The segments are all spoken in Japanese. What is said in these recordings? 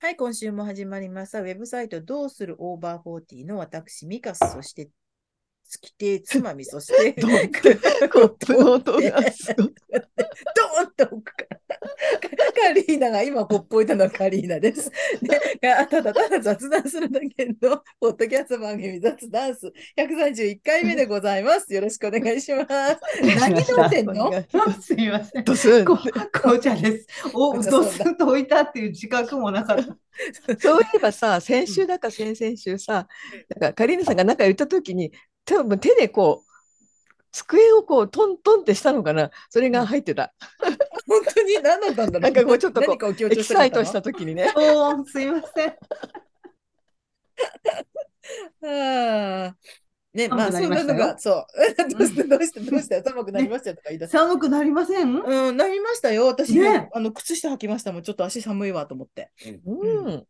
はい、今週も始まりました。ウェブサイトどうするオーバーフォーティーの私、ミカス、そして、月亭つまみ、そして、どドんーンコップの音がすごい。と置くから。カリーナが、今コップ置いたのはカリーナです。でがただただ雑談するだけの、ポッドキャスト番組、雑ダンス、131回目でございます。よろしくお願いします。何飲んでんのすみません。ドスンこ紅茶です。お、紅茶そうドだスンと置いたっていう自覚もなかった。そういえばさ、先週だか先々週さ、なんかカリーナさんが何か言った時に、多分手でこう、机をこうトントンってしたのかな、それが入ってた。本当に何だったんだろうなんかこうちょっとこう何かを強エ調キしたかサっイたのトした時にね。おすみません。ああ。ね、まあ、寒くなそりんまなしたのよが、そう。 どうして、どうして、どうして、寒くなりましたよとか言い出す。寒くなりません。うん、なりましたよ。私、ねあの、靴下履きましたもん。ちょっと足寒いわと思って。うん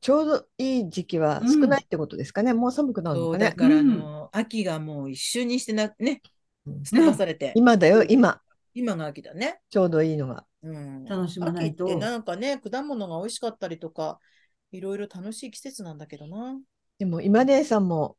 ちょうどいい時期は少ないってことですかね、もう寒くなるのそう、かだね。から、あうんの、秋がもう一瞬にしてな、ね、うんすっ飛ばされて、今だよ、今、今が秋だね。ちょうどいいのが。うん。楽しまな秋っいとて。なんかね、果物が美味しかったりとか、いろいろ楽しい季節なんだけどな。でも今姉さんも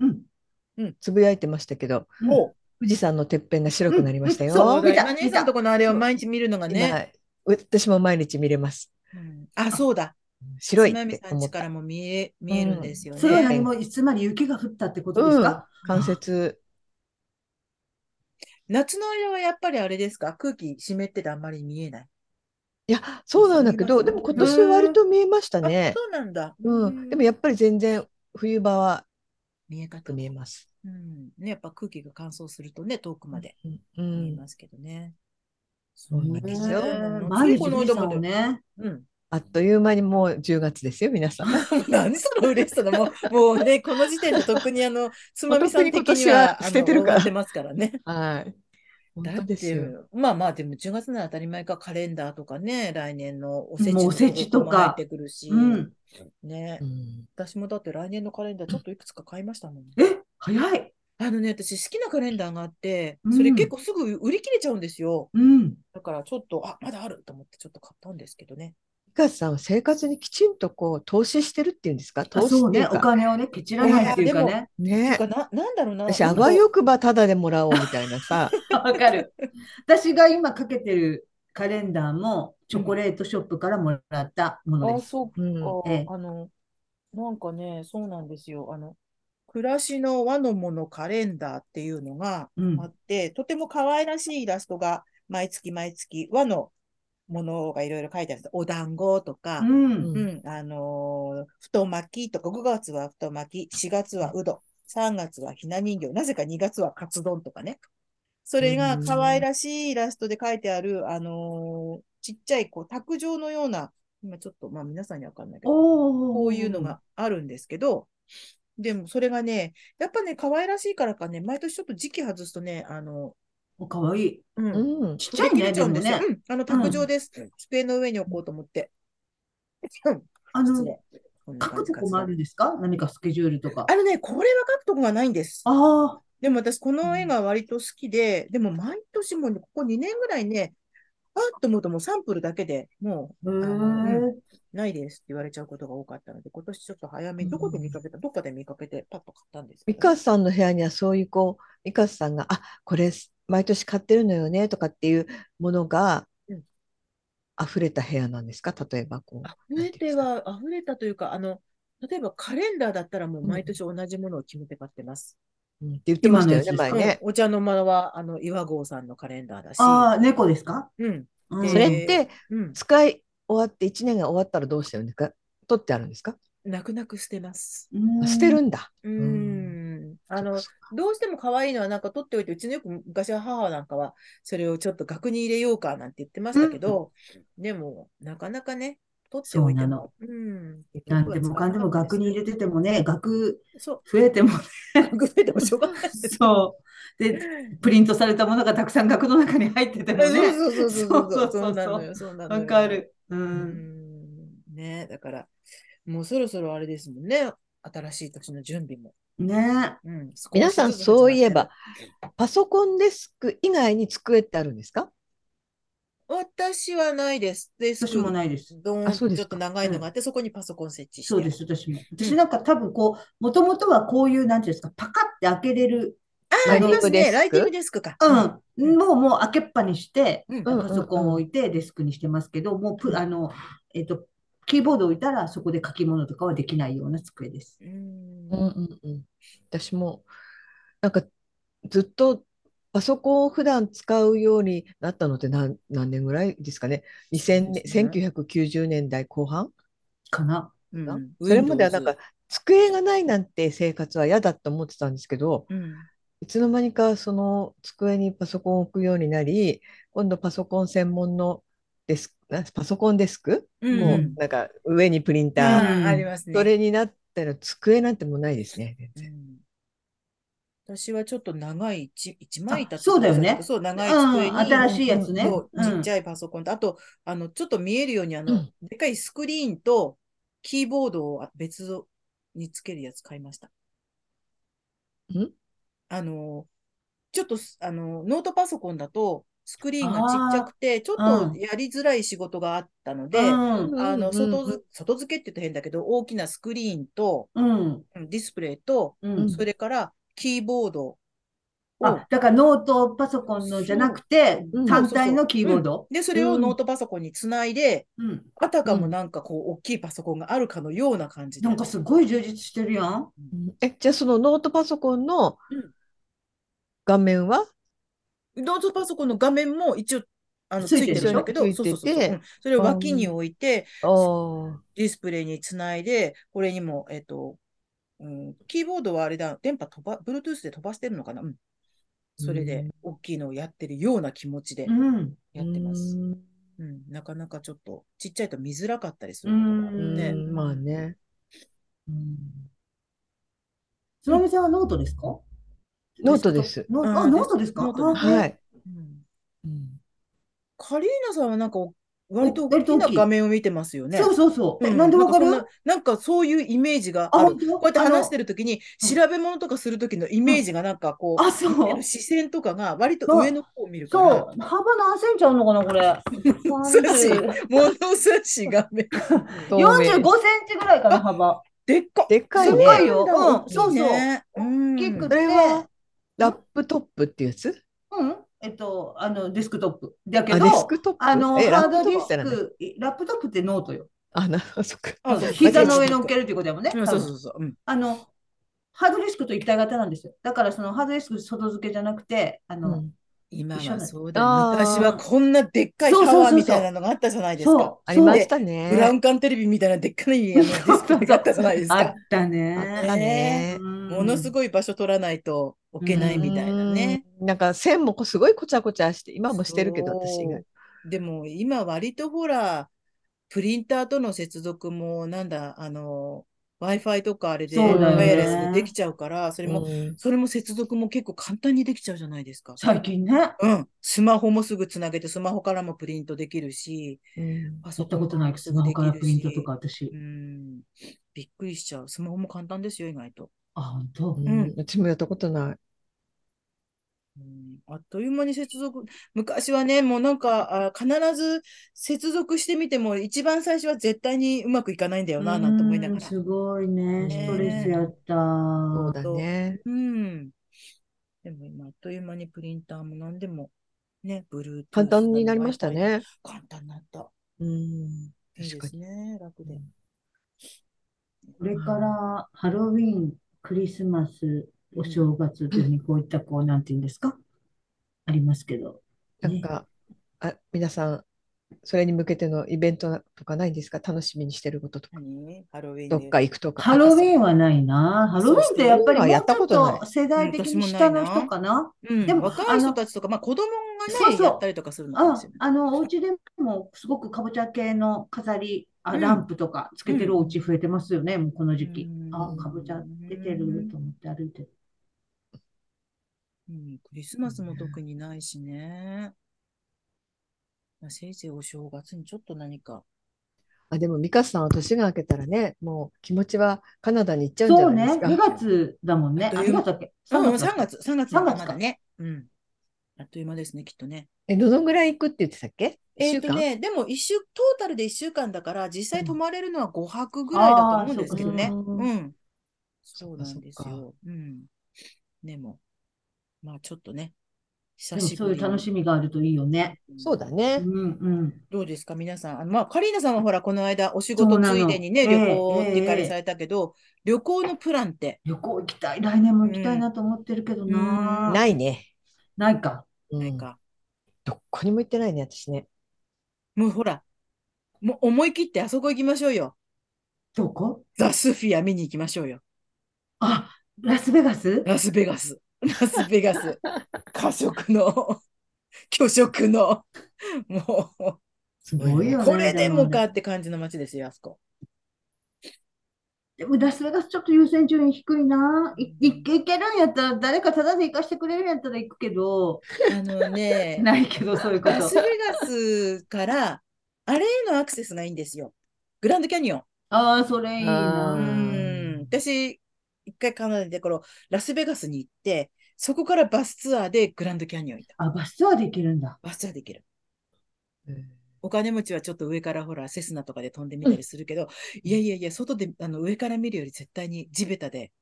うん。つぶやいてましたけど、お、富士山のてっぺんが白くなりましたよ。うんそうだ見かたら今姉さ見んたのとこのあれを毎日見るのがね。今私も毎日見れます。うんあ、そうだ。白いつまっみてさん思家っかた。らも見え、見えるんですよね。それは何も、つまり雪が降ったってことですか。関節夏の間はやっぱりあれですか空気湿っててあんまり見えない。いや、そうなんだけど、見えでますも今年は割と見えましたねあ。そうなんだ。うん。でもやっぱり全然冬場は見えよ方く見えます。うん。ね、やっぱ空気が乾燥するとね、遠くまでうんう見えん。ますけどね。そうんなんですよね。え毎日富士山をね。うん。 あっという間にもう10月ですよ、皆さん。何その嬉しさだもう、もうね、この時点で特にあの、つまみさん的特にに今年はは、あの捨ててるから終わってますからね。はい。本だ当っですてよ。、まあまあ、でも10月なら当たり前か、カレンダーとかね、来年のおせちもうおせちのとかことも入ってくるし、うん。ねう、ん私もだって来年のカレンダーちょっといくつか買いましたもん。え、早い。あのね、私好きなカレンダーがあってう、んそれ結構すぐ売り切れちゃうんですよ。うん。だからちょっと、あ、まだあると思ってちょっと買ったんですけどね。ミカさんは生活にきちんとこう投資してるっていうんですかあ、投資そうっていね。うか。お金をね、ケチらないっていうかね。ねてかな、なんだろうな。私、あわよ。よくばタダでもらおうみたいな さ。わかる。私が今かけてるカレンダーも、チョコレートショップからもらったものあ、です。そうか。うんええあの、なんかね、そうなんですよ。あの、暮らしの和のものカレンダーっていうのがうんあ。って、とても可愛らしいイラストが毎月毎月和のものがいろいろ書いてあるんです。お団子とか、うん。うん、あのー太巻きとか、5月は太巻き、4月はうどん、3月はひな人形、なぜか2月はカツ丼とかね。それが可愛らしいイラストで書いてある、あのーちっちゃい、こう、卓上のような、今ちょっと、まあ皆さんにはわかんないけど、おお。こういうのがあるんですけど、でもそれがね、やっぱね、可愛らしいからかね、毎年ちょっと時期外すとね、あの、お。かわいい。うんうん。ちっちゃいね、切れちでゃうもんですよ。ね。うん、あの、卓上です。机の上に置こうと思って。うんあ失の礼、こんな書感くじとこもあかし。るんですか何かスケジュールとからあのね、これは書くとこがないんです。ああ、でも私、この絵が割と好きで、でも毎年もうねここ2年ぐらいね、あっと思うともうサンプルだけでもあへのえ。うないですって言われちゃうことが多かったので、今年ちょっと早めうんに、どこで見かけた、どっかで見かけて、パッと買ったんですけミど。カさんの部屋にはそういうこう、ミカさんが、あ、これ毎年買ってるのよねとかっていうものがうん溢れた部屋なんですか例えばこう。溢れてなんいうんは、溢れたというか、あの、例えばカレンダーだったらもう毎年同じものを決めて買ってます。うんですかうんって言ってましたよね、今の前やつうんね。お茶の間は、あの、岩合さんのカレンダーだし、ああ、猫ですかうん、うんそれってうん、使い終わって1年が終わったらどうしてるんですか取ってあるんですか泣く泣く捨てます。うん捨てるんだ。うーんあのそっかどうしても可愛いのはなんか取っておいて、うちのよく昔は母なんかはそれをちょっと額に入れようかなんて言ってましたけど、でもなかなかね、取っておいても。うん、なんでもかんでも額に入れててもね、額そう、増え ても、額入れてもしょうがないです。そう。で、プリントされたものがたくさん額の中に入っててもね、そうそうそうそうそう、そうそうそそうそううなのよ、そうなのよ。わか。る。う。うんん、ねだから、もうそろそろあれですもんね、新しい年の準備も。ねうん、少し皆さんずつ始まってそういえば、パソコンデスク以外に机ってあるんですか私はないです。で、私もないです。どーあそうンでちすょっと長いのがあって、そこにパソコン設置して。そうです、私も。私なんか多分こう、もともとはこういう、なんていうんですか、パカって開けれる、あ、ありますね。ラライイティンティグングデスクか。ううんん、もうもう開けっぱにして、うんうんパソコンを置いてデスクにしてますけど、もうプ、あの、えっと、キーボード置いたらそこで書き物とかはできないような机です。うんうんうんうん、私もなんかずっとパソコンを普段使うようになったのって何、何年ぐらいですかね2000年そうで1990年代後半かな。うんそれまではなんか、机がないなんて生活は嫌だと思ってたんですけど Windows うんいつの間にかその机にパソコンを置くようになり今度パソコン専門のデスクなパソコンデスクうんもううんなんか上にプリンターあーありますね。それになったら机なんてもうないですね。全う然ん私はちょっと長い一一枚板あそうだよねそう、長い机うん、に、新しいやつね。そううんちっちゃいパソコンと、あと、あの、ちょっと見えるように、あの、うんでかいスクリーンとキーボードを別につけるやつ買いました。んあの、ちょっとす、あの、ノートパソコンだと、スクリーンがちっちゃくて、ちょっうとんやりづらい仕事があったので、うん、あの、うんうん外づ、外付けって言うと変だけど、大きなスクリーンと、うん、うんディスプレイと、うん。それからキーボードを、あ、だからノートパソコンのじゃなくてそう、単体のキーボード。で、それをノートパソコンにつないで、うん。あたかもなんかこう、大きいパソコンがあるかのような感じで。なんかすごい充実してるやん。え、じゃあそのノートパソコンうのん画面は、ノートパソコンの画面も一応、あの、つついていてるるんだけど、でしそょうそうそうついそうてうてんそれを脇に置いて、おーディスプレイにつないで、これにも、えっと、うん、キーボードはあれだ、電波飛ば、Bluetooth で飛ばしてるのかなうん。それうでん、大きいのをやってるような気持ちでうん。やってます。ううん、なかなかちょっと、ちっちゃいと見づらかったりすうることがあるーんので、まあね。つまみさんはノートですかノートですノーああ、ノートですかノートあ、ですははい。い。うんうんカリーナさんはなんかお割とお大割きと大なきい画面を見てますよね。そうそうそう。え、うんなんでわかるなんそんななんかそういうイメージがあ、ある。本当こうやって話してる。るときに、うん調べ物とかするときのイメージがなんかこう、あ、そう。視線とかが割と上の方を見るから、そう。幅何センチあるのかな、これ。 そうだし30物差しがめ透明45センチぐらいかな、幅。でっか。でっかいすね。ごいよ。うん、そそううそそうう。。うん大きくそれはラップトップっていうやつうん。えっと、あの、デスクトップ。だけあ、ど、デスクトップあの、え、ラハップードトデッィプっスてなんだク、ラップトップってノートよ。あ、なるほど、 そっか。あそう膝の上に置ける。るということやもんね、うん、多そう分そうそう。うんあの、ハードディスクと一体型なんですよ。だからそのハードディスク外付けじゃなくて、あの、うん今一緒はだそうだ。あー昔はこんなでっかいタそうそうそうワーそうみたいなのがあったじゃないですか。そう、ありまそうしたブラウね。ン管テレビみたいなでっかいあの ディスプレイがあったじゃないですあかっ。たあっね。たね。ものすい。ごい場所取らないと置けないみたいなね。うん。なんか線もこうすごいこちゃこちゃして、今もしてるけど、私以外。そうでも今割とほら、プリンターとの接続もなんだ、あの、Wi-Fi とかあれで、そうだよねワイヤレスでできちゃうから、それも、うんそれも接続も結構簡単にできちゃうじゃないですか。最近ね、やうん。スマホもすぐつなげて、スマホからもプリントできるし、うんパっソコたンことないけど、すスぐマでホきからるプリンし。トとか私う。ん。びっくりしちゃう。スマホも簡単ですよ、意外と。あ、本当。んうちもやったことない。うんあっという間に接続、昔はね、もうなんか、あ必ず接続してみても、一番最初は絶対にうまくいかないんだよな、なんて思いながうんら。すごいね、ねストレスやった。そうだね。うん。でも今、あっという間にプリンターも何でも、ね、ブルー簡単になりました。ね。簡単になった。うん。いい確でかすに。ね、楽で。これからハロウィーン、クリスマス、お正月というふうにこういったこう、なんていうんですかありますけど。なんか、あ、皆さん、それに向けてのイベントとかないんですか楽しみにしてることとか。何ハロウィンどっか行くとか。ハロウンィーンはないな。ハロウィーンってやっぱりそうもうやったことないちょっと世代的に下の人かな。うん、でも若い人たちとか、まあ子供がそうね、そうやったりとかするのかもあしれ、ない。あの、お家でもすごくかぼちゃ系の飾り、あ、うんランプとかつけてるお家増えてますよね、もうこの時期。うんあ、かぼちゃ出てると思って歩いてる。うん、クリスマスも特にないしね。まあ、せいぜいお正月にちょっと何か。あ、でも、ミカさんは年が明けたらね、もう気持ちはカナダに行っちゃうんじそゃうないですね、か。 2月だもんね。あっとあ、いう2間月だっけうん、 ?3 3月、3月3の月頭だかね。うん。あっという間ですね、きっとね。え、どのぐらい行くって言ってたっけえっとね、でも一週、トータルで1週間だから、実際泊まれるのは5泊ぐらいだと思うんですけどね。あーそっかそっうん。そかなんですそうっかそっかよ。うん。でも、まあちょっとね、久でもしそうぶいうり楽にしみがあるといいよね。そうだうね。んうん。どうですか、皆さん。あのまあ、カリーナさんはほら、この間、お仕事そうなつのいでにね、ええ旅行ええに行かれされたけど、旅行のプランって、旅行行きたい。来年も行きたいなと思ってるけどな。うんないね。ないか。うんなんか、どこにも行ってないね、私ね。もうほら、もう思い切ってあそこ行きましょうよ。どこザ・スフィア見に行きましょうよ。あ、ラスベガスラスベガス。ラスベガス。過食の、巨食の、もう、すごいよね。これでもあかれ。って感じの街ですよ、あそこ。でもラスベガスちょっと優先順位低いな。い、い、行けるんやったら、誰かタダで行かしてくれるんやったら行くけど、あのね、ないけど、そういうこラスと。ベガスから、あれへのアクセスがいいんですよ。グランドキャニオン。ああ、それいいな。あうーん。私、一回カナダで、このラスベガスに行って、そこからバスツアーでグランドキャニオン行った。あ、バスツアーできるんだ。バスツアーできる。お金持ちはちょっと上からほら、セスナとかで飛んでみたりするけど、いやいやいや、外で、あの、上から見るより絶対に地べたで、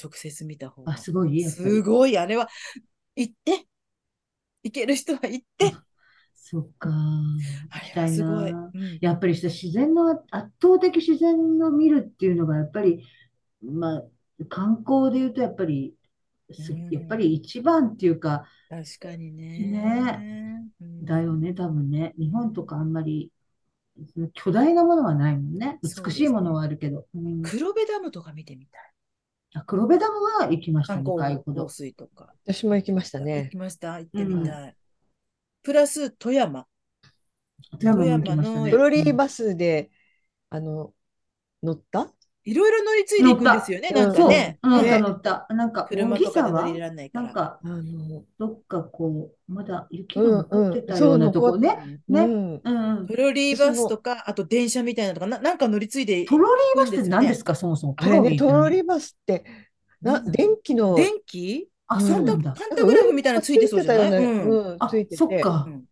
直接見た方が。あ、すごい、やっぱりすごい、あれは、行って、行ける人は行って、そっか。あ行きれはたいすごい。な。うんやっぱりさ、自然の、圧倒的自然の見るっていうのが、やっぱり、まあ、観光で言うと、やっぱり、すうんやっぱり一番っていうか、確かにね。うんだよね、多分ね。日本とかあんまり、巨大なものはないもんね。そう美ですしねいものはあるけど。うん黒部ダムとか見てみたい。あ黒部ダムは行きました、観ね、光2回ほど放。水とか。私も行きました行ねき。ました行ってみたい。プラス、富山。富山も行きましたね。ト富ロリーバスで、あの、乗ったいろいろ乗り継いでいくんですよね、乗なっんたかね。うん、そう、ねうん乗った乗った。なんか、車大きとかさで乗はりられないかなんら。か、あの、どっかこう、まだ雪がうんうん残ってたようなとこね。ねうんうんうんトロリーバスとか、あと電車みたいなとか、ななんか乗り継いで、トロリーバスっいいんでてすよね何ですか、そもそも。あれね、トトロロリーリってーバスって、な、何電気の、電気あ、うんそうなんパだ。ンタグラフみたいなのついてそうじゃないついてたよねうんうんあ、ついて、そってうか。ん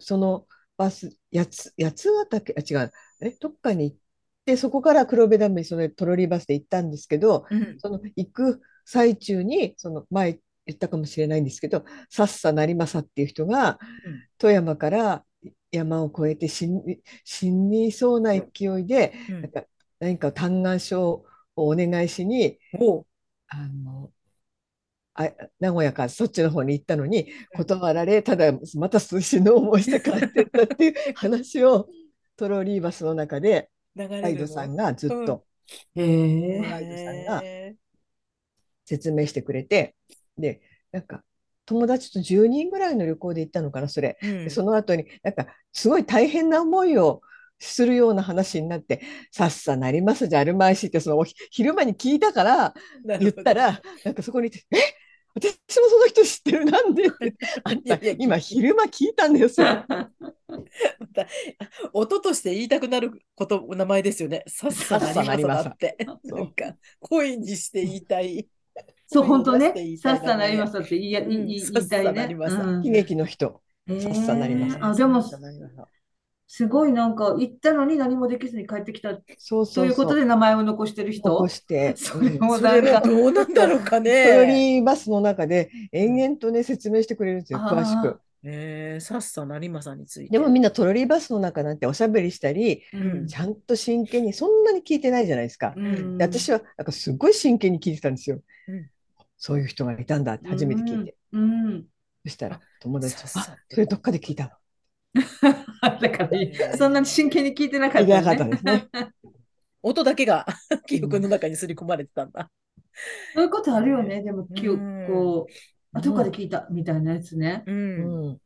そのバス、八つ、八ヶ岳、あ、違う、え、どっかに行って、そこから黒部ダムにそのトロリーバスで行ったんですけど、うんその行く最中に、その前言ったかもしれないんですけど、さっさ成政っていう人がうん、富山から山を越えて死に、死にそうな勢いで、うなんんか何か嘆願書をお願いしに、おうあの、あ、名古屋からそっちの方に行ったのに断られ、ただまた死の思いして帰ってった っていう話をトロリーバスの中で流れガイるドさんの。がずっとへへえ。ガイドさんがえ説明してくれて、で、なんか友達と10人ぐらいの旅行で行ったのかな、それ。うんでその後になんかすごい大変な思いをするような話になって、さっさなりますじゃあるまいしってそのおひ昼間に聞いたから、なる言ほっどたら、なんかそこにいて、え私もその人知ってる、なんでって、あんいやたいや、今、昼間聞いたんですよ。また音として言いたくなること、お名前ですよね。さっささっさななりりままささだって。なんか、声にして言いた い。 そう、本当ね。声に出して言いたさいっさなりまさって言いや、うん言い言い言いたいさっさなね。りまさうん悲劇の人。さっさなりまへさえあ、でも、さっさなりまさすごいなんか、行ったのに何もできずに帰ってきた。そうそとういうそう。ことで名前を残してる人。残して、 それうんもそなれんはか、どうなんだろうかトロ ね。リーバスの中で延々とね、説明してくれるんですよ、詳しく。えー、さっさなりまさについて。でもみんなトロリーバスの中なんておしゃべりしたり、うんちゃんと真剣に、そんなに聞いてないじゃないですか。うんで私はなんかすごい真剣に聞いてたんですよ。うんそういう人がいたんだって初めて聞いて。うんうん そしたあら友達とさっさあってそれどっかで聞いただから、そんなに真剣に聞いてなかの。っ聞いてなかたったね。んですね。音だけが 記憶の中に刷り込まれてたんだ。そういうことあるよね。でも、記うん憶、こう、あ、どっかで聞いたみたいなやつね。う。うんん、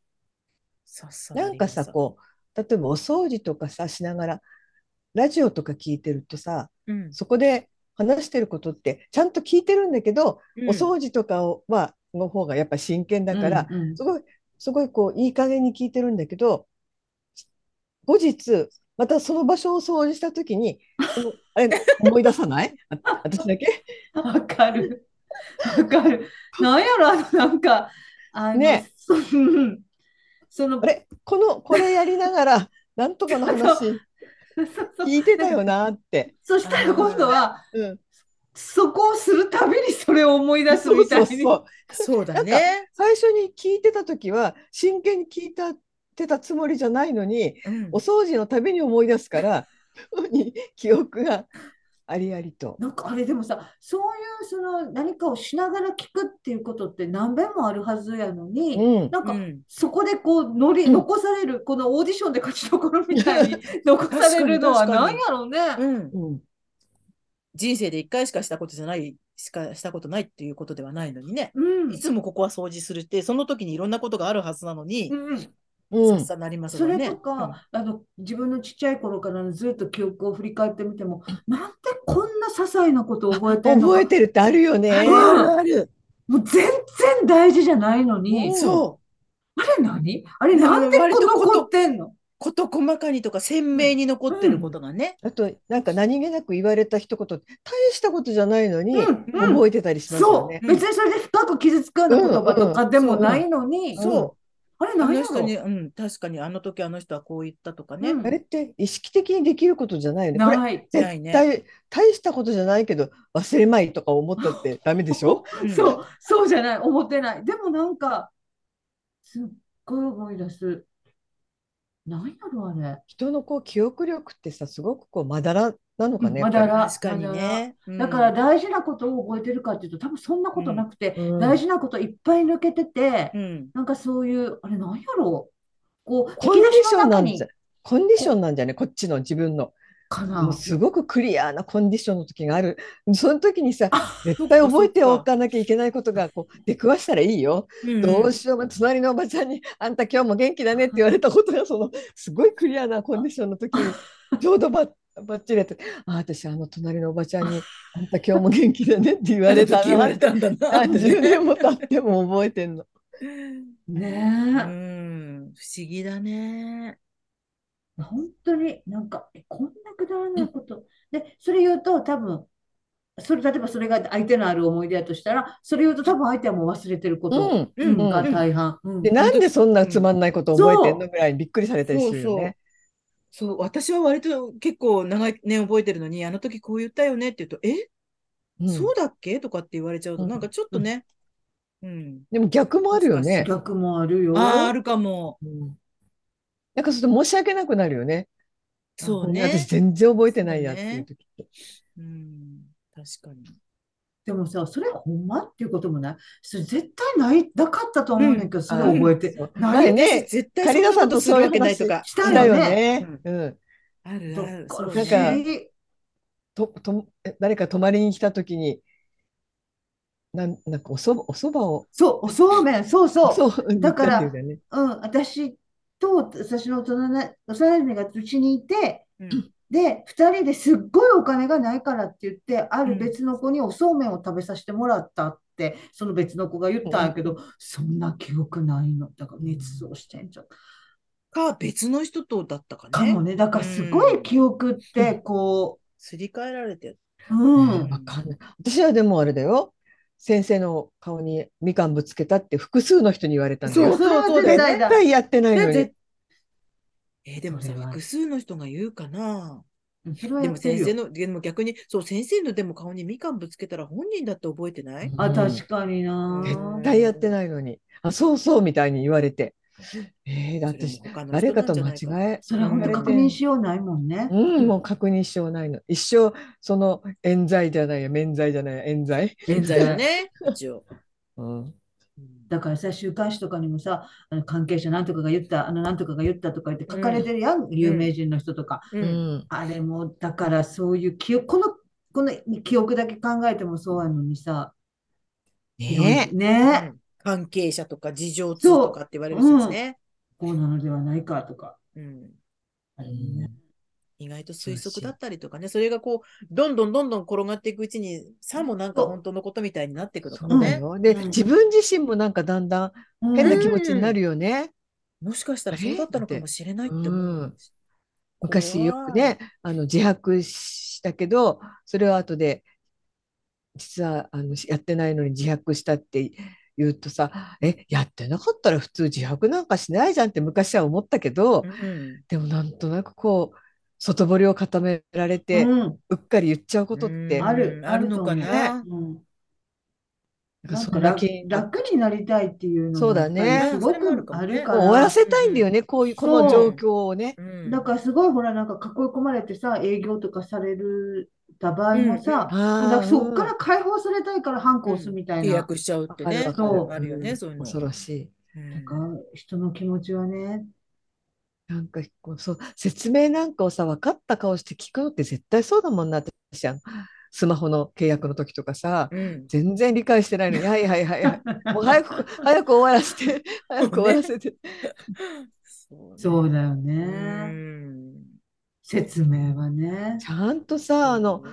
さっさなんかさこう例えばお掃除とかさしながらラジオとか聞いてるとさう、うん、そこで話してることってちゃんと聞いてるんだけど、お掃除とかをはの方がやっぱ真剣だから、うんうんすごいすごいこういい加減に聞いてるんだけど後日またその場所を掃除した時にそ のあれ思い出さないあ私だけわかる。わかる。なんやろ、あの、なんか、あの、ねそううんそのあ、れこのこれやりながらなんとかの話そう そう聞いてたよなって。そしたら今度は、うん、そこをするたびにそれを思い出すみたそういそうに。そうそうだなね。最初に聞いてた時は真剣に聞いたてたつもりじゃないのにうんお掃除のたびに思い出すからそうに記憶がありありと。なんかあれでもさ、そういうその何かをしながら聞くっていうことって何べんもあるはずやのに、うん、なんうかんそこでこう乗り、うん残される、このオーディションで勝ち残るみた いに残されるのは確か何にやろうね。うんうん人生で一回しかしたことじゃない、しかしたことないっていうことではないのにね。うんい。つもここは掃除するって、その時にいろんなことがあるはずなのに、うん、うさっんさなりますそもんれね。とか、あの自分のちっちゃい頃からのずっと記憶を振り返ってみても、なんでこんな些細なことを覚えてんの覚かえてるってあるよね。あるあるもう全然大事じゃないのに、うんんそう。あれ何あれなんでこんな残ってんの事細かにとか鮮明に残ってることがね。あとなんか何気なく言われた一言大したことじゃないのにうんうん覚えてたりしますよそね。う、別にそれで深く傷つくような言葉とかでもないのに、うんそう。あれあ何のや人ろに、うん、確かにあの時あの人はこう言ったとかね。うんあれって意識的にできることじゃないよね。これない。ない絶ね対大したことじゃないけど忘れまいとか思ったってダメでしょうんそう、そうじゃない、思ってない。でもなんか、すっごい思い出す。何やろ、あれ。人のこう記憶力ってさすごくこうまだらなのかね。うんまだら確かにね。だからだ、大事なことを覚えてるかっていうと、多分そんなことなくて、うんうん大事なこといっぱい抜けてて、うん、なんかそういう、あれ何やろこう、コンディションなん引きじ出ゃコンディションなんじゃねこっちの自分のかもうな。すごくクリアなコンディションの時がある その時にさあ絶対覚えておかなきゃいけないことがこう出くわしたらいいよ。うんどうしようも隣のおばちゃんに「あんた今日も元気だね」って言われたことが そのすごいクリアなコンディションの時にちょうどばばっちりやって「あ私あの隣のおばちゃんに「あんた今日も元 気だね」って言われた言わなれたんだなって何ね。十年も経っても覚えてんの。うねえ。ん、不思議だね。本当になんか、えこんなくだらないこと。で、それ言うと多分、それ、例えばそれが相手のある思い出やとしたら、それ言うと多分相手はもう忘れてることうんうんが大半。うんでなんでそんなつまんないこと覚えてんのぐらいにびっくりされたりするよね。そう、私は割と結構長い年覚えてるのに、あの時こう言ったよねって言うと、え、うんそうだっけとかって言われちゃうと、うんなんかちょっとね。うん。でも逆もあるよね。逆もあるよ。ああ、あるかも。うんなんかすると申し訳なくなるよね。そあうごめんね私。全然覚えてないやっていう時って。うん、確かに。でもさ、それほんまっていうこともない。それ絶対ない、なかったと思うねんけど、すごい覚えて。そうない前ね絶カ対リそんなナさこんととするそういうわけない話とか。しただよよねね。うん。あるそあっる。かそうなんねか不思議と、と、え誰か泊まりに来た時に。なん、なんかおそば、おそばを。そう、おそうめん、そうそう。そう、だから言ったっていううん、私と私の幼な幼馴染がうちにいて、うんで、2人ですっごいお金がないからって言って、あうるん別の子におそうめんを食べさせてもらったって、その別の子が言ったんやけど、そんな記憶ないの。だから、捏造してんじゃん。か、別の人とだったかかね。もね、だからすごい記憶って、こすり替えられてる。だう、うね。ん、わかんない。私はでもあれだよ。先生の顔にみかんぶつけたって複数の人に言われたんだそうよ。そうそう絶絶対だ。対やってないの絶に対。えーでもさ、それは複数の人が言うかな。それはでやもってる先よ生の、でも逆に、そう、先生のでも顔にみかんぶつけたら本人だって覚えてない、あ、うん確かにな。絶絶対やってないのに。あ、そうそうみたいに言われて。えー、だってそれも他の人誰かとな間んじゃな違え。それは本当確認しようないもんね。うん、もう確認しようないの。一生、その、冤罪じゃないや、免罪じゃないや、冤罪。現在はね、一応。うん。うんだからさ、週刊誌とかにもさ、あの関係者なんとかが言った、あのなんとかが言ったとか言って書かれてるやん、有名人の人とか。ううんん。あれも、だからそういう記憶、この、この記憶だけ考えてもそうやのにさ、いろんねえ。ねえ、関係者とか事情通とかって言われる人ですね。こうなのではないかとか。うんあれね意外と推測だったりとかね、それがこう、どんどんどんどん転がっていくうちに、さもなんか本当のことみたいになっていくのそかうもだね。よ。で、うん自分自身もなんかだんだんうん変な気持ちになるよね。もしかしたらそうだったのかもしれないって思う。うん昔よくね、あの自白したけど、それは後で、実はあのやってないのに自白したって言うとさ、え、やってなかったら普通自白なんかしないじゃんって昔は思ったけど、うんでもなんとなくこう、外堀を固められて、ううん、っかり言っちゃうことっうて、んなんある、あるのかなあると思ううんかなんそかんな楽、気楽になりたいっていうのそうがだねやっぱりすごそれもあるくかもあねるかもうら終わらせたいんだよね、こういう、この状況をね。うんだからすごいほらなんか囲い込まれてさ営業とかされるた場合もさ、あーなんかそっから解放されたいから反抗するみたい契な、約しちゃうってね。わかるわかるあるよね、そういううんの。恐ろしい。うんなんか人の気持ちはねなんかこうそう説明なんかをさ分かった顔して聞くのって絶対そうだもんな私あのスマホの契約の時とかさうん全然理解してない のに「はいはいはいはいもう早く早く終わらせ て早く終わらせて」そうねそうだようねん説明はねちゃんとさあの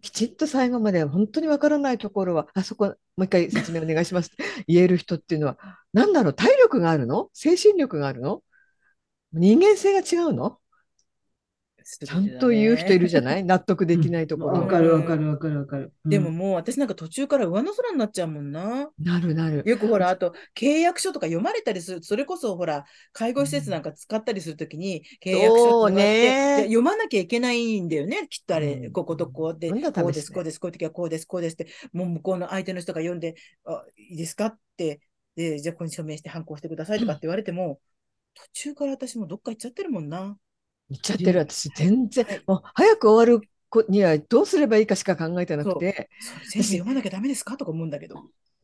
きちっと最後まで本当に分からないところは「あそこもう一回説明お願いします」って言える人っていうのは何だろう体力があるの精神力があるの人間性が違うのちゃんと言う人いるじゃない納得できないとこわろ。かるわかるわかるわかる、うんでももう私なんか途中から上の空になっちゃうもんな。なるなる。よくほら、あと契約書とか読まれたりする、それこそほら、介護施設なんか使ったりするときに契約書そとうかってねで読まなきゃいけないんだよね、きっとあれ、うんこことこうで、どんな試しねこうです、こうです、こういう時はこうです、こうですって、もう向こうの相手の人が読んで、あいいですかって、でじゃあここに署名して反抗してくださいとかって言われても、途中から私もどっか行っちゃってるもんな。言っちゃってる私全然はいもう早く終わる子にはどうすればいいかしか考えてなくてそれ全部読まなきゃダメですかとか思うんだけど。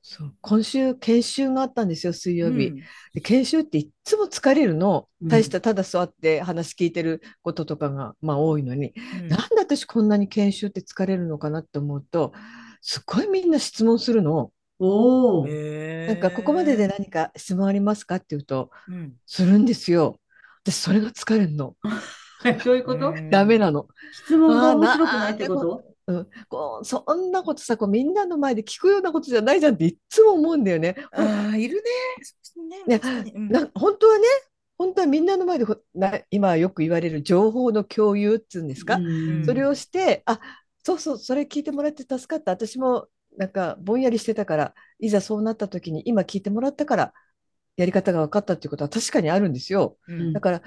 そう今週研修があったんですよ水曜日、うんで研修っていっつも疲れるのうん大したただ座って話聞いてることとかが、まあ、多いのに、うんなんで私こんなに研修って疲れるのかなって思うとすごいみんな質問するの。おお、ななんかここまでで何か質問ありますかって言うとうん、するんですよ。私それが疲れるの。 どういうこと、うんダメなの。質問が面白くないってことこうそんなことさこうみんなの前で聞くようなことじゃないじゃんっていっつも思うんだよね。ああ、いるね。そうですねね確かにうんな本当はね本当はみんなの前でほな今よく言われる情報の共有っていうんですか、うんそれをしてあそうそうそれ聞いてもらって助かった私もなんかぼんやりしてたからいざそうなった時に今聞いてもらったからやり方が分かったっていうことは確かにあるんですよ。うんだから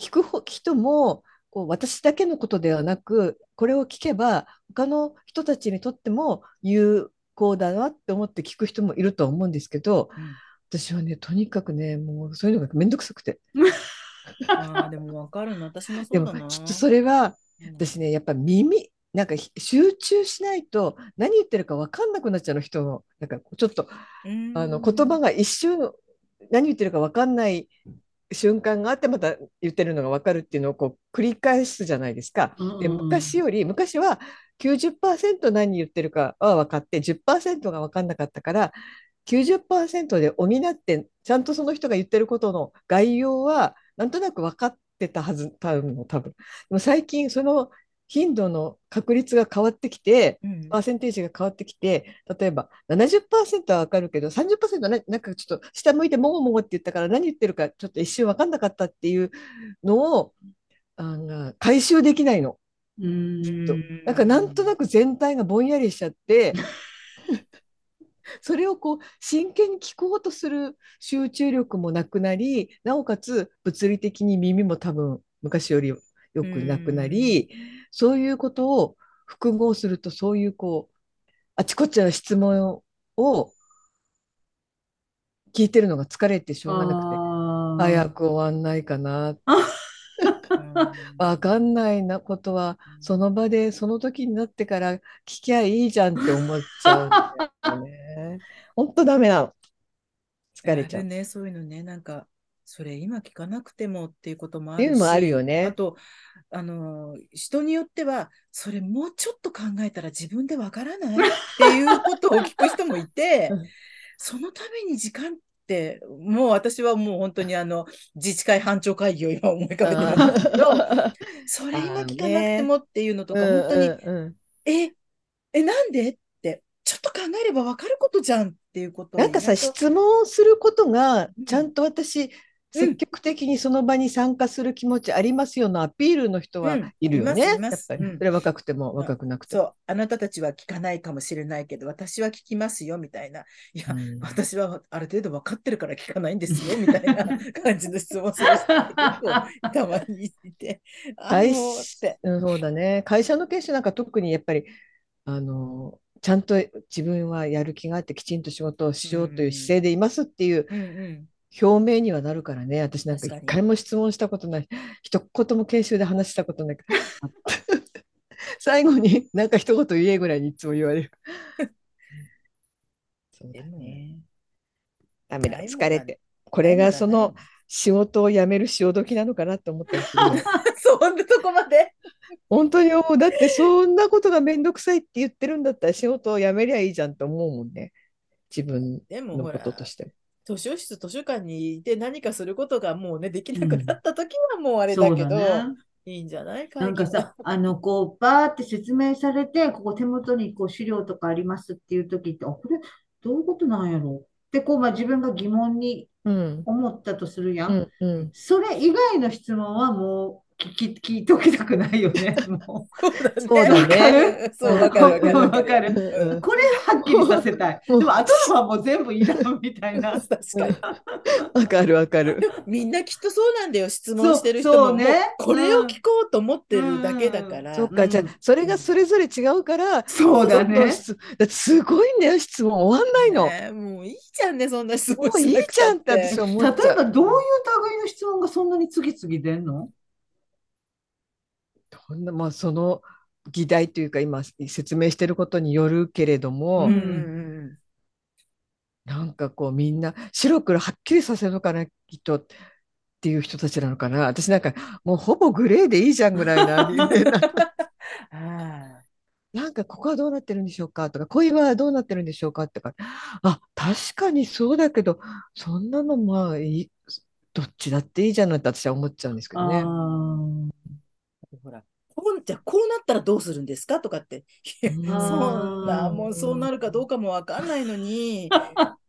聞く方人もこう私だけのことではなくこれを聞けば他の人たちにとっても有効だなって思って聞く人もいるとは思うんですけど私はねとにかくねもうそういうのがめんどくさくてああ、でもわかるな。私もでそうもだな。きっとそれはうん私ねやっぱ耳なんかひ集中しないと何言ってるか分かんなくなっちゃうの人のなんかちょっとうんあの言葉が一瞬何言ってるか分かんない瞬間があってまた言ってるのが分かるっていうのをこう繰り返すじゃないですか。うんうんで昔より昔は90%何言ってるかは分かって10%が分かんなかったから90%で補ってちゃんとその人が言ってることの概要はなんとなく分かってたはず多分多分でも最近その頻度の確率が変わってきて、うんパーセンテージが変わってきて、例えば70%は分かるけど、30%はななんかちょっと下向いてもごもごって言ったから何言ってるかちょっと一瞬分かんなかったっていうのをあの回収できないの。うんきっとなんかなんとなく全体がぼんやりしちゃって、 それをこう真剣に聞こうとする集中力もなくなり、なおかつ物理的に耳も多分昔よりよくなくなり、そういうことを複合するとそういうこうあちこちの質問を聞いてるのが疲れてしょうがなくて。あー早く終わんないかなうんわかんないなことはその場でその時になってから聞きゃいいじゃんって思っちゃうんだよね。 本当ダメなの。疲れちゃあうる。ね、そういうのね、なんか、それ今聞かなくてもっていうこともあっていうのもあるよしねあと、あの、人によっては、それもうちょっと考えたら自分でわからないっていうことを聞く人もい てうん、そのために時間って、もう私はもう本当にあの、自治会班長会議を今思い浮かべてますけど、 それ今聞かなくてもっていうのとか、うん本当に、うんうんえ、え、なんでって、ちょっと考えればわかることじゃんっていうことをなんかさ意外と質問をすることがちゃんと私うん積極的にその場に参加する気持ちありますよのアピールの人はうんいるいまよね。すいまやっすぱりうんそれは若くても若くなくてそも。う、あなたたちは聞かないかもしれないけど、私は聞きますよ、みたいな。いや、うん私はある程度分かってるから聞かないんですよ、みたい な感じの質問する人が結構たまにいて、あの会って。うんそうだね。会社の研修なんか特にやっぱり、あの、ちゃんと自分はやる気があってきちんと仕事をしようという姿勢でいますっていううんうん表明にはなるからね。私なんか確か一に回も質問したことない。一言も研修で話したことない から。最後になんか一言言えぐらいにいつも言わ れる。そうでだもね。ねダメなだ。いもん疲だれて。こ れがその、仕事を辞める潮時なのかなと思ったりするよ。そんなとこまで。本当に思う。だってそんなことがめんどくさいって言ってるんだったら仕事を辞めりゃいいじゃんと思うもんね。自分でものほこら、ととしても。図書室、図書館にいて何かすることがもうね、できなくなった時はもうあれだそうけど、だね。いいんじゃないかなんかさ、あの、こう、バーって説明されて、ここ手元にこう資料とかありますっていう時って、あ、これ、どういうことなんやろって、こう、まあ、自分が疑問にうん。思ったとするや。うんん。うん。それ以外の質問はもう聞き、聞いときたくないよね。もそうだね。そう、わかるわかるう。わわかかる。る。うんこれはっきりさせたい。でうんも、後のはもう全部いいだろうみたい な。確かに。わかるわかる。みんなきっとそうなんだよ、質問してる人そうも。そうねもうこれを聞こうと思ってるだけだから。そっか、じゃあうんそれがそれぞれ違うから、そうだどんどんね。質だってすごいんだよ、質問終わんないの。ねもういいじゃんね、そんな質問もういいじゃんって私しなくたっは思例っちゃえう。ば、どういう類の質問がそんなに次々出んのどんな、まあその議題というか今説明してることによるけれども、うんんうんなんかこうみんな白黒はっきりさせるかな人っていう人たちなのかな私なんかもうほぼグレーでいいじゃんぐらいな 人間なうん。ああ。なんかここはどうなってるんでしょうかとか恋はどうなってるんでしょうかとかあ確かにそうだけどそんなのまあいいどっちだっていいじゃんなんて私は思っちゃうんですけどね。あほら、こうじゃあこうなったらどうするんですかとかって。いやうんそんな、うんもうそうなるかどうかもわかんないの に。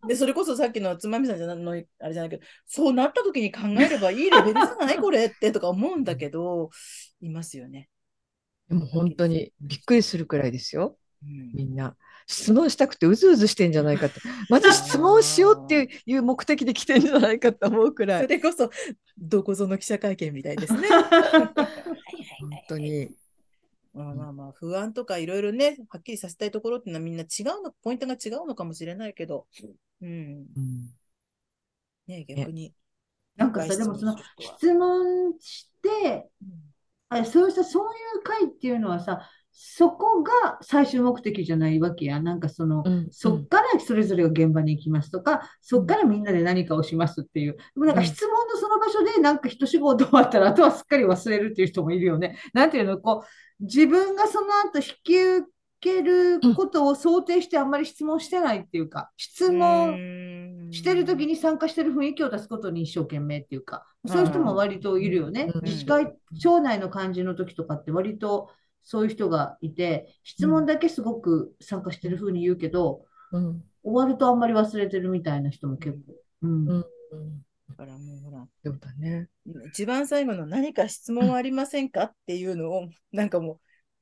で、それこそさっきのつまみさんじゃなの、あれじゃないけど、そうなった時に考えればいいレベルじゃないこれってとか思うんだけど、いますよね。でも本当にびっくりするくらいですようんみんな。質問したくてうずうずしてんじゃないかってまず質問しようっていういう目的で来てんじゃないかと思うくらいそ。れこそ、どこぞの記者会見みたいですね。本当に。まあまあまあ、不安とかいろいろね、はっきりさせたいところっていうのはみんな違うの、ポイントが違うのかもしれないけど、うん、うんね、逆に。なんかさ、でもその外出する人質問して、はあ、そうした、そういう会っていうのはさ、そこが最終目的じゃないわけや。なんかその、うんそっからそれぞれが現場に行きますとか、そっからみんなで何かをしますっていう。でもなうんかん質問のその場所でなんか一仕事終わったら、あとはすっかり忘れるっていう人もいるよね。なんていうの、こう、自分がその後引き受けることを想定してあんまり質問してないっていうか、質問、問してる時に、に参加してる雰囲気を出すことに一生懸命っていうか、そういう人も割といるよねうん。自治会、町内の感じの時とかって割とそういう人がいて、質問だけすごく参加してる風に言うけど、うん終わるとあんまり忘れてるみたいな人も結構。うん。うんだからもうほら、そうだね。一番最後の何か質問はありませんかっていうのを、なんかもう、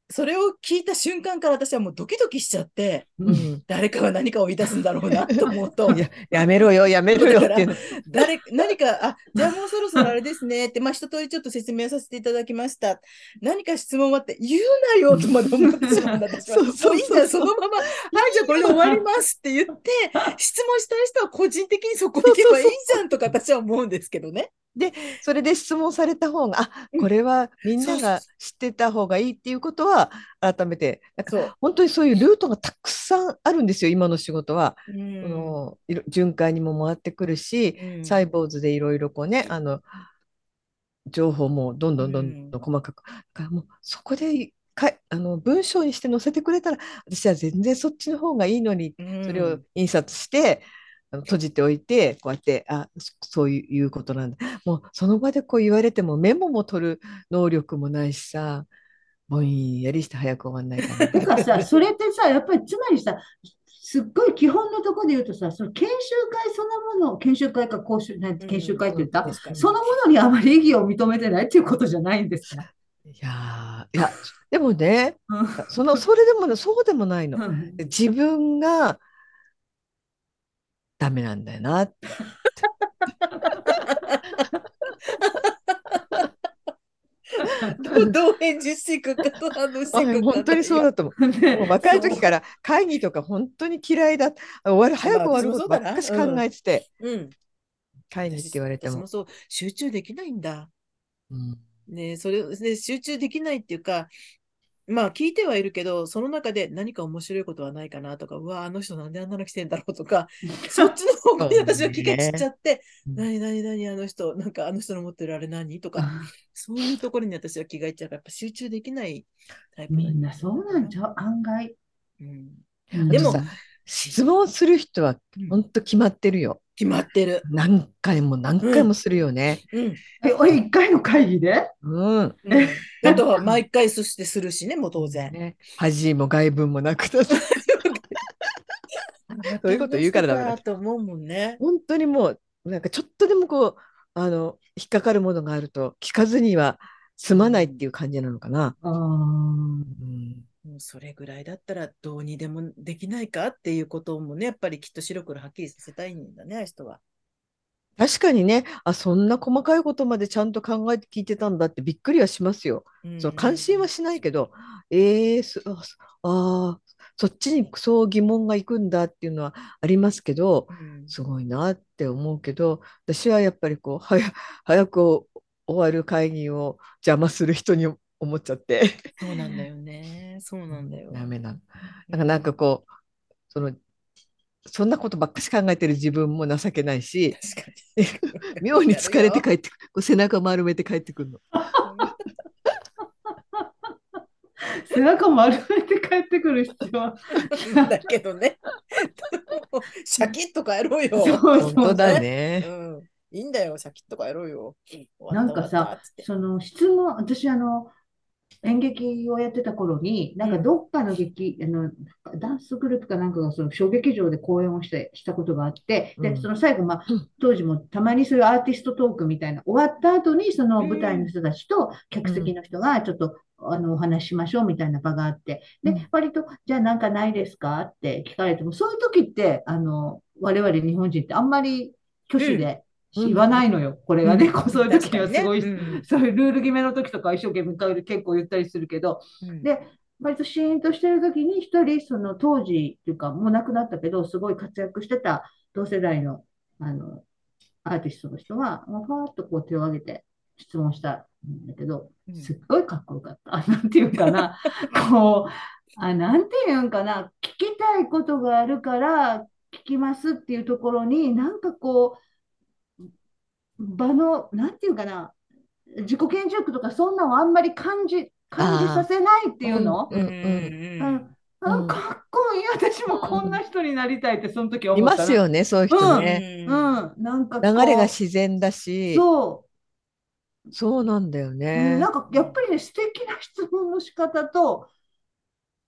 それを聞いた瞬間から私はもうドキドキしちゃって、ううんん、誰かが何かを言い出すんだろうなと思う と、ややめろよやめろよっていうの。誰、何か、あ、じゃあもうそろそろあれですねって、まあ一通りちょっと説明させていただきました。何か質問はって言うなよとまで思ってしまうんだ、私は。 そうそうそうもいいんだよ、そのまま、はい、じゃあこれで終わりますって言って、質問したい人は個人的にそこに行けばいいじゃんとか私は思うんですけどね。それで質問された方があこれはみんなが知ってた方がいいっていうことは改めてなんかそう。本当にそういうルートがたくさんあるんですよ今の仕事は。う。うんのいろ巡回にも回ってくるし、うんサイボーズでいろいろこうねあの情報もどんどんどんどん細かく、だからもうそこでかあの文章にして載せてくれたら私は全然そっちの方がいいのにそれうをん印刷して、あの閉じておいて、こうやって、あ、そそういういうことなんだ。もうその場でこう言われてもメモも取る能力もないしさ、ぼんやりして早く終わんないかな。てかさ、それってさ、やっぱりつまりさ、すっごい基本のところで言うとさ、その研修会そのもの、研修会か講習、なんて研修会って 言った、うんうん確かにそのものにあまり意義を認めてないっていうことじゃないんですね。いやーいやでもねうんそのそれでもねそうでもないのうん 自分がダメなんだよなってどどう返事していくか、どう反応していくか。本当にそうだと思うもう若い時から会議とか本当に嫌いだあ終わる早く終わることばっかし考えてて、うん。会議って言われて私も。そう、集中できないんだ。うんねそれで集中できないっていうか、まあ聞いてはいるけど、その中で何か面白いことはないかなとか、うわ、あの人なんであんなの着てんだろうと か、そっちの方向に私は気が散っちゃって、うん何何何あの人、なんかあの人の持ってるあれ何とか、そういうところに私は気がいっちゃうから、やっぱ集中できないタイプ みんなそうなんじゃう、案外。うんででもも、質問する人はうん本当決まってるよ。決まってる。何回も何回もするよね。 うん。え、おい、一回の会議でうん。うんあとは毎回そしてするしね、もう当然。ね、恥も外文もなくてそういうこと言うからダメだどうしてと思うもんね。本当にもうなんかちょっとでもこうあの引っかかるものがあると聞かずには済まないっていう感じなのかな。あーうんもうそれぐらいだったらどうにでもできないかっていうこともね、やっぱりきっと白黒はっきりさせたいんだね、あの人は。確かにねあそんな細かいことまでちゃんと考えて聞いてたんだってびっくりはしますよ。うんその関心はしないけど、えー、そあそあーそっちにそう疑問がいくんだっていうのはありますけどうんすごいなって思うけど私はやっぱりこう早早く終わる会議を邪魔する人に思っちゃってそうなんだよね。そうなんだよ。ダメなのだからなんかこうそのそんなことばっかし考えてる自分も情けない し確かに。妙に疲れてる。帰ってくこう背中丸めて帰ってくるの。背中丸めて帰ってくる必要は。だけどね。でもシャキッと帰ろうよ。そう本当だうね。ん。いいんだよ、シャキッと帰ろうよ。終わったなんかさ終わったっつってその質問、私あの、演劇をやってた頃に、なんかどっかの劇、あの、ダンスグループかなんかがその小劇場で公演をして、したことがあって、うで、んその最後、まあうん、当時もたまにそういうアーティストトークみたいな、終わった後にその舞台の人たちと客席の人がちょっと、あの、お話ししましょうみたいな場があって、うでん、割と、じゃあなんかないですかって聞かれても、そういう時って、あの、我々日本人ってあんまり挙手でうん言わないのよ。これがね、こうそういう確時かにはにねすごい、うんそういうルール決めの時とか一生懸命変える結構言ったりするけど、うんで、割とシーンとしてる時に一人、その当時っていうか、もう亡くなったけど、すごい活躍してた同世代の、あの、アーティストの人が、まあパーッとこう手を挙げて質問したんだけど、うんすっごいかっこよかった。あ なんていうかな、こう、あ、なんていうんかな、聞きたいことがあるから聞きますっていうところに、なんかこう、場の、なんていうかな、自己顕示欲とかそんなのあんまり感じ、感じさせないっていうのうんうんううんんあうんかっこいい。私もこんな人になりたいって、その時思いっまたすな。よねそういう人ね。うん、なんかこう流れが自然だしそう。そうなんだようんねなん。かやっぱりね、素敵な質問の仕方と、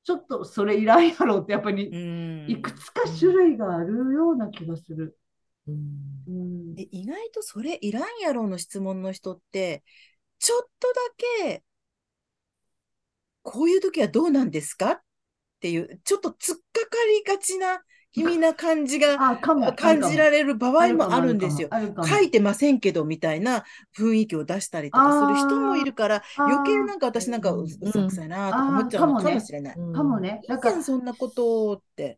ちょっとそれいらんやろうって、やっぱうりんいくつか種類があるような気がする。うんうんで意外とそれいらんやろの質問の人って、ちょっとだけ、こういう時はどうなんですかっていう、ちょっと突っかかりがちな、気味な感じがあ、かも、感じられる場あ合るかもあるんですよ。あるかも。書いてませんけどみたいな雰囲気を出したりとかする人もいるから、余計なんんか私なんかうんううさんくさいなとか思っちゃうあーのかもかねもしれない。かも。ね。いないんじかゃん、そんなことって。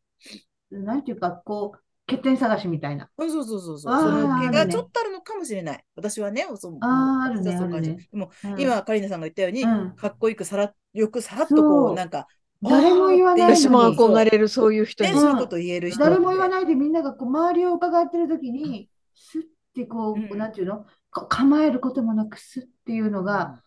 なんていうか、こう、欠点探しみたいな。うん、そうそうそうそう。あーその気あがるねちょっとあるのかもしれない。私はね、そうあーあるね私はそう感じあるねでも、うん、今、カリナさんが言ったように、うんかっこよくさら、よくさらっとこそうう、なんか、誰も言わないのに私も憧れれるそういう人ね、にうんそういうこと言える人。誰も言わないでみんながこう周りを伺ってる時に、スッてこうう、んなんていうのか構えることもなくスッていうのが、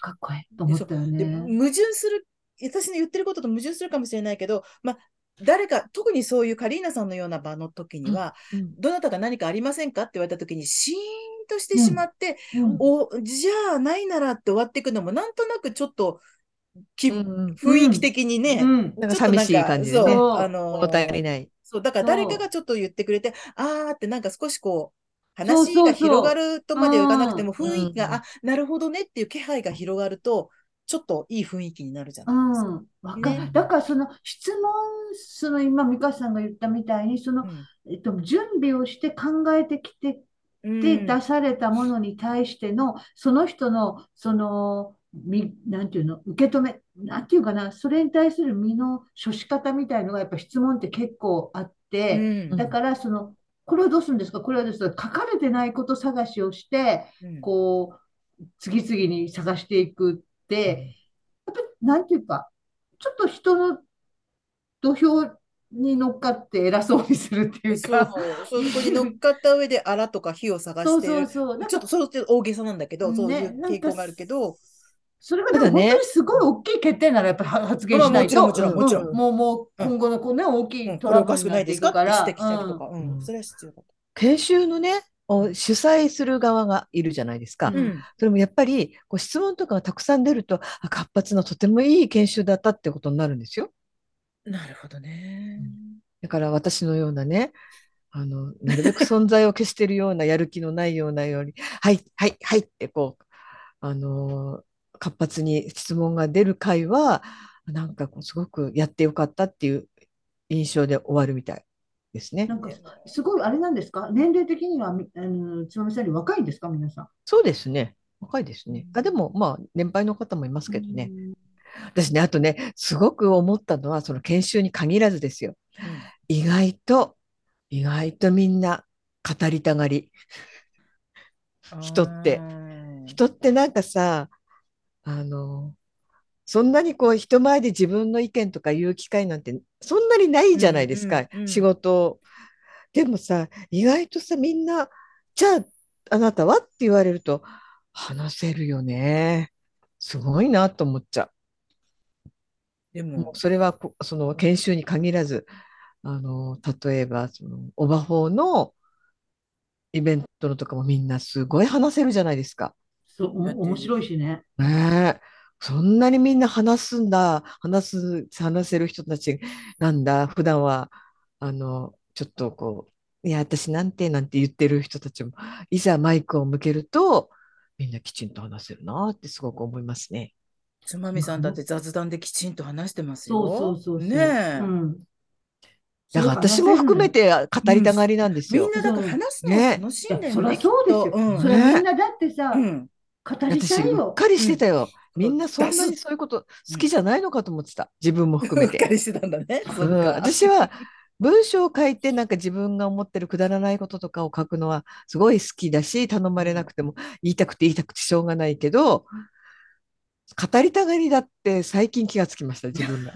かっこいいと思ったよでね。矛盾する、私の言ってることと矛盾するかもしれないけど、まあ、誰か、特にそういうカリーナさんのような場の時には、うんどなたか何かありませんかって言われた時に、シーンとしてしまって、うんおじゃあないならって終わっていくのもなんとなくちょっと気う分んうん雰囲気的にね、うん。なちょっんかと寂なんしい感じでそねう、そうあの物足りない。そう、だから誰かがちょっと言ってくれて、あーってなんか少しこう、そうそう話そうが広がるとまではいかなくても、うん雰囲気うんが、あ、なるほどねっていう気配が広がると、ちょっといい雰囲気になるじゃうないですか。ん、わかねだからその質問、その今、美香さんが言ったみたいに、その、えっと、準備をして考えてきてうんで出されたものに対しての、その人の、その、み、なんていうの、受け止め、なんていうかな、それに対する身の処し方みたいのが、やっぱ質問って結構あっうて、んだから、その、これはどうするんですか、これはどうするんですか、書かれてないこと探しをして、うんこう、次々に探していくって、やっぱり、なんていうか、ちょっと人の土俵に乗っかって偉そうにするっていうそうか、、そうそこに乗っかった上で、あらとか火を探そうしてそうる。そう、なんちょかっとそうって大げさなんだけど、そういねうなん傾か向があるけど、それがただでもね本当にすごい大きい欠点ならやっぱり発言まあしないと、もちろんもちろんもちろんうもうもう今後のこうね大きうんこいトれラおブかルしくになないってでいすかくってか指ら、摘したりとか、うんうんそれは必要だと。研修のね、お主催する側がいるじゃないですか。うんそれもやっぱりこう質問とかがたくさん出ると、あ活発なとてもいい研修だったってことになるんですよ。なるほどね。だから私のようなね、あの、なるべく存在を消しているような、やる気のないようなより、 はい、はい、はいってこう、あのー活発に質問が出る回は、なんかこうすごくやってよかったっていう印象で終わるみたいですねな。んかすごいあれなんですか年齢的にはみあのつまみさんより若いんですか皆さん。そうですね。若いですね。あ、でもまあ、年配の方もいますけどね。うん私ね、あとね、すごく思ったのは、その研修に限らずですよ。うん意外と、意外とみんな語りたがり。人ってうん人ってなんかさ、あの、そんなにこう人前で自分の意見とか言う機会なんてそんなにないじゃないですうんか、うんうん仕事。でもさ、意外とさ、みんな、じゃああなたはって言われると、話せるよね。すごいなと思っちゃう。でももう、それはこその研修に限らず、あの例えばそのオバホーのイベントのとかもみんなすごい話せるじゃないですか。そうおも面白いしね。ねえ、そんなにみんな話すんだ、話す、話せる人たちなんだ、普段は、あの、ちょっとこう、いや、私なんて、なんて言ってる人たちも、いざマイクを向けると、みんなきちんと話せるなってすごく思いますね。つまみさんだって雑談できちんと話してますよ。そうそうそうそう。ねえうん。だから私も含めて語りたがりなんですみよ。んなだから話すのが楽しいんだいやよそりね。ゃそうですよ。きっとそれはみんなだってさ、うんうん語り私、たいうっよ。かりしてたうよ。んみんなそんなにそういうこと好きじゃないのかと思ってた。自分も含うめ。ってかりしてたんだね。そっかうん、私は文章を書いてなんか自分が思ってるくだらないこととかを書くのはすごい好きだし頼まれなくても言いたくて言いたくてしょうがないけど語りたがりだって最近気がつきました自 分が。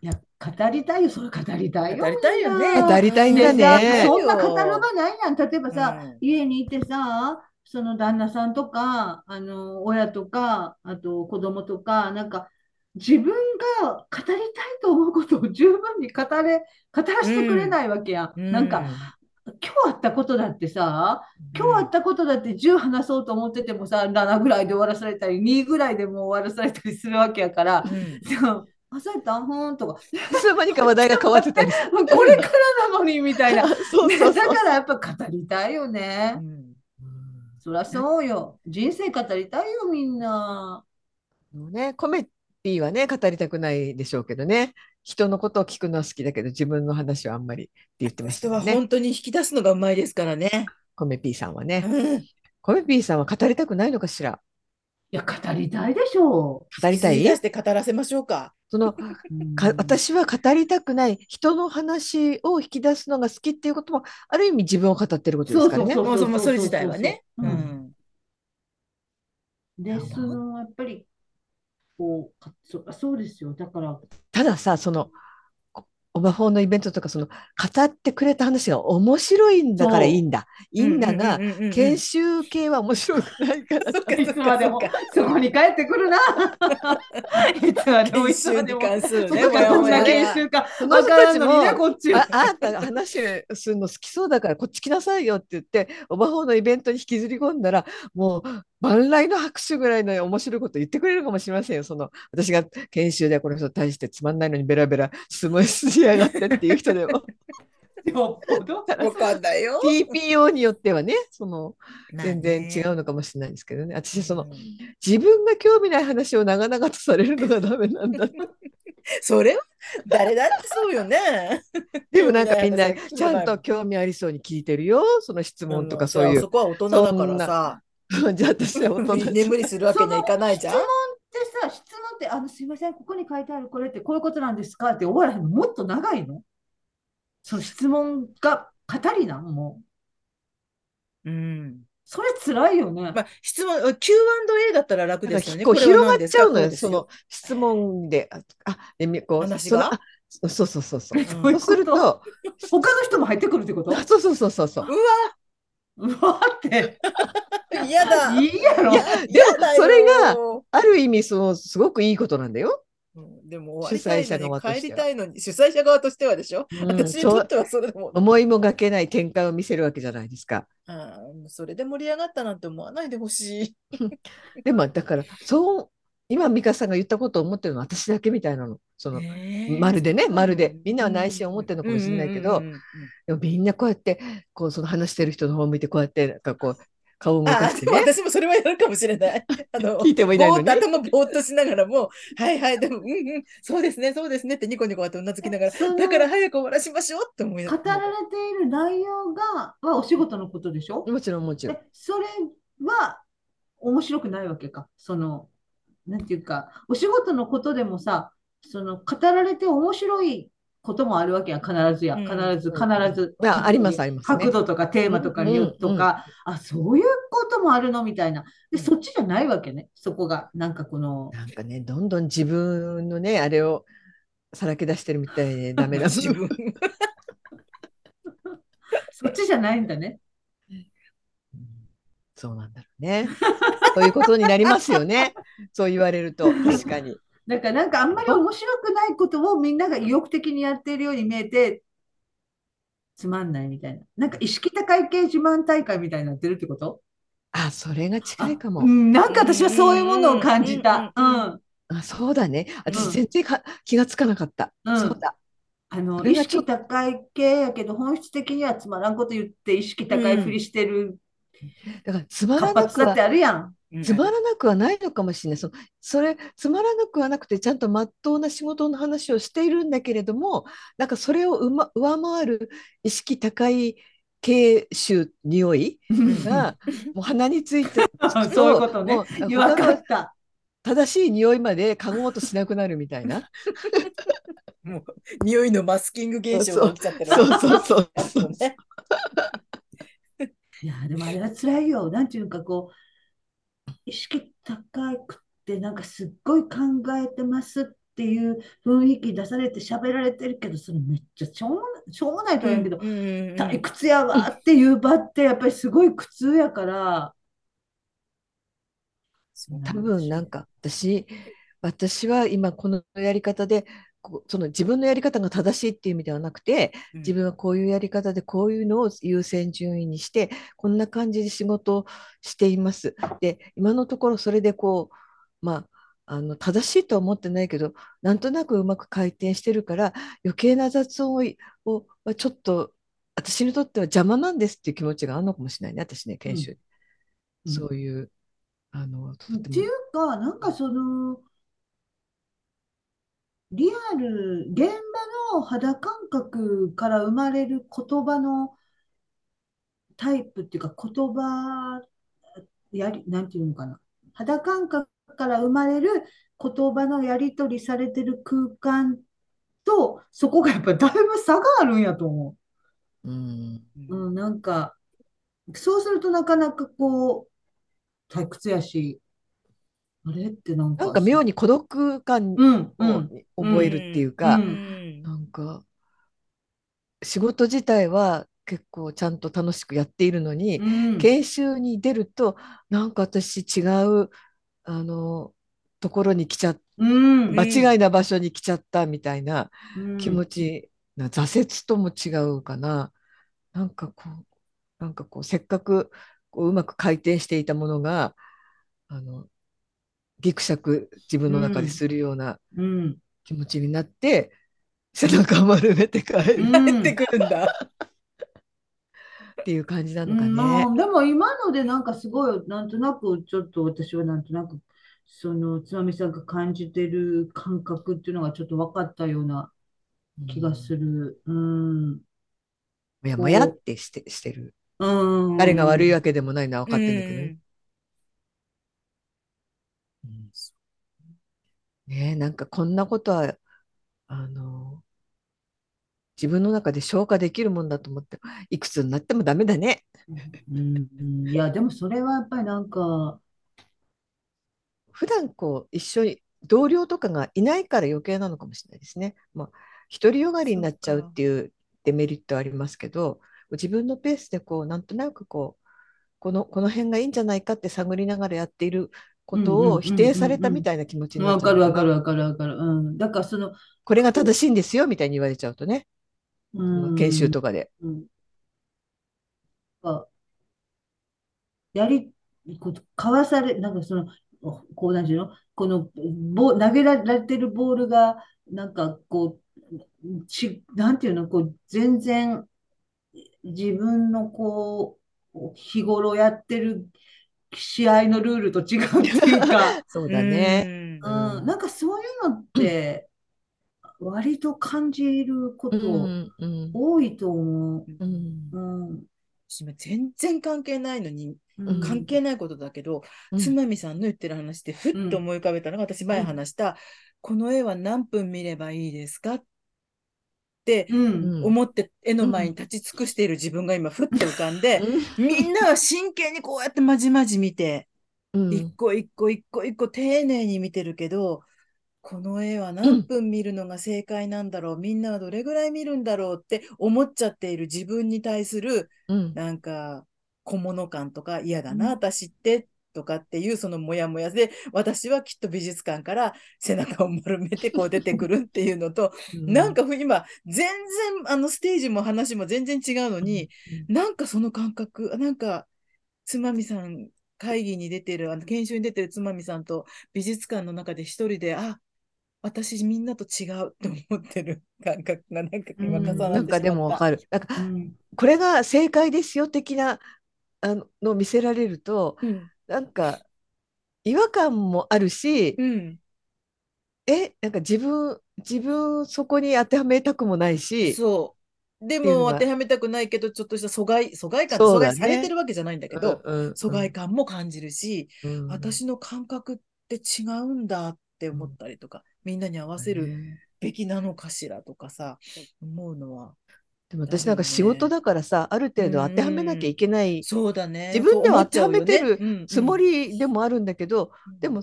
いや、語りたいよ、それ語りたいよ。語りたいよね。語りたいんだねでさねそんな語る場ないやん。例えばさ、うん家にいてさ、その旦那さんとか、あの、親とか、あと子供とか、なんか、自分が語りたいと思うことを十分に語れ、語らせてくれないわけやうん。んなんか、今日あったことだってさ、今日あったことだって10話そうと思っててもさ、7ぐらいで終わらされたり、2ぐらいでもう終わらされたりするわけやから、うんそう、あ、そうやったんほーんとか、いつの間にか話題が変わってたりするもうこれからなのにみたいな。そうそうそだうからやっぱ語りたいよねう。んそりゃそうよ。人生語りたいよ、みんな。もうね。コメディはね語りたくないでしょうけどね人のことを聞くのは好きだけど自分の話はあんまりって言ってまし人たよはね本当に引き出すのがうまいですからね。コメピーさんはね。うんコメピーさんは語りたくないのかしらいや、語りたいでしょ語りた引いき出して語らせましょうか。そのう。うんか私は語りたくない人の話を引き出すのが好きっていうこともある意味自分を語ってることでそすうからそうね。そうもうそもうそれう自体はね。ううんんで、その、やっぱり、こう、かそそうですよ。だから、たださそのこオバフォーのイベントとかその語ってくれた話が面白いんだからそういいんだいいんだが、うううんうんうん研修系は面白くないからそっかいそっつかまでも、そこに帰って くるな。い つまでも、い研つ修までにも。関するね。どんもなやもや研修か、 そのわ人からたちんのもにね、こっちはああんたが話するの好きそうだからこっち来なさいよって言ってオバフォーのイベントに引きずり込んだらもう万来の拍手ぐらいの面白いこと言ってくれるかもしれませんよ。その、私が研修でこの人大してつまんないのにベラベラすごい筋やがってっていう 人でも、よっぽど。わかんないよ。 TPO によってはね、その、全然違うの。のかもしれないですけどね。私、その、うん自分が興味ない話を長々とされるのがダメなんだ。それは誰だってそうよね。でもなんかみん興な、味ない話ちゃんと興味ありそうに聞いてるよ。その質問とかそういんうそ。こは大人だからさ、 じゃあ私は大人眠りするわけにはいかないじゃんそ。の質問ってさ、質問って、あの、すいません、ここに書いてあるこれってこういうことなんですかって終わらへんの、もっと長いのその質問が語りなんもう。うん。それ辛いよね。まあ、質問、Q&A だったら楽ですよね。こうこれは広ま何っですちかゃうのこよ、ですその質問で。あ、あでみこう話そのがあそそうそうそ うそう。えうん どういうそうこするとと、他の人も入ってくるっ てことあそうそうそうそうそう。うわって、嫌だ。いいやろ。いや、で嫌だもよそれが、ある意味、その、すごくいいことなんだよ。うんでも主終わ催りた者いのに側と帰してはりたいのに主催者側としてはでしょ、うん 私にそとうってはそれでも、思いもがけない展開を見せるわけじゃないで すか。うん、それで盛り上がったなんて思わないでほしい。でも、だから、そう、今、美香さんが言ったことを思ってるのは私だけみたいなの。その、まるでねまるでみんなは内心思ってるのかもしれないけどうんうんうんうんでもみんなこうやって、こう、その話してる人の方を向いて、こうやって、なんかこう、顔を動かあしーてでもね、私もそれはやるかもしれない。 あの聞いてもいないぼのーっにと。頭ぼーっとしながらも、はいはい、でも、うんうん、そうですね、そうですねってニコニコあってうなずきながら、そのだから早く終わらしましょうって思いな語られている内容が、はお仕事のことでしょもちろん、もちろん。でそれは面白くないわけか。その、なんていうか、お仕事のことでもさ、その語られて面白いこともあるわけや、必ずや、うん必ず、必ず。まあありますありますね角度とかテーマとかによっとか、あ、そういうこともあるのみたいな。で、そっちじゃないわけね。そこが、なんかこの、なんかね、どんどん自分のね、あれをさらけ出してるみたい でダメだ自分。そっちじゃないんだね。うんそうなんだろうね。そういうことになりますよ ね。そう言われると、確かに。だからなんかあんまり面白くないことをみんなが意欲的にやっているように見えて、つまんないみたいな。なんか意識高い系自慢大会みたいになってるってことあ、それが近いかうも。ん、なんか私はそういうものを感じた。ううんうんうんん。あ、そうだね。う私ん全然か気がつかなかった。うんそうだ。あの、それ意がちょ識高い系やけど、本質的にはつまらんこと言って意識高いふりしてるだからつまら活な発くだっては、あるやん。つまらなくはないのかもしれない。そのそれつまらなくはなくて、ちゃんとまっとうな仕事の話をしているんだけれども、なんかそれをうま上回る意識高い系臭匂い。 が、もう鼻についてそう そういうことねもう 他弱かのった。正しい匂いまで嗅ごうとしなくなるみたいな。もう匂いのマスキング現象が起きちゃってる。 そうそうそうそうう。ね。いや、でもあれは辛いよ。なんていうかこう、意識高くって、なんかすっごい考えてますっていう雰囲気出されて喋られてるけど、それめっちゃしょうもな、しょうもないとは言うけど、うんうんうん退屈やわっていう場ってやっぱりすごい苦痛やから、そう多分なんか私、私は今このやり方で、こうその自分のやり方が正しいっていう意味ではなくて、うん自分はこういうやり方でこういうのを優先順位にして、こんな感じで仕事をしています。で、今のところそれでこう、まあ、あの正しいとは思ってないけど、なんとなくうまく回転してるから、余計な雑音をいをはちょっと私にとっては邪魔なんですっていう気持ちがあるのかもしれないね、私ね、研修で。うんそういう、あの、とってていもうか、なんかその、リアル、現場の肌感覚から生まれる言葉のタイプっていうか、言葉、やり、なんていうのかな。肌感覚から生まれる言葉のやり取りされてる空間と、そこがやっぱりだいぶ差があるんやと思う。うんうん、なんか、そうするとなかなかこう、退屈やし、あれってなんなんかか妙に孤独感をうん、うん、覚えるっていうか、うんうんなんか仕事自体は結構ちゃんと楽しくやっているのに、うん。研修に出るとなんか私違うあのところに来ちゃっうん、ま間違いな場所に来ちゃったみたいなうん気持ちな、挫折とも違うかななんかこうなんかこうせっかくこううまく回転していたものがあのギクシャク自分の中でするようなうん。気持ちになって、背中丸めて帰るうん帰ってくるんだ。っていう感じなうのかね。んまあ、でも今のでなんかすごい、なんとなくちょっと私はなんとなく、そのつまみさんが感じてる感覚っていうのがちょっと分かったような気がする。うん。もやもやってしてしてる。うん。誰が悪いわけでもないのは分かうってるんだけどねん。うんねえ、なんかこんなことは、あの、自分の中で消化できるもんだと思って、いくつになってもダメだね。うん。うんいや、でもそれはやっぱりなんか、普段こう、一緒に同僚とかがいないから余計なのかもしれないですね。まあ、独りよがりになっちゃうっていうデメリットありますけど、自分のペースでこう、なんとなくこう、この、この辺がいいんじゃないかって探りながらやっていることうんうんうんうんうをん否定されたみたいな気持ちになっわちゃかうるわかからるわかるわかる。うん。だからその、これが正しいんですよみたいに言われちゃうとね。うん。研修とかで。うん。かやり、こう、かわされ、なんかその、こう、なんていうのこの、ぼ、投げられてるボールが、なんかこう、ち、なんていうのこう、全然、自分のこう、日頃やってる試合のルールと違うっていうか、そうだね。うんう、うんんなんかそういうのって、割と感じるこうとんうん多いと思う。うんうん。私も全然関係ないのに、うん関係ないことだけど、うんつまみさんの言ってる話でふっと思い浮かべたのが、私前話した、この絵は何分見ればいいですかってうん。思って絵の前に立ち尽くしている自分が今ふっと浮かんで、みんなは真剣にこうやってまじまじ見て、うん一個一個一個一個丁寧に見てるけど、この絵は何分見るのが正解なんだろう、みんなはどれぐらい見るんだろうって思っちゃっている自分に対する、うんなんか小物感とか嫌だうんな、私ってとかっていうそのモヤモヤで私はきっと美術館から背中を丸めてこう出てくるっていうのと、なんか今全然あのステージも話も全然違うのに、なんかその感覚あなんかつまみさん会議に出てるあの研修に出てるつまみさんと美術館の中で一人であ私みんなと違うって思ってる 感覚がなんか今う重なってしまった。なんかでもわかる。なんかうんこれが正解ですよ的なあののを見せられるとうんなんか違和感もあるし、うんえなんか自分自分そこに当てはめたくもないし、そう。でっていうのもが当てはめたくないけど、ちょっとした疎外、疎外感、そ疎うだ外ねされてるわけじゃないんだけど、うんうん疎外感も感じるし、うん私の感覚って違うんだって思ったりとか、みんなに合わせるねべきなのかしらとかさ、思うのは。でも私なんか仕事だからさ、ある程度当てはめなきゃいけないそうだね。自分ではそう思っちゃうよね当てはめてうんうんつもりでもあるんだけど、でも、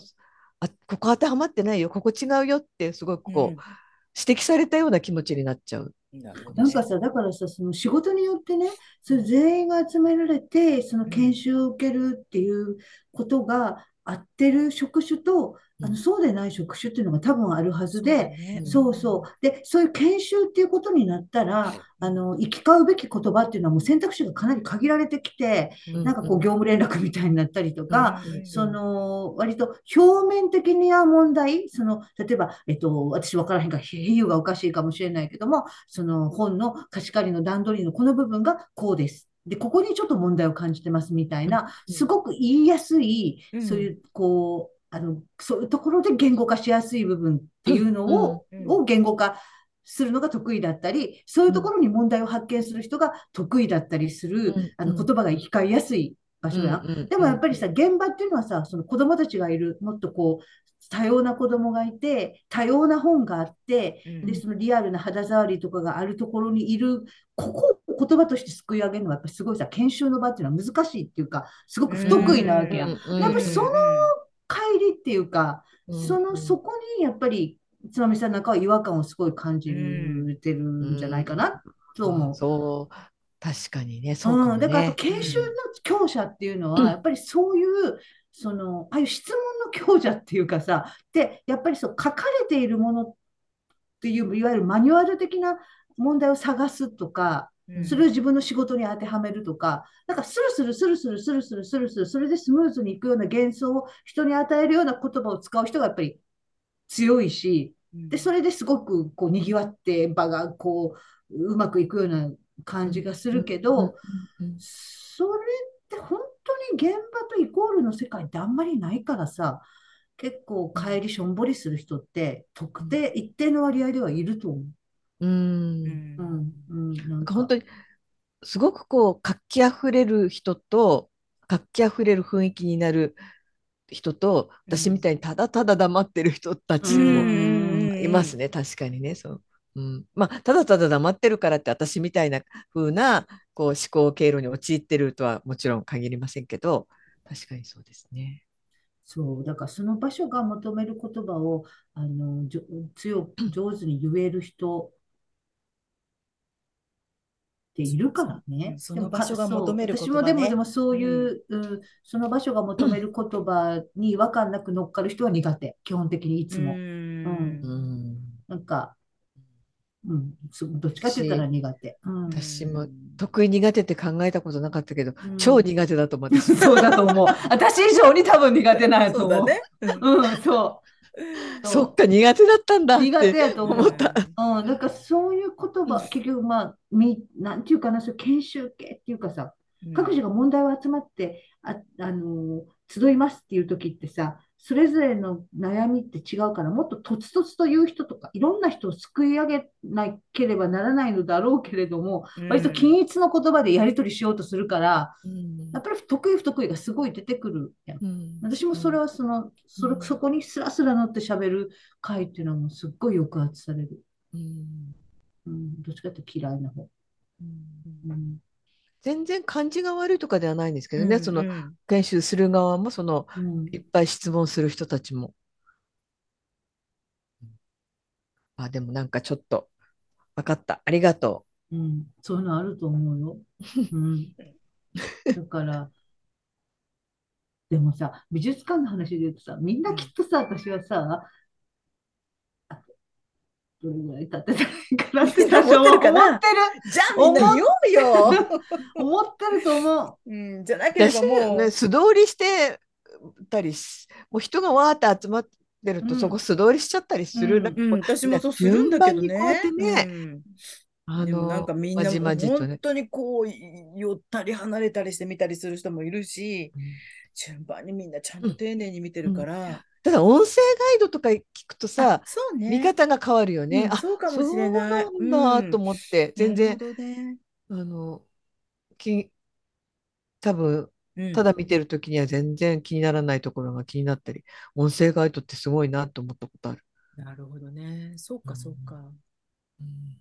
あ、ここ当てはまってないよ、ここ違うよって、すごくこう、指摘されたような気持ちになっちゃう。うんなるほどなんかさ、だからさ、その仕事によってね、それ全員が集められて、その研修を受けるっていうことが合ってる職種と、あうんの、そうでない職種っていうのが多分あるはずそうだで、ねそうそう。で、そういう研修っていうことになったら、あの、行き交うべき言葉っていうのはもう選択肢がかなり限られてきて、うんなんかこう業務連絡みたいになったりとか、うんその割と表面的な問題、その例えば、えっと、私分からへんから比喩がおかしいかもしれないけども、その本の貸し借りの段取りのこの部分がこうです。で、ここにちょっと問題を感じてますみたいな、うんすごく言いやすいうん、そういう、こう、あの、そういうところで言語化しやすい部分っていうのを、うんうんを言語化するのが得意だったり、そういうところに問題を発見する人が得意だったりする、うんあの、うん言葉が行き交いやすい場所やん。でもやっぱりさ、現場っていうのはさ、その子供たちがいる、もっとこう、多様な子供がいて、多様な本があって、うんで、そのリアルな肌触りとかがあるところにいる、ここを言葉としてすくい上げるのは、やっぱりすごいさ、研修の場っていうのは難しいっていうか、すごく不得意なわけやん。うんやっぱりその乖離っていうか、うんその、そこにやっぱり、つまみさんなんかは違和感をすごい感じてるんじゃないかなと思う。そう、確かにね、そうかうもん、だからあねと。研修の強者っていうのは、やっぱりそういう、その、ああいう質問の強者っていうかさ、で、やっぱりそう、書かれているものっていう、いわゆるマニュアル的な問題を探すとうか、んそれを自分の仕事に当てはめるとか、なんかスルスルスルスルスルスルスルスル、それでスムーズにいくような幻想を人に与えるような言葉を使う人がやっぱり強いし、で、それですごくこう賑わって場がこう、うまくいくような感じがするけうんど、うんそれって本当に現場とイコールの世界ってあんまりないからさ、結構帰りしょんぼりする人って特定、一定の割合ではいると思う。うんうんうん、うん、ななんんかか本当にすごくこう活気あふれる人と活気あふれる雰囲気になる人とうん私みたいにただただ黙ってる人たちうんもいますね、確かにねそう、うん、まあただただ黙ってるからって私みたいな風なこう思考経路に陥ってるとはもちろん限りませんけど確かにそうですね。そう、だからその場所が求める言葉を、あの、じょ、強く、上手に言える人っているからね。そでのも場か所がそう求める私言も葉でもねでもそういう、うん、その場所が求める言葉に違和感なく乗っかる人は苦手。基本的にいつも。うんうん、なんか、うん、そどっちかって言ったら苦手。うん。私も得意苦手って考えたことなかったけど、うん超苦手だと思ってそうだと思う。私以上に多分苦手なんやとそう思だう。ね。うん、そう。 そっか苦手だったんだって苦手やと思う思った。うん、なんかそういう言葉、結局まあ、み、なんていうかな、そう研修系っていうかさ、各自が問題を集まって、あ、あのー集いますっていう時ってさ、それぞれの悩みって違うから、もっととつとつと言う人とか、いろんな人を救い上げなければならないのだろうけれども、うん割と均一の言葉でやり取りしようとするから、うんやっぱり得意不得意がすごい出てくるやん。うん私もそれはその、それ、うんそこにスラスラ乗って喋る回っていうのはもうすっごい抑圧される。うんうん、どっちかっていうと嫌いな方。うん全然感じが悪いとかではないんですけどね、うんそうのん研修する側もそのうんいっぱい質問する人たちも。あでもなんかちょっと分かったありがとうん、そういうのあると思うよ。うん、だから、でもさ、美術館の話で言うとさ、みんなきっとさ、私はさ、あどれぐらい経ってないかなってみんな思ってるかな思ってじゃあみんな言おうよ。る、思ってると思う。うん、じゃなう。けれだばしもね、う。素通りしてたりしもう人がわーって集まってると、うんそこ素通りしちゃったりする、うんなんかうん、私もそうするんだけどね。順番にこうやってうんあでもなんかみんまなじもまうじとね本。当にこうい寄ったり離れたりして見たりする人もいるし、順番にみんなちゃんと丁寧に見てるから、ただ音声ガイドとか聞くとさあ、そうね見方が変わるよね。うんあそうかもしれないそうなんだと思って、全然、なるほどねあのき多分うんただ見てる時には全然気にならないところが気になったり、音声ガイドってすごいなと思ったことある。なるほどねそうかそうか、うん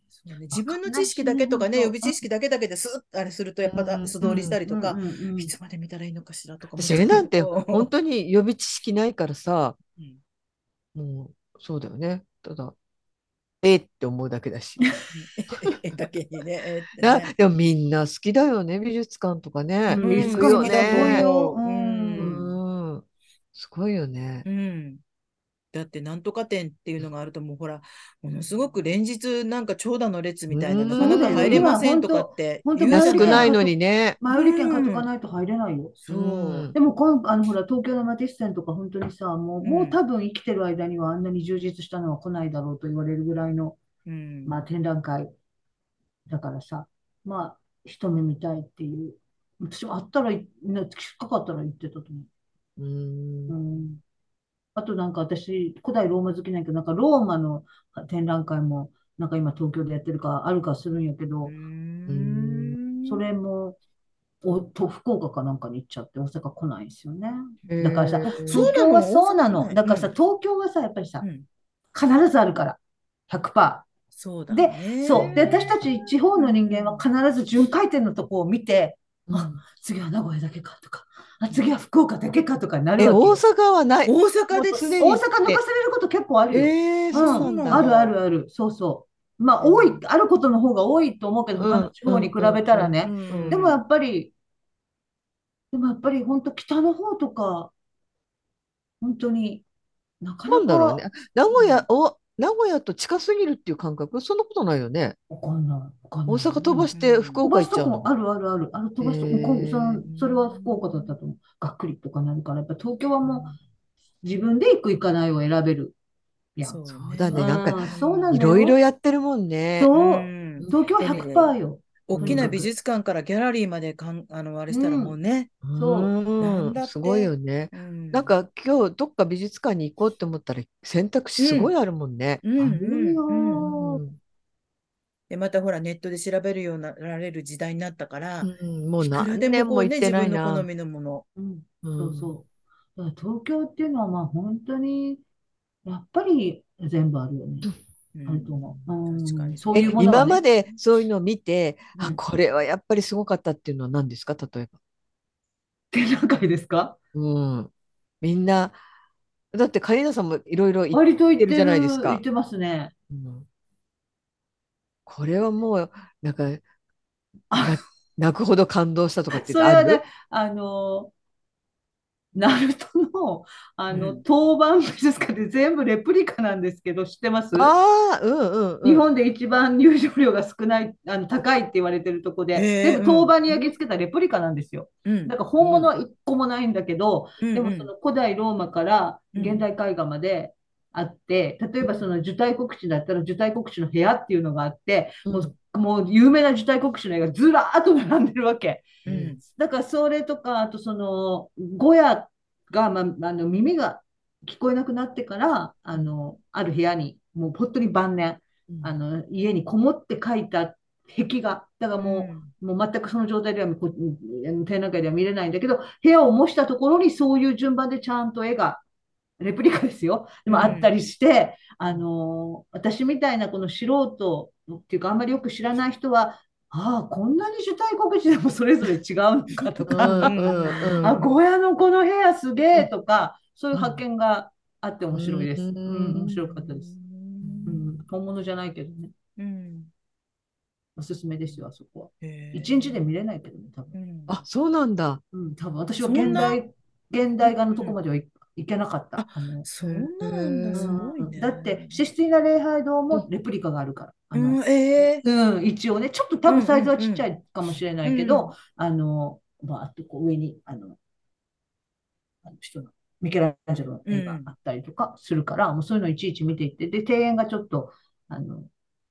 そうね、自分の知識だけとかねわ予かん備ないしね知識だけだけですっあれするとやっぱうだん素通りしたりとか、うんうんうんいつまで見たらいいのかしらとかも私あれなんてちょっと本当に予備知識ないからさ、うんもうそうだよね。ただえーって思うだけ だし。えだけにね。えってあねでもみんな好きだよね美術館とかね。う行んくよ美術館好きだと思うねよ。うんうんすごいよね。うん。だって、なんとか店っていうのがあると、もうほら、ものすごく連日、なんか長蛇の列みたいな、うんなかなか入れませんとかってそうだ言ようねじゃ安んくないのにね。前売り券買っとかないと入れないよ。そううんでもこの、あのほら、東京のマティス展とか、本当にさ、もう、もう多分生きてる間にはあんなに充実したのは来ないだろうと言われるぐらいの、うん。まあ、展覧会だからさ、まあ、一目見たいっていう。私もあったらい、ね、近かったら行ってたと思うう。うんん。あとなんか私、古代ローマ好きなんやけど、なんかローマの展覧会も、なんか今東京でやってるか、あるかするんやけど、うんそれも、お、と、福岡かなんかに行っちゃって、大阪来ないんですよね。へーだからさ、そう東京はそうなの。だからさ、うん東京はさ、やっぱりさう、ん必ずあるから、100%。そうだね。そう。で、私たち地方の人間は必ず巡回転のとこを見て、あ次は名古屋だけかとか、あ、次は福岡だけかとかになるえ大わけよ。阪はない。大阪ですすね。でに大阪抜かされること結構あるよ。えー、うそん、うなんだ。あるあるある。そうそう。まあ、多い、あることの方が多いと思うけど、他の地方に比べたらね。うんでもやっぱり、でもやっぱり本当北の方とか、本当になかななんだろうか、ね。名古屋、お、名古屋と近すぎるっていう感覚そんなことないよね。わかんない。わかんない大阪飛ばして福飛岡行ばっすとちゃうこのも。あるあるある。ある飛ばすとこへーこうそのそれは福岡だったと思う。がっくりとかなるから、やっぱ東京はもう自分で行く行かないを選べる。いや、そうそうだねなんかうんそうなんいだよろいろやってるもんね。そううん東京は100%よ。大きな美術館からギャラリーまでかんあのあれしたらもうね、そうんなんだっん、てすごいよね。うんなん、か今日どっか美術館に行こうって思ったら選択肢すごいあるもんね。うんうんうんあるようんでまたほらネットで調べるようになられる時代になったから、うんもういくら何でも年こもう行ねっ自てない分の好な。みのもの。うん、うんそうそう。だから東京っていうのはまあ本当にやっぱり全部あるよね。うんあると思う。うん確かにそうえいうもの今はねまでそういうのを見て、うあんこれはやっぱりすごかったっていうのは何ですか例えば。展覧会ですかうん、みんなだってカリーナさんもいろいろ行っ割と言ってるじゃないですか言ってますね。うんこれはもうなんかあな泣くほど感動したとかってそれあはるね、あの、ナルトの、あうの、ん当番美術館で全部レプリカなんですけど、知ってますああうんうんうん日本で一番入場料が少ない、あの、高いって言われてるとこで、へえ全部当番に焼き付けたレプリカなんですよ。うんだから本物は一個もないんだけど、うんでもその古代ローマからうん現代絵画まであって、例えばその受胎告知だったら受胎告知の部屋っていうのがあって、もうもう有名な受胎告知の絵がずらーっと並んでるわけ。うんだからそれとか、あとその、ゴヤが、まあ、あの耳が聞こえなくなってから、あの、ある部屋に、もう本当に晩年、うんあの、家にこもって描いた壁画、だからもう、もう全くその状態ではこうあの展覧会では見れないんだけど、部屋を模したところにそういう順番でちゃんと絵が、レプリカですよ。でもあったりして、あのー私みたいなこの素人っていうか、あんまりよく知らない人は、ああ、こんなに主体告知でもそれぞれ違うのかとうか、んうんうんあ、小屋のこの部屋すげえとか、そういう発見があって面白いです。うんうん、面白かったです。うんうん、本物じゃないけどね、うんおすすめですよ、あそこは。へえ一日で見れないけどね、多分。うんあそうなんだ。うん、多分私はそん現な代、現代画のとこまではい、いけなかった。ああのそんなんへだえすごいうんね。だって、システィーナ礼拝堂もレプリカがあるから。あうのんええうん、一応ね、ちょっと多分サイズはちっちゃいかもしれないけうんど、あの、まあ、あとこう上に、あの、あの人の、ミケランジェロの絵があったりとかするから、もうそういうのいちいち見ていって、で、庭園がちょっと、あの、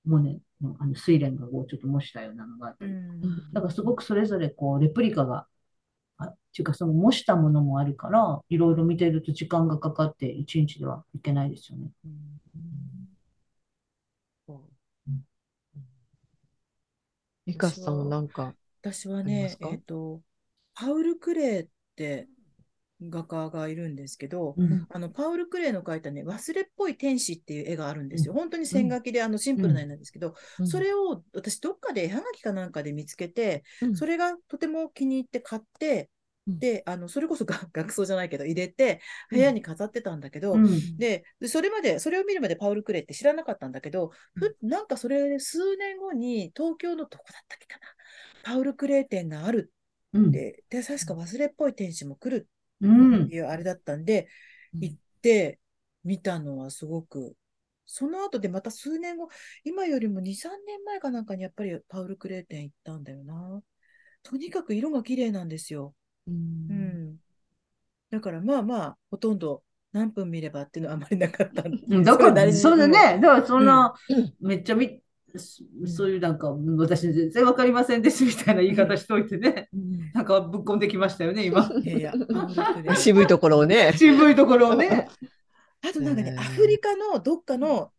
モネの、あの、睡蓮がこうちょっと模したようなのがあったうりとかんだからすごくそれぞれこうレプリカが、あっていうかその模したものもあるから、いろいろ見てると時間がかかって一日ではいけないですよね。そうミカさんもなんか。私はありまねす、かえっと、パウル・クレーって画家がいるんですけど、うんあのパウル・クレーの描いたね、忘れっぽい天使っていう絵があるんですよ。本当に線描きであのシンプルな絵なんですけど、それを私、どっかで絵はがきかなんかで見つけて、うんそれがとても気に入って買って、うんで、あのそれこそが 学装じゃないけど、入れて、部屋に飾ってたんだけど、うんで、でそれまで、それを見るまでパウル・クレイって知らなかったんだけど、ふなんかそれで数年後に東京のどこだったっけかな、パウル・クレイ店があるうんって、で、確か忘れっぽい天使も来るうんっていうあれだったんで、うん行って見たのはすごく、その後でまた数年後、今よりも2、3年前かなんかにやっぱりパウル・クレイ店行ったんだよな。とにかく色が綺麗なんですよ。うん。だからまあまあ、ほとんど何分見ればっていうのはあまりなかった んでうんだから、大事そうだね。だから、そんなうん、めっちゃみ、そそういうなんか、うん私全然わかりませんですみたいな言い方しといてね。なんかぶっこんできましたよね、今。いやいや、パウルクレイ渋いところをね。渋いところをね。あとなんかねへ、ーアフリカのどっかの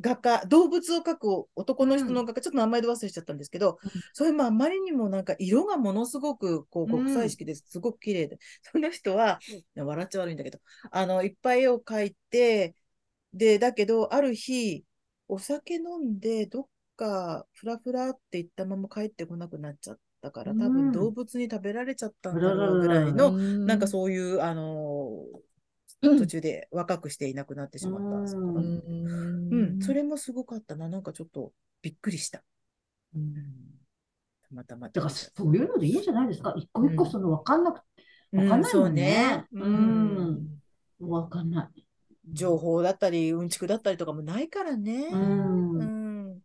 画家、動物を描く男の人の画家、ちょっと名前で忘れちゃったんですけど、それもあまりにもなんか色がものすごくこううん国際式ですごく綺麗で、その人は、笑っちゃ悪いんだけど、あの、いっぱい絵を描いて、で、だけど、ある日、お酒飲んで、どっかフラフラって言ったまま帰ってこなくなっちゃったから、多うん分動物に食べられちゃったんだろうぐらいの、なんかそういう、あのうーん途中で若くしていなくなってしまったんですけど、ううんうんん。それもすごかったな、なんかちょっとびっくりした。うんたまたま。だから、そういうのでいいんじゃないですか。一個一個そのわかんなくうわかんないもんねそうね。うんわかんない。情報だったり、うんちくだったりとかもないからね。う。うんん。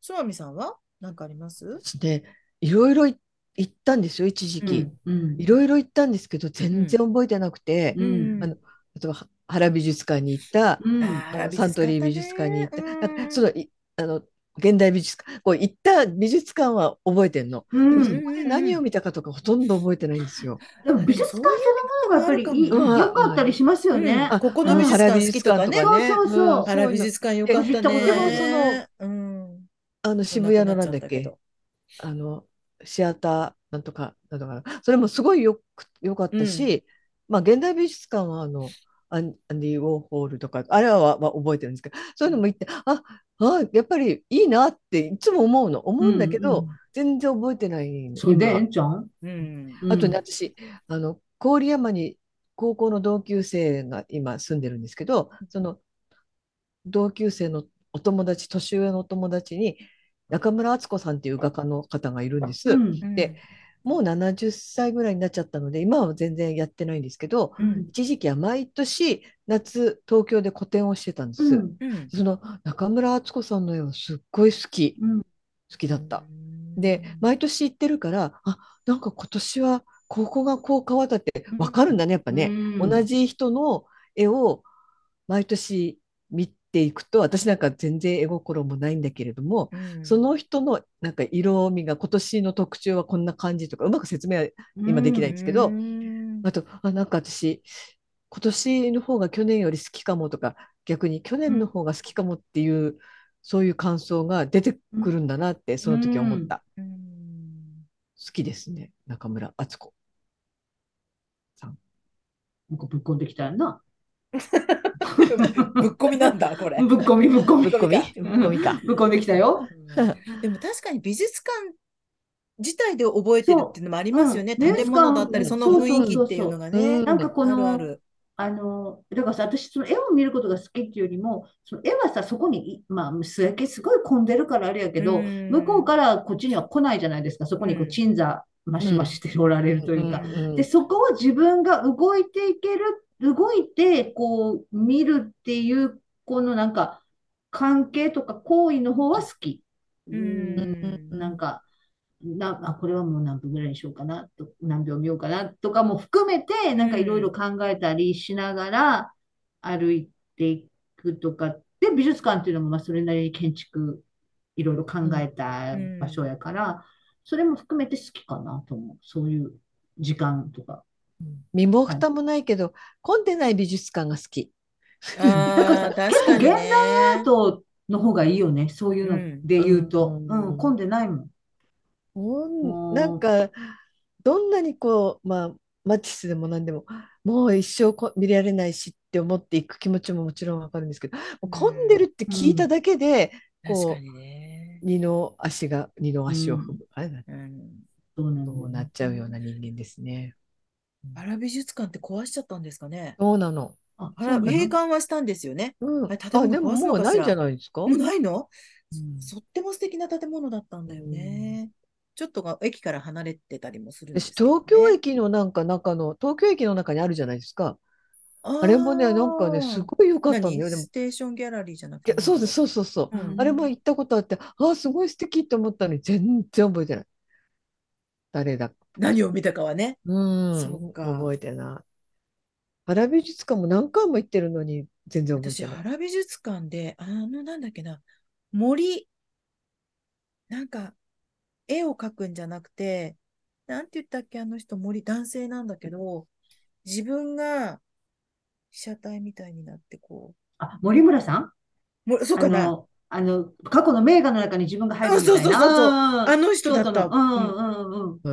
つまみさんは何かありますで、いろいろい行ったんですよ、一時期。うんいろいろ行ったんですけど、全然覚えてなくて、うんあの例えばは原美術館に行った、うんあーサントリー美術館に行った、美術な館んねかそのいあの現代美術館、こう行った美術館は覚えてんの。うんそこで何を見たかとかほとんど覚えてないんですよ。でも美術館そのものがやっぱりいいそういうのがあるかもね良かったりしますよね。ああここの美術館好きとかね。原美術館とかねそうそうそううん原美術館よかったね。行ったことないその、うん。あの渋谷のなんだっけ、あのシアターなんとかなんとかなそれもすごいよくよかったし、まあ現代美術館はあのアンアンディ・ウォーホールとかあれはは覚えてるんですけどそういうのも行ってああやっぱりいいなっていつも思うの思うんだけど、全然覚えてないのそれで、今えんちゃん。うん。あとね、私、あの、郡山に高校の同級生が今住んでるんですけど、その同級生のお友達、年上のお友達に、中村敦子さんっていう画家の方がいるんです。うん、で、もう70歳ぐらいになっちゃったので、今は全然やってないんですけど、うん一時期は毎年夏、東京で個展をしてたんです。うんうん。その中村敦子さんの絵はすっごい好き、うん好きだった。。で、毎年行ってるから、あ、なんか今年はここがこう変わったってわかるんだね、やっぱね。同。じ人の絵を毎年見ていくと、私なんか全然絵心もないんだけれども、うんそ、の人のなんか色味が今年の特徴はこんな感じとか、うまく説明は、うん今できないんですけどうんあと、あ、なんか私、今年の方が去年より好きかもとか、逆に去年の方が好きかもっていう、そういう感想が出てくるんだなって、その時思った。うん好きですね、中村敦子。なんかぶっこんできた よな。ぶっこみなんだ、これ。ぶっこみ、ぶっこぶみっ。こみぶっこぶっこみか。ぶっこんできたよ。 でも確かに美術館自体で覚えてるっていうのもありますよね。そううん建物だったり、美そ術の館雰囲気っていうのがそうそうそうね。そうなんかこのあるある。あの、だからさ、私、その絵を見ることが好きっていうよりも、その絵はさ、そこにい、まあ、素焼けすごい混んでるからあれやけど、うん向こうからこっちには来ないじゃないですか、そこにこうう、ん鎮座、ましましておられるというか。んで、そこは自分が動いていける、動いて、こう、見るっていう、このなんか、関係とか行為の方は好き。うんなんか、な、あ、これはもう何分ぐらいにしようかな、と、何秒見ようかな、とかも含めて、なんかいろいろ考えたりしながら歩いていくとか、で、美術館っていうのも、まあ、それなりに建築、いろいろ考えた場所やから、それも含めて好きかなと思う。そういう時間とか。身も蓋もないけど、混んでない美術館が好き。あー確かに結構現ねあと、の方がいいよね。そういうので言うと。うんうん、混んでないもん。うんんなんか、どんなにこう、まあ、マティスでも何でも、もう一生こ見られないしって思っていく気持ちももちろんわかるんですけど、もう混んでるって聞いただけで、確こかにねう、。二の足が、二の足を踏む。あれだうんどうなのそうなっちゃうような人間ですね。原美術館って壊しちゃったんですかね。そうなの。あ、原そうなの閉館はしたんですよね。うん。あ建物あ、でも壊すのもうかなしらいじゃないですか。もうないのうんとっても素敵な建物だったんだよね。ちょっとが駅から離れてたりもするんで私、すけど東京ね駅のなんか中の、東京駅の中にあるじゃないですか。ああれもね、なんかね、ーすごい良かったんだ何よ。でもス、テーションギャラリーじゃなくいてやそうです、そうそうそう。うんあれも行ったことあって、ああ、すごい素敵って思ったのに、全然覚えてない。誰だ何を見たかはね。うんそうか覚えてない。原美術館も何回も行ってるのに、全然覚え私、てない。原美術館で、あの、なんだっけな、森、なんか、絵を描くんじゃなくて、なんて言ったっけ、あの人、森、男性なんだけど、自分が被写体みたいになって、こあ、森村さんう、もそうあかな、の、あの、過去の名画の中に自分が入るみたいそな。うそうそうそうああの人だった。うんうんうんう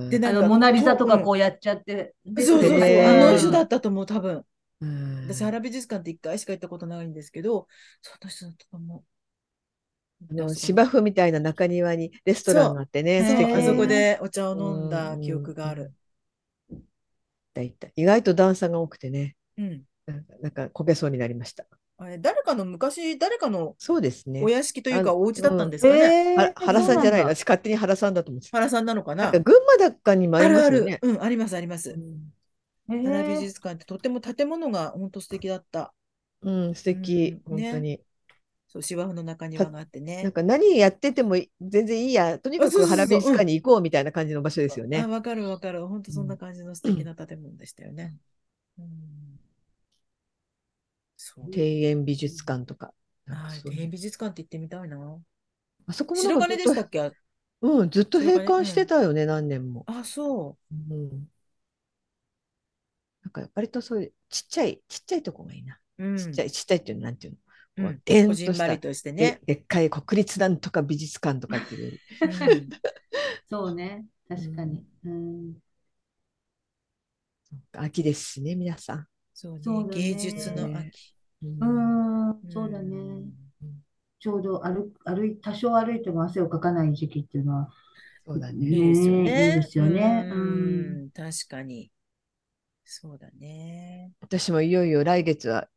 ん。へーでなあんの、かモナリザとかこうこうやっちゃって。うんそうそうそう、へーあの人だったと思う、多分。うん私、原美術館って一回しか行ったことないんですけど、その人だったと思あう。の芝生みたいな中庭にレストランがあってね、そう素敵あねそこでお茶を飲んだ記憶がある。行った行った意外と段差が多くてね、うん。なんかなんかこけそうになりました。あれ、誰かの昔、誰かのそうですねお。屋敷というあか、のお家だったんですかね。えはー、原さんじゃないの、そう私勝手に原さんだと思ってた。原さんなのかなんなか群馬だかにもあありまるあすよるね。。うん、あります、あります。うんなんだ。原美えー術館ってとても建物が本当素敵だった。うん、素敵、うんね本当に。そう、芝生の中庭があってなんね。か何やってても全然いいや、とにかあそうそくうそうハラビスカに行こうみたいな感じの場所ですよねあ、。わかるわかる。本当そんな感じの素敵な建物でしたよね。うん。そう。庭園美術館とか。なんかはい、そう庭園美術館って行ってみたいな。あそこもなん白か金でずっしたとっ、けあ、うん、ずっと閉白金館してたよね、何年も。あそう。うん。なんか割とそういうちっちゃい、ちっちゃいとこがいいな。うんちっちゃい、ちっちゃいっていうのなんていうの、うんこうでんことじんしまたりとしてでね。でっかい国立なんとか美術館とかっていう。うんそうね。確かに。うん。秋ですしね、皆さそうそうねだ。ね芸術の秋。ん。ううんん、そうだね。ちょうど歩く、歩い、多少歩いても汗をかかない時期っていうのは、そうだいね。いですよねね。いいですよねううんん、確かに。そうだね。私もいよいよ来月は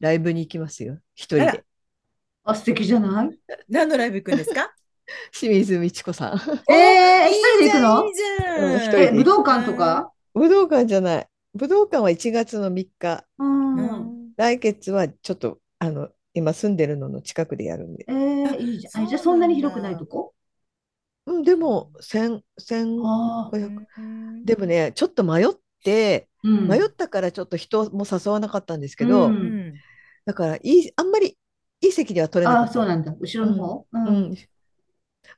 ライブに行きますよ。一あ人らで。あ、素敵じゃない何のライブ行くんですか清水美智子さん。えー、一人で行くいのいじゃうんん。いい一じ人ゃんでえ、武道館とか武道館じゃない。武道館は1月の3日。うん。うん来月はちょっと、あの、今住んでるのの近くでやるんで。えー、いいじゃん。あ、じゃあそうそんななんだに広くないとこうん、でも、千、千ああ、五百。うんでもね、ちょっと迷って、うん。迷ったからちょっと人も誘わなかったんですけうど、うんん。だからいい、あんまりいい席では取れなあかあ、った。そうなんだ。後ろの方う。うんん。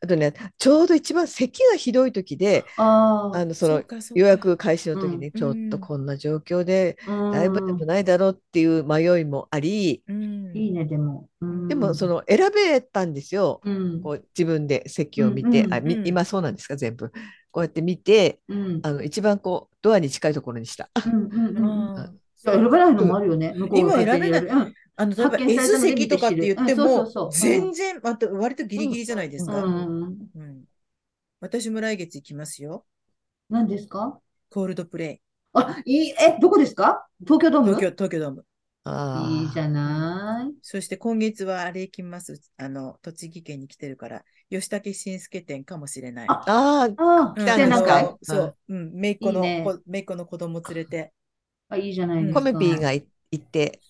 あとね、ちょうど一番咳がひどい時で、あああ、の、そそのうかそうか予約開始の時に、うんちょっとこんな状況で、うん。ライブでもないだろうっていう迷いもあり、うんいいね、でも。うんでもそ、の選べたんですよ。うん。こう自分で席を見て、うんうんあみうん今そうなんですか全部こうやって見てうん。あの一番こうドアに近いところにした。うんうんうんうん。あーそう選べないのもあるよね。向こうが勝手にやる。うんあの、例えば発見された S ので席とかって言ってうんそうもそうそうう、ん全然、また割とギリギリじゃないですうか。うん。うん私も来月行きますよ。何ですかコールドプレイ。あ、いい、え、どこですか東京ドーム東京、東京ドーム。あいいじゃゃない。そして今月はあれ行きます。あの、栃木県に来てるから、吉武新助店かもしれない。ああーうあんあ、北展の覧あ会。のそう、うん、めいっ子の、いいねこめいっ子の子供連れて。あ、いいじゃないですコか。メピーがい行って、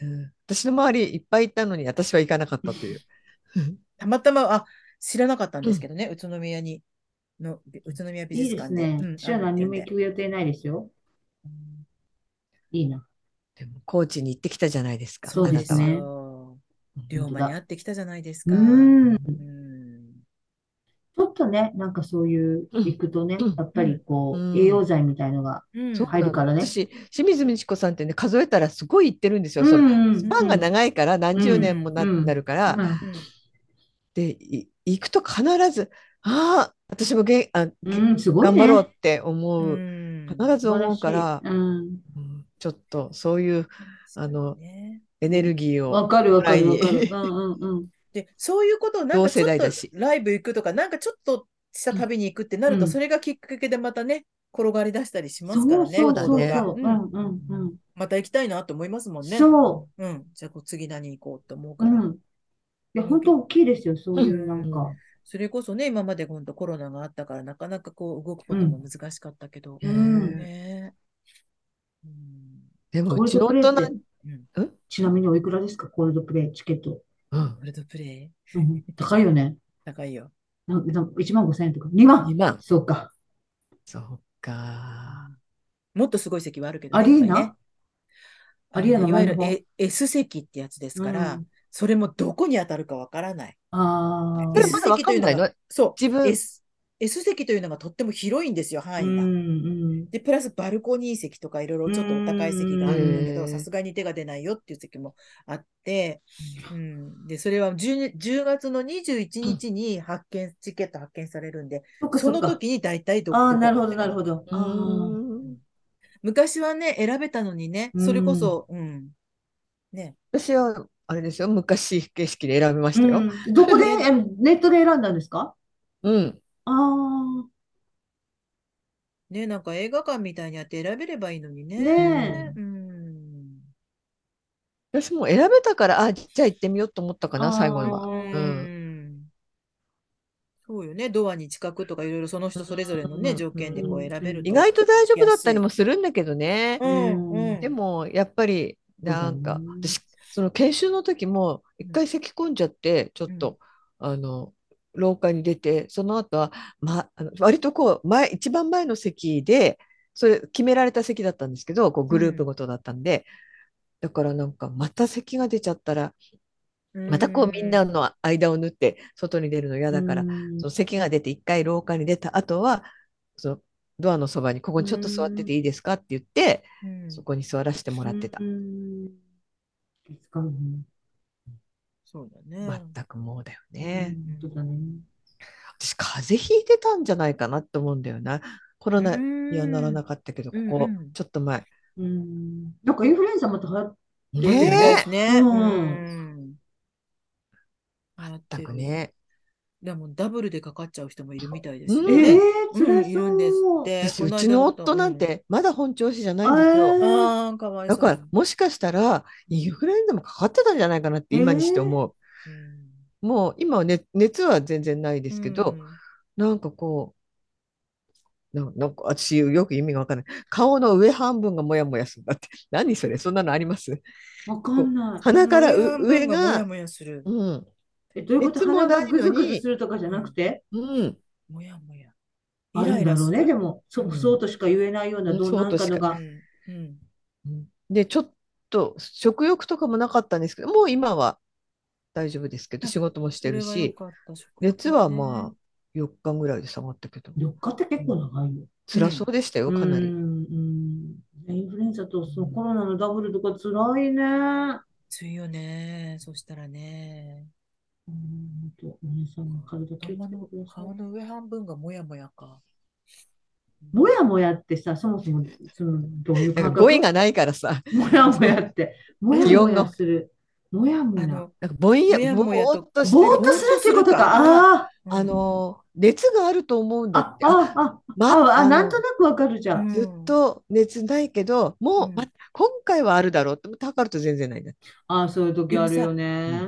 うん、私の周りいっぱいいたのに私は行かなかったという。たまたま、あ、知らなかったんですけどね、宇都宮に、の、宇都宮美いい術です館で。ね。うん、私はあるってい何うんもで行く予定ないですよ。いいな。でも高知に行ってきたじゃないですか。そうですあなねたはようん龍馬に会ってきたじゃないですうか。うん。んちょっとね、なんかそういう、行くとねうん、やっぱりこうんう、栄養剤みたいのが。うんそう入るからね私清水美智子さんってね数えたらすごい行ってるんですよ。うそのん。ファンがい。長いから何十年もな,、うんなるから、うんでい行くと必ずああ私もげんあ、うん、すごい頑ね。張ろうって思うう、ん必ず素晴思らうしいから、うん。うんちょっとそういうあのねエネルギーわをかるわかるわか前る。にうんうんうん。で、そういうことをなん同かちょ世っ代とだしライブ行くとか、なんかちょっとした旅に行くってなると、うんそれがきっかけでまたね、転がり出したりしますからね、そうだそう子そ供ねうがそう。ううんんうんうん。また行きたいなと思いますもんね。。そうん。じゃあ、こう次何行こうと思うう。から。うん。いや、本当大きいですよ、そういうなんか。それこそね、今まで本当コロナがあったから、なかなかこう動くことも難しかったけど。ううんねえうんでもコーうルちドの大プレイ人、ってうんちなみにおいくらですか、コールドプレイチケット。うんワー、ルドプレイうん高いよね。高いよ。なな1万5千円とか。2万。 2万そうか。そうかもっとすごい席はあるけどアね、リー今ねナアリーナのいわゆる前の方 A- S 席ってやつですから、うんそれもどこに当たるかわからない。あそーれまだわかんないのそう、自分 S, S 席というのがとっても広いんですよ、範囲うんが。うん。で、プラスバルコニー席とかいろいろちょっとお高い席があるんだけうど、んさすがに手が出ないよっていう席もあって、うん、で、それは 10, 10月の21日に発見、チケット発見されるんで、そっかそそっのか。時に大体どああ、こなるほど、なるほど。うあーん昔はね、選べたのにね、それこそ、うん、ね、私はあれですよ昔形式で選びましたよ。うんどこで、えネットで選んだんですかうん、ああ、ね、なんか映画館みたいにあって選べればいいのにね。ねうん。私も選べたからあじゃあ行ってみようと思ったかあなー最後には。ううんんそうよね、ドアに近くとかいろいろその人それぞれのね、うん条件でこう選べる意外と大丈夫だったりも安するんだけどねい。う。ん、うん。でもやっぱりそうだなんかね私その研修の時も一回咳込んじゃってちょっと、あの廊下に出てその後は、ま、あの割とこう前一番前の席でそれ決められた席だったんですけどこうグループごとだったんで、だからなんかまた咳が出ちゃったらまたこうみんなの間を縫って外に出るの嫌だから、うんその咳が出て一回廊下に出た後はそのドアのそばに「ここにちょっと座ってていいですか?」って言って、うんそこに座らせてもらってたう、んですかね。そうだね。全くもうだよね、うん本当だね。私風邪ひいてたんじゃないかなと思うんだよなコロナににはならなかったけど、うんここうんちょっと前うん。なんかインフルエンザまた流行っ出てるねですね。うん。全く。ねでもダブルでかかっちゃう人もいるみたいですようんね。えうー、ん辛いるんですそうっ。て。私こうの間ちの夫なん。てまだ本調子じゃないんですうよんああ、かわいそだう。からもしかしたらインフルエンザもかかってたんじゃないかなって今にして思う、うんもう今は、ね、熱は全然ないですけど、なんかこう、ななんか私よく意味がわかんない。顔の上半分がもやもやするんだって。何それそんなのありますわかんない。鼻からううん上もやが、もやする。うん、え、どういうこといつも鼻がないのグにズグズするとかじゃなくてうん、もやもや。あるんだろうね。でうも、んそ、そうとしか言えないような、うんどうなんかのうが。ん。うん。うんで、ちょっと食欲とかもなかったんですけど、もう今は大丈夫ですけど、あ仕事もしてそれるはよし、かった。食欲ね熱はまあ、4日ぐらいで下がったけど、 4日って結構長いよ。辛そうでしたよ、かなうり。んうんインフルエンザとそのコロナのダブルとか辛いね。強いよね。そしたらね。うん、本当、皆さんも体気をつ頭けのてくださ顔い。の上半分がもやもやか。もやもやってさ、そもそも、その、どういなんう感か覚語彙がないからさ、もやもやって。もや気も温やがする。もやもあやの。なんかぼんや、もやぼもやとーっとしてる。ぼーっとするってぼーっこととするか。らああ、の、熱があると思うんだあ、って。あ、あ、まあ、あ、のなんとなくわかるじゃん。ずっと熱ないけど、もう、うんま今回はあるだろうって、測ると全然ないんだって。あ、そういう時あるよね。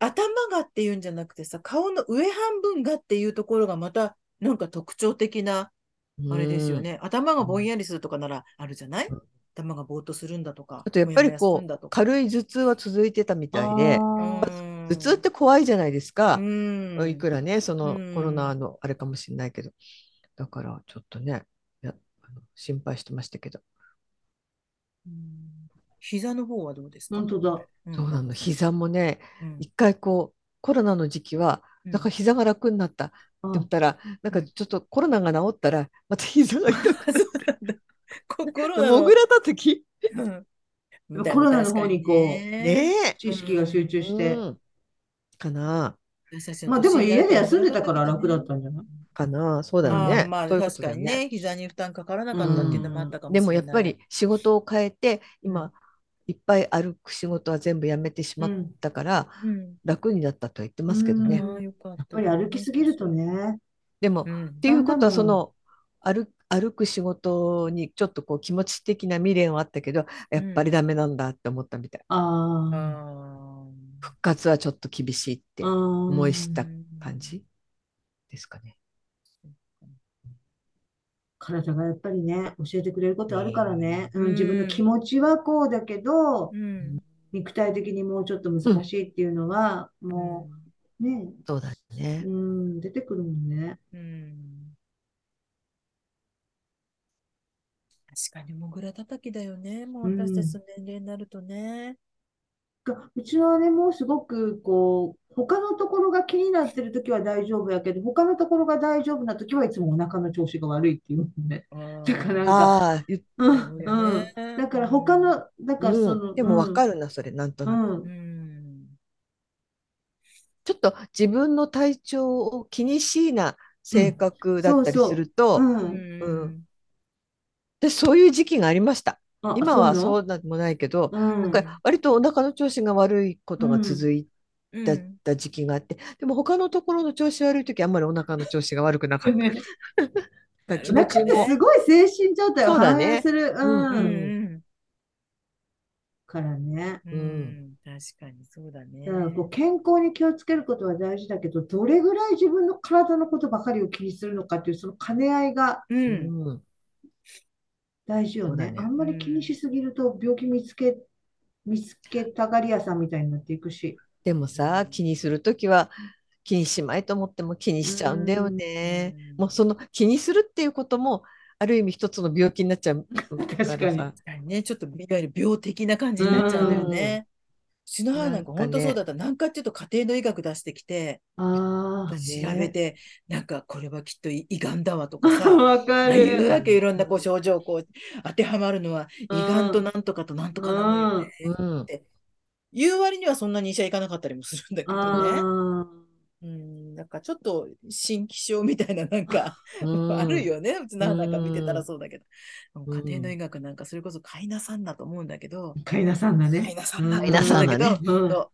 頭がっていうんじゃなくてさ、顔の上半分がっていうところがまたなんか特徴的なあれですよね。頭がぼんやりするとかならあるじゃない頭がぼーっとするんだとか、あとやっぱりこうもやもやするんだとうん。か。軽い頭痛は続いてたみたいで、あ頭痛って怖いじゃないですか。うんいくらね、そのうんコロナのあれかもしれないけど。だから、ちょっとね、いやあの心配してましたけど。うん膝の方はどうですーか本当だ。うんそうなの、膝もね、うん一回こう、コロナの時期は、なんか膝が楽になったってあ言ったら、なんかちょっとコロナが治ったら、また膝が痛くあなそるう。なん だ。心モグラた時うんコロナの方にこうねね知識が集中しえ、て。うんかな私たちのまあでも年にな家るとで休んでたから楽だったんじゃないかなそうだよまあね。まあそういうこ確とだかよにね、膝に負担かからなかうったっていうのもあっんたかもしでれない。もやっぱり仕事を変えて今いっぱい歩く仕事は全部やめてしまっうんたからうん、やっ楽になったとは言ってますけどうねん。よかった。やっやっぱり歩きすぎるとね。でもっうんていうことはだそんだんの歩歩く仕事にちょっとこう気持ち的な未練はあったけどやっぱりダメなんだって思ったみたい。ああ復活はちょっと厳しいってあ、思思い知った感じですかね。体がやっぱりね、教えてくれることあるからね。ううんん、自分の気持ちはこうだけどーう、ん。肉体的にもうちょっと難しいっていうのは、もうね、そうだね。うん、出てくるもんね。うん。確かにモグラ叩きだよね。もう私たちの年齢になるとね。がうちの姉もすごくこう、他のところが気になってるときは大丈夫やけど、他のところが大丈夫なときはいつもお腹の調子が悪いっていうのね。うんだからなんか、ああ、言っうん、なるほどねうん。だから他の、だからそうんの、でもわかる。るな、それ、なんとうなく。ん、うん。ちょっと自分の体調を気にしいな性格だったりそうそうすると、うん。ん私、そういう時期がありました。あ、今はそうそうでもないけど、なのうんな んか割とお腹の調子が悪いことが続いうん。たた時期があって、でも他のところの調子悪い時あんまりお腹の調子が悪くなかっねた。気な持んかちねも。すごい精神状態をそうだね反映する。ううんうん。うんん。からね。うん。う確かにそうだねだ。からこう健康に気をつけることは大事だけど、どれぐらい自分の体のことばかりを気にするのかっていう、その兼ね合いがう。うんん、大事よね。そうだねあんまり気にしすぎると病気見つけ見つけたがり屋さんみたいになっていくし。でもさ、気にするときは気にしまいと思っても気にしちゃうんだよね。うんもうその気にするっていうことも、ある意味一つの病気になっちゃうからさ。確かに確かにね、ちょっといわゆる病的な感じになっちゃうんだよね。篠原なんかなんかね本当そうだった。なんかっていうと家庭の医学出してきて、あだね調べて、なんかこれはきっと胃胃がんだわとか あ。さ。わかいるう。わけいろんなこう症状をこう当てはまるのは胃がんとなんとかとなんとかなのよね。うん。言う割にはそんなに医者行かなかったりもするんだけどね。あーうん、なんかちょっと新気象みたいななんかう んあるよね。うちの母なんか見てたらそうだけど。ん家庭の医学なんかそれこそ買いなさんなと思うんだけど。飼いなさんだ買いね。なさんなうんと思うんだけど買いなさんだね。うんそう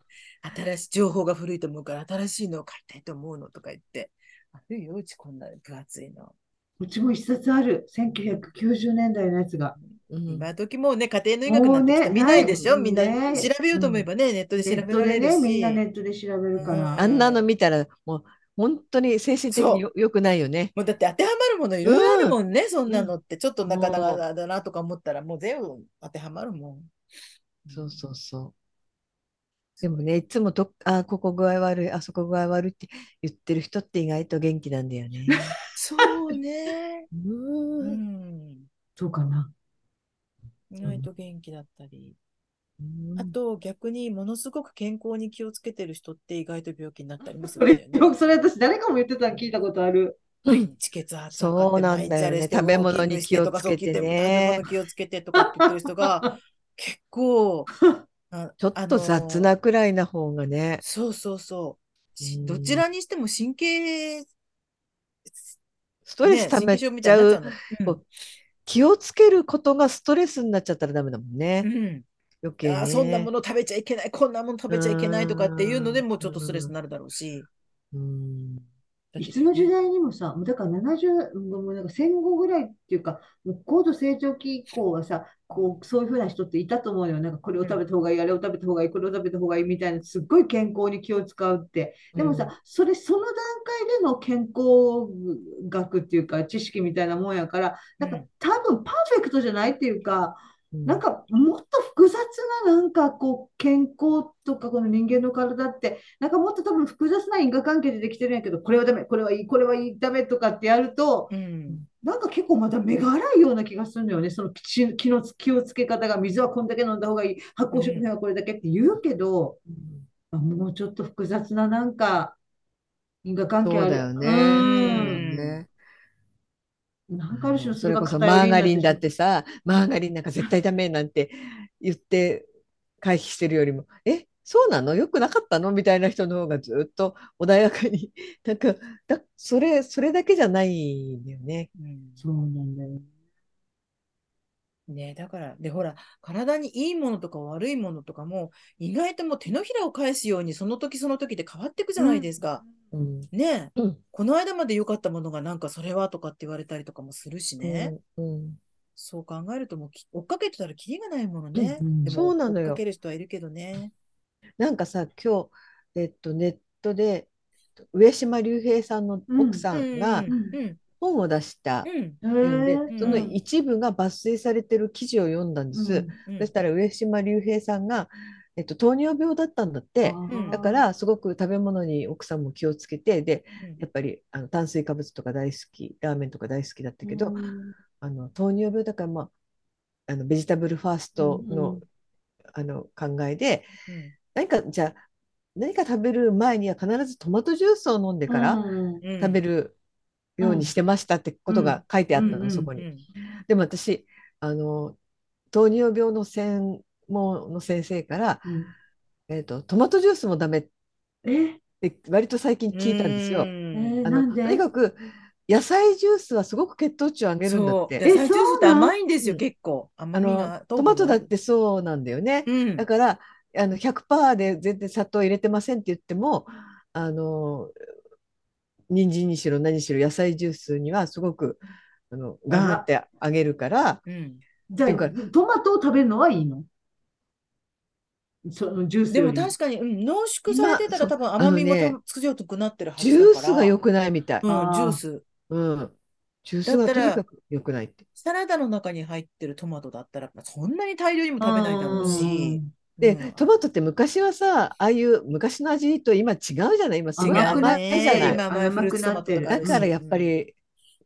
新しい情報が古いと思うから新しいのを買いたいと思うのとか言って。あるよ、うちこんな分厚いの。うちも一冊ある。1990年代のやつが。うん今時もうね、家庭の医学なんてきっと見ないでしょ、もうねみんなない調べようと思えばね、ネットで調ネべッらトれでるし。ね、みんなネットで調べるかうんら。あんなの見たら、もう本当に精神的によ良くないよね。もうだって当てはまるものいろいろあるもんね、そんなのって。ちょっとなかなかだなとか思ったら、もう全部当てはまるもん。そうそうそう。でもね、いつもどっあ、ここ具合悪い、あそこ具合悪いって言ってる人って意外と元気なんだ よね。そうね。 ううんん。そうかな。意外と元気だったり。うんあと逆にものすごく健康に気をつけてる人って意外と病気になったりもすそるんだれよ、 ね。僕それ私、誰かも言ってたの聞いたことある。毎日血圧そうなんだよね食べ物に気をつけて食べね物気をつけてとかって言ってる人 が結構、あちょっと雑。あのなくらいな方がね。そうそうそう。うしんどちらにしても神経ストレス溜ね神め経症みちたゃいになっう。ちゃうこのう気をつけることがストレスになっちゃったらダメだもんうね。んうん余計あね。ーそんなもの食べちゃいけない、こんなもの食べちゃいけないとかっていうのでもうちょっとストレスになるだろうし。うん。いつの時代にもさ、もうだから70、もうなんか戦後ぐらいっていうか、もう高度成長期以降はさ、こう、そういうふうな人っていたと思うよ。なんかこれを食べた方がいい、あれを食べた方がいい、これを食べた方がいいみたいな、すっごい健康に気を使うって。でもさ、それ、その段階での健康学っていうか、知識みたいなもんやから、なんうかん多分パーフェクトじゃないっていうか、うん、なんかもっと複雑ななんかこう健康とかこの人間の体ってなんかもっと多分複雑な因果関係でできてるんやけどこれはダメこれはいいこれはいいダメとかってやるとうんなんか結構また目が荒いような気がするんだよねその気気の気をつけ方が水はこんだけ飲んだ方がいい発酵食品はこれだけって言うけど、うんもうちょっと複雑ななんか因果関そう係あるだよね。うんねなんかある種のそれこそが偏マりーにガなってリンだってさ、マーガリンなんか絶対ダメなんて言って回避してるよりも、え、そうなのよくなかったのみたいな人の方がずっと穏やかに、 なんか、だそれ、それだけじゃないんだよね。うんそうなんだよねねだから、で、ほら、体にいいものとか悪いものとかも、意外ともう手のひらを返すように、その時その時で変わっていくじゃないですか。うん。ねえうんこの間まで良かったものが、なんかそれはとかって言われたりとかもするしね。うん。そう考えると、もうき追っかけてたらキリがないものね。うんうんでもそうなのよ追っかける人はいるけどね。なんかさ、今日、えっと、ネットで、上島竜兵さんの奥さんがうん、うん、本を出したうん、へので、ーその一部が抜粋されてる記事を読んだんです。うんそしたら上島竜兵さんが、えっと、糖尿病だったんだって。んだか、らすごく食べ物に奥さんも気をつけてでうんやっぱりあの炭水化物とか大好きラーメンとか大好きだったけど、うんあの糖尿病だから、まあ、あのベジタブルファーストの,、うんうんあの考えでうん何かじゃあ何か食べる前には必ずトマトジュースを飲んでからうんうん食べるようにしてましたってことが書いてあったの、うんうんそこうに。んでも私あの糖尿病の専門の先生から、うんえっとトマトジュースもダメっえ、て割と最近聞いたんですよ。えうんーあなのんでとにかく野菜ジュースはすごく血糖値を上げるんだそっう。て。野菜ジュースってえそうなん甘いんですよ、うん結構。甘あみのが。トマトだってそうなんだよね。うんだからあの100%で全然砂糖入れてませんって言ってもあの人参にしろ何しろ野菜ジュースにはすごくあのガーってあげるからうんじゃっていうかあ、トマトを食べるのはいいのそのジュースでよもり確かに、うん、濃縮されてたらま多あ分甘みもあのね多分強くなってるはずジュだーから。スが良くないみたい。うん、あージュース。うん、ジュースがとにかく良くないって。サラダの中に入ってるトマトだったら、そんなに大量にも食べないだろうし、で、うんトマトって昔はさ、ああいう昔の味と今違うじゃない今すごい甘くな甘っいてじゃない。今甘くなってるだからやっぱ、り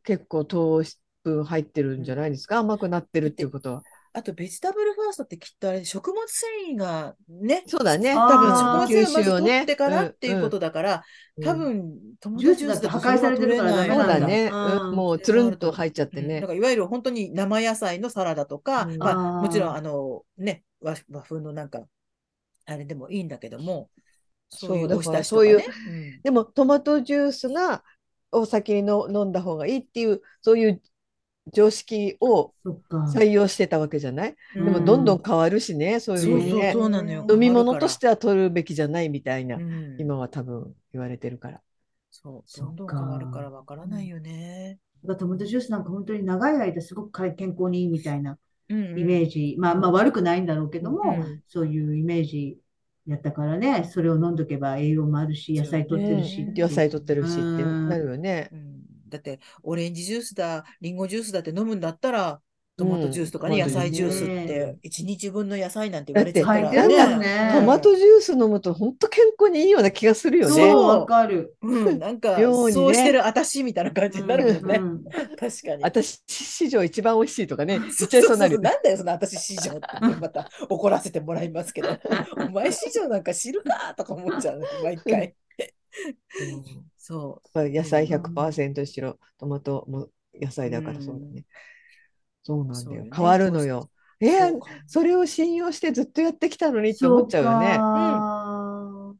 結構糖分入ってるんじゃないですか甘くなってるっていうことは。あとベジタブルファーストってきっとあれ食物繊維がね、そうだね。あー多分多分食吸物繊維収をまをず取ね。ってからっていうことだから、多うんうん分トマトジュージスューだスとだと破壊されてるからそダれメはそうなだんね。うんうんもうつるんと入っちゃってうんねだ。からいわゆる本当に生野菜のサラダとか、うんまあ、あーもちろんあの、ね、和和風のなんか、あれでもいいんだけども、そういうそうおだひからたしとかね。そうでもトマトジュースがお酒にの飲んだ方がいいっていうそういう常識をそっか。採用してたわけじゃない、うんでもどんどん変わるしねそういうそのうねそうそうなのよ。飲み物としては取るべきじゃないみたいな、変わるから、うん今は多分言われてるから。そう、そどっんどんか変わるからわからないよね。だからトマトジュースなんか本当に長い間すごく健康にいいみたいなイイメージ、まあまあ悪くないんだろうけども、うんそういうイメージやったからね、それを飲んどけば栄養もあるし、野菜取ってるしそうねっていう野菜取ってるしってうんなるよね。うんだって、オレンジジュースだ、リンゴジュースだって飲むんだったら、トマトジュースとかね、うん野菜ジュースっ本当にてね、 1日分の野菜なんて言われてた入らってるもね。んね。トマトジュース飲むと本当健康にいいような気がするよそね。う、わかる。うん、なんか、妙にねそうしてる私みたいな感じになるもんね。うんうん確かに。私史上一番美味しいとかね、言っ そうちゃいそうになるよね。なんだよ、その私市場って言ってまた怒らせてもらいます けど、お前市場なんか知るかとか思っちゃうね、毎回。そう。うん野菜うん100%にしろ、トマトも野菜だからそうだうね。そうなんそうだよよね。変わるのよ。えそーうかそれを信用してずっとやってきたのにってそ思うっちゃうよね。か。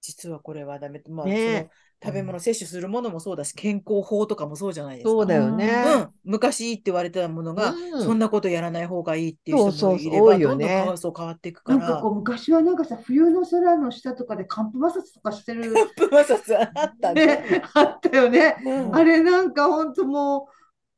実はこれはダメ。まあ、ねえその食べ物摂取するものもそうだし、健康法とかもそうじゃないですか。そうだよね。うん、昔いいって言われてたものが、うんそんなことやらない方がいいっていう人そうもそいうそれう多ば、いよどんねどん変わそう変わっていくかなんからこ。う昔はなんかさ、冬の空の下とかで寒風摩擦とかしてる。プマサ スあったね。ね、あったよね。うんあれなんか本当もう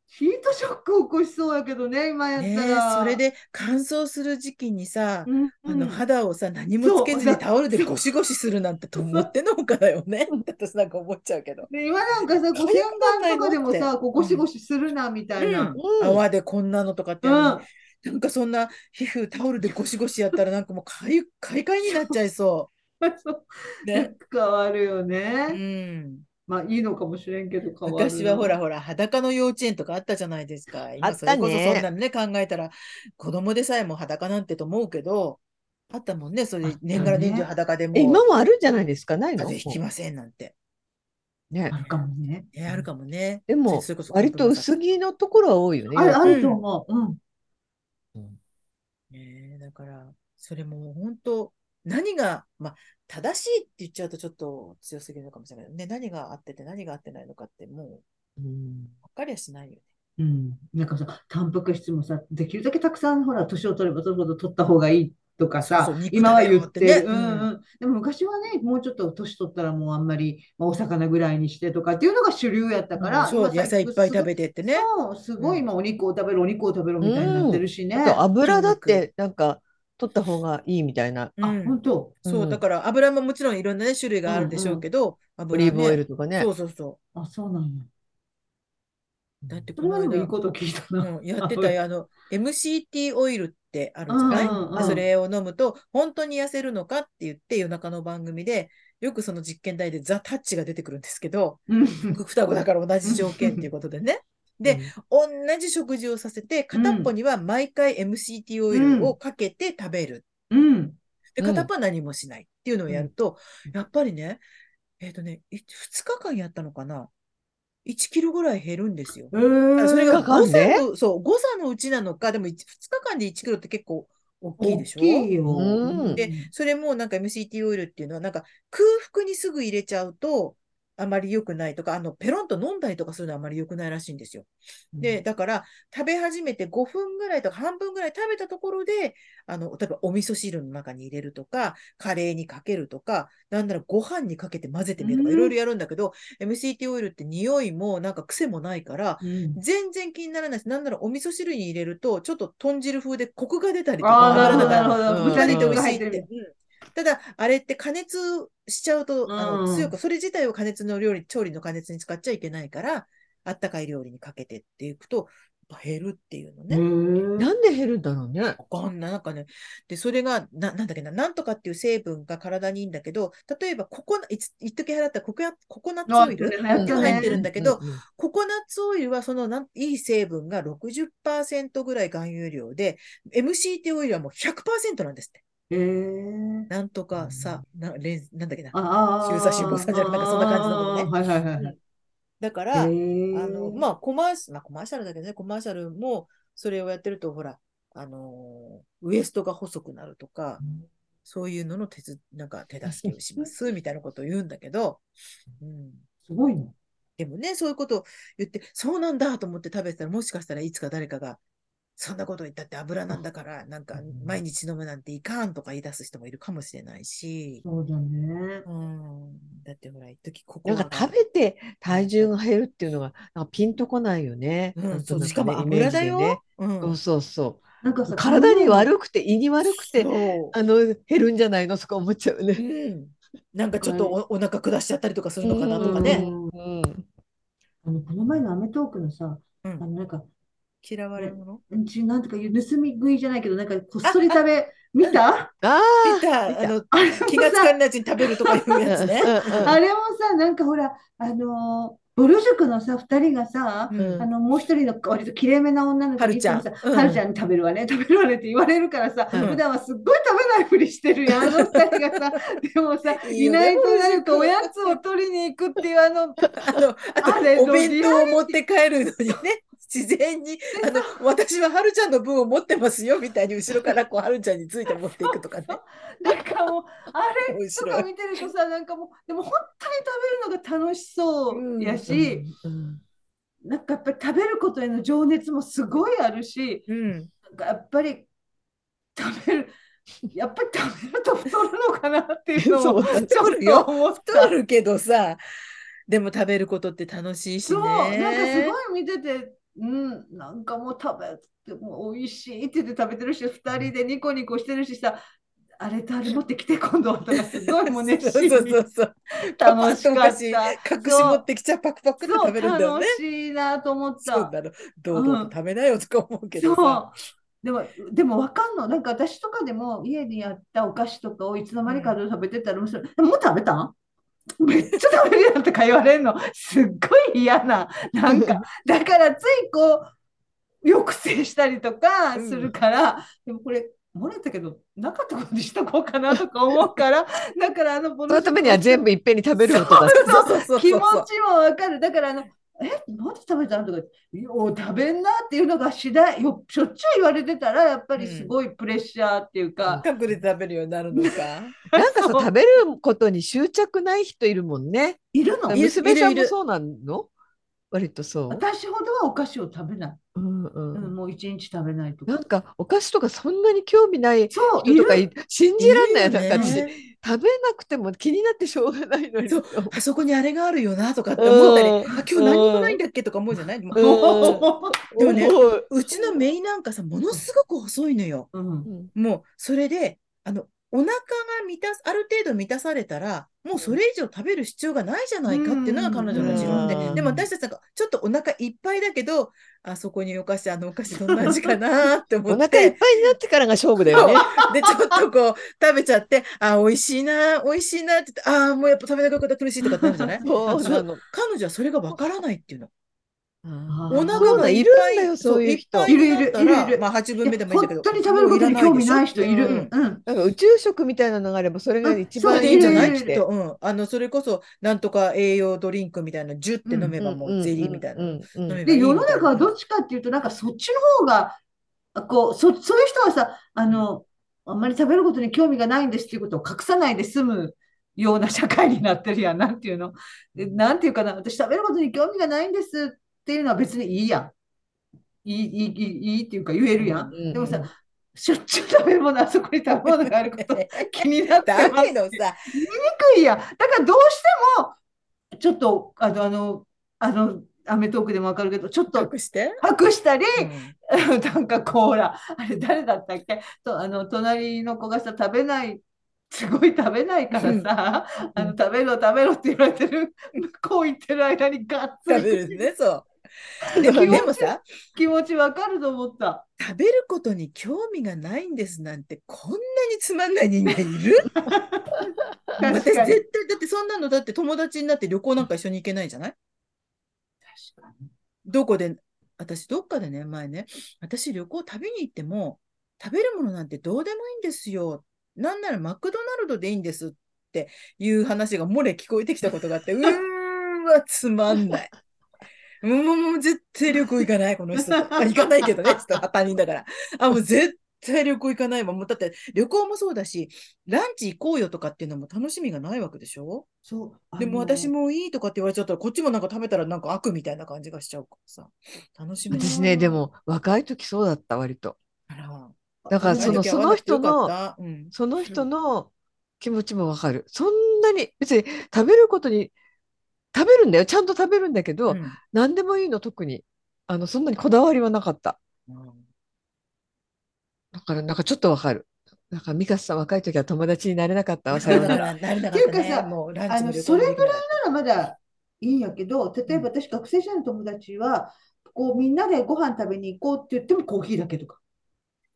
ヒートショック起こしそうやけどね、今やねったえら。それ、で乾燥する時期にさ、うん、あの肌をさ何もつけずそうにタオルでゴシゴシするなんてと思ってのほかだよね。私なんか思っちゃうけど。で今なんかさ、痒こうくな洗顔いとのかでもってさ、こうゴシゴシするなみたいうな。ん泡でこんなのとかってうあるのに、な ん、んかそんな皮膚タオルでゴシゴシやったらなんかもうかゆかいかいになっちゃいそそうう。ね。変わるよねう。ん。まあいいのかもしれんけど変わるな。昔はほらほら裸の幼稚園とかあったじゃないですか。あ今っそれたねこそそんなのね考えたら子供でさえも裸なんてと思うけど、あったもんね。そあれったね年がら年中裸でもえ今もあるんじゃないですかないの風邪ひきませんなんて。ねあるかもね。ね、あるかもね。でもそれこそ割と薄着のところは多いよね。ある今あると思う。うん。ねえ、だから、それも本当、何が、まあ、正しいって言っちゃうとちょっと強すぎるのかもしれないけどね、何が合ってて何が合ってないのかって、もう、うん分かりゃしないよね。うん、なんかさ、タンパク質もさ、できるだけたくさん、ほら、年を取れば取るほど取った方がいいとかさ、そうそう肉今は食べ言ろっっててねる。うんうん。でも昔はね、もうちょっと年取ったらもうあんまり、まあお魚ぐらいにしてとかっていうのが主流やったから、うんそう、今野さ菜いっぱい食べてってね。そう、すごいうん今お肉を食べる、お肉を食べるみたいになってるしね。あと油だってなんか取った方がいいみたいな。うあ、ん本当。そう、うんだから油ももちろんいろんな、ね、種類があるんでしょうけど、オ油リねーブオイルとかね。そうそうそあ、そうなんや。う。だってそこれまのでもいい間、こと聞いたな。うん、やってたよ、あの、MCT オイルってあるじゃない、うんうんうんあそれを飲むと、本当に痩せるのかって言って、夜中の番組で、よくその実験台でザ・タッチが出てくるんですけど、うん。双子だから同じ条件っていうことでね。で同じ食事をさせて、片っぽには毎回 MCT オイルをかけて食べる。うん。で、うん片っぽは何もしないっていうのをやると、やっぱりね、えっ、とね、2日間やったのかな ?1 キロぐらい減るんですよ。えだからそれが二日間誤差での、そう、誤差のうちなのか、でも 1, 2日間で1キロって結構大きいでしょ大きいよ。うんで、それもなんか MCT オイルっていうのは、なんか空腹にすぐ入れちゃうと、あまり良くないとか、あの、ペロンと飲んだりとかするのはあまり良くないらしいんですよ。で、だから、食べ始めて5分ぐらいとか半分ぐらい食べたところで、あの、例えばお味噌汁の中に入れるとか、カレーにかけるとか、なんならご飯にかけて混ぜてみるとか、うんいろいろやるんだけど、MCT オイルって匂いもなんか癖もないから、うん、全然気にならないし、なんならお味噌汁に入れると、ちょっと豚汁風でコクが出たりとあか、あ、なるほど、だかならるほうんど。豚豚肉肉がが入入っっててるる。。ただ、あれって加熱しちゃうと、あうのん強く、それ自体を加熱の料理、調理の加熱に使っちゃいけないから、あったかい料理にかけてっていくと、ぱ減るっていうのへね。ーなんで減るんだろうね。わかんない。なんかね。で、それが、な、なんだっけな、なんとかっていう成分が体にいいんだけど、例えばココナ、いつ、一時流行ったココナココナッツあオイルやってがる入ねってるんだけど、うんうんココナッツオイルはそのなんいい成分が60%ぐらい含有量で、MCT オイルはもう100%なんですって。へーなんとかさ、なレンなんだっけな。あー中鎖脂肪酸じゃなくなんかそんな感じのことねあーはいはいはいはい。だから、ああの、まあ、コマーシャル、まあ、コマーシャルだけどね、コマーシャルも、それをやってると、ほら、あのーウエストが細くなるとか、そういうのの手つ、なんか手助けをします、みたいなことを言うんだけど、うん。すごいね。でもね、そういうことを言って、そうなんだと思って食べてたら、もしかしたらいつか誰かが、そんなこと言ったって油なんだから、なんか毎日飲むなんていかんとか言い出す人もいるかもしれないし、そうだね。うん。だってほら、一時ここなんか食べて体重が減るっていうのがなんかピンとこないよね。う、なんんそとう、なしかくねもイメー油ジだでよ。ね。うん。そうそうそなんかさう。体にく悪くて胃に悪くてそうあの減るんじゃないのとか思っちゃううね。ん、なんかちょっとおお腹下しちゃったりとかするのかなとかうね。んうんあの、この前のアメトーークのさ、うあんの、なんか、嫌われるものうんち、なんとかいう盗み食いじゃないけど、なんかこっそり食べ、見たあ見あ。た、見たあの、あれもさ気がつかないうちに食べるとかいうやつね。あれもさ、なんかほら、あのー、ぼる塾のさ、二人がさ、うんあの、もう一人の割ときれいめな女の子はにるいちつゃんもさ、うんはるちゃんに食べるわね、食べるわねって言われるからさ、うん普段はすっごい食べないふりしてるやん、あの二人が さ、でもさ、いいよいないねとぼる塾なんかおやつを取りに行くっていうあの、あの、あとあれお弁当を持って帰るのにね、自然に、あの、私ははるちゃんの分を持ってますよ、みたいに後ろからこう、はるちゃんについて持っていくとかね。なんかもう、あれ面と白かい。見てるとさ、なんかもう、でも本当に食べるのが楽しそうやし、うんなんかやっぱり食べることへの情熱もすごいあるし、うん。なんかやっぱり食べる、やっぱり食べると太るのかなっていう のそもうちょっるよと思っ太た。るけどさ、でも食べることって楽しいしそう、なんかすね。ごい見てて、うん、なんかもう食べて、もう美味しいって言って食べてるし、二人でニコニコしてるしさ、あれとあれ持ってきて今度はとか、すごいもう熱そ心う にそうそうそう。パパ楽ッしとおか菓っ子た。隠しそう持ってきちゃパクパクってそう食べるんだよね。楽しいなと思っそうた。だろ。堂々と食べなよとか思うけどそさ。う。でも、でもわかんの。なんか私とかでも家にあったお菓子とかをいつの間にか食べてたら、もうそれもう食べたんめっちゃ食べるやんとか言われるの。すっごい嫌な。なんか、だからついこう、抑制したりとかするから、でもこれ、漏れたけど、なかったことにしとこうかなとか思うから、だからあの、そそのためには全部いっぺんに食べることだ。そうそうそう気持そう。ちもわかる。だからあの、え、なんで食べたのとか、よう食べんなっていうのが次第、よ、しょっちゅう言われてたら、やっぱりすごいプレッシャーっていうか、隠れて食べるようになるのか。なんかさそう食べることに執着ない人いるもんね。いるのいる娘さんいるいもるそうなの割とそう。私ほどはお菓子を食べない。うんううんん、もう一日食べないとなか。んかお菓子とかそんなに興味ないそう、い人とかる。い信じらんないいるよねなんか私食べなくても気になってしょうがないのにそうと思あそこにあれがあるよなとかって思ったり、うんあ今日何もないんだっけとか思うじゃない、もううでもね、ううちのメイなんかさ、ものすごく細いのよ。うん。んもう、それで、あの、お腹が満たす、ある程度満たされたら、もうそれ以上食べる必要がないじゃないかっていうのが彼女の持論でう、んでも私たちなんか、ちょっとお腹いっぱいだけど、あそこにお菓子、あのお菓子どんな味かなって思おっ、腹いってぱいになってからが勝負だよね。で、ちょっとこう、食べちゃって、あ、美味しいな、美味しいなって言って、あー、もうやっぱ食べなきゃよかった、苦しいとかってなるじゃないそうなの。彼女はそれがわからないっていうの。あーお腹そうだがいいっるぱんだよそういう人そいっぱになったらいるいるいるいるまあ、8分目でもいいんだ本けど。当に食べることに興味ない人いもる。ううら。んうん。なんか宇宙食みたいなのがあればそれが一そ番れでいいいいんんじじゃゃなないきいっってと。。うん。あの、それこそ、なんとか栄養ドリンクみたいな、ジュって飲めばもうゼリーみたいな。うんうんうん飲めばいで、いみた世いなの中はどっちかっていうと、なんかそっちの方が、あこう、そ、そういう人はさ、あの、あんまり食べることに興味がないんですっていうことを隠さないで済むような社会になってるやん。なんていうの。で、なんていうかな、私食べることに興味がないんですっていうのは別にいいやん。いい、いい、いいいいっていうか言えるやん。うんうんうんでもさ、しょっちゅう食べ物、あそこに食べ物があること 気になってだますけどさ、いや、だからどうしても、ちょっと、あの、あの、あの、アメトークでもわかるけど、ちょっと隠して。隠したり、 うんなんかこう、ほら、あれ誰だったっけと、あの、隣の子がさ、食べない、すごい食べないからさ、あの、食べろ、食べろって言われてる、向こう行ってる間にガッツ食リべるね、そう。ででもさ、気持ちわかると思った。食べることに興味がないんですなんて、こんなにつまんない人間いる私確絶か対、に。だってそんなの、だって友達になって旅行なんか一緒に行けないじゃない確かどこで、私どっかでね、前ね、私旅行旅に行っても、食べるものなんてどうでもいいんですよ。なんならマクドナルドでいいんですっていう話が漏れ聞こえてきたことがあって、うーわ、つまんない。もうもう絶対旅行行かない、この人。あ行かないけどね、ちょっと他人だから。あ、もう絶対旅行行かないわ。もうだって旅行もそうだし、ランチ行こうよとかっていうのも楽しみがないわけでしょそう。でもあの私。もいいとかって言われちゃったら、こっちもなんか食べたらなんか悪みたいな感じがしちゃうからさ。楽しみ私だね、でも若い時そうだった、割と。から。だからその時はその人の若くてよかった、うん、その人の気持ちもわかる。そんなに、別に食べることに、食べるんだよ。ちゃんと食べるんだけど、うん何でもいいの、特に。あの、そんなにこだわりはなかった。だから、なんかちょっとわかる。なんか、ミカさん若い時は友達になれなかったわ、さよ うなら。ら。なれなっかてっいうたかね。さもうランチあもの旅行そもれできぐならかいっならまだいいんやけど、例えば私、学生時代の友達は、こうみんなでご飯食べに行こうって言ってもコーヒーだけとか。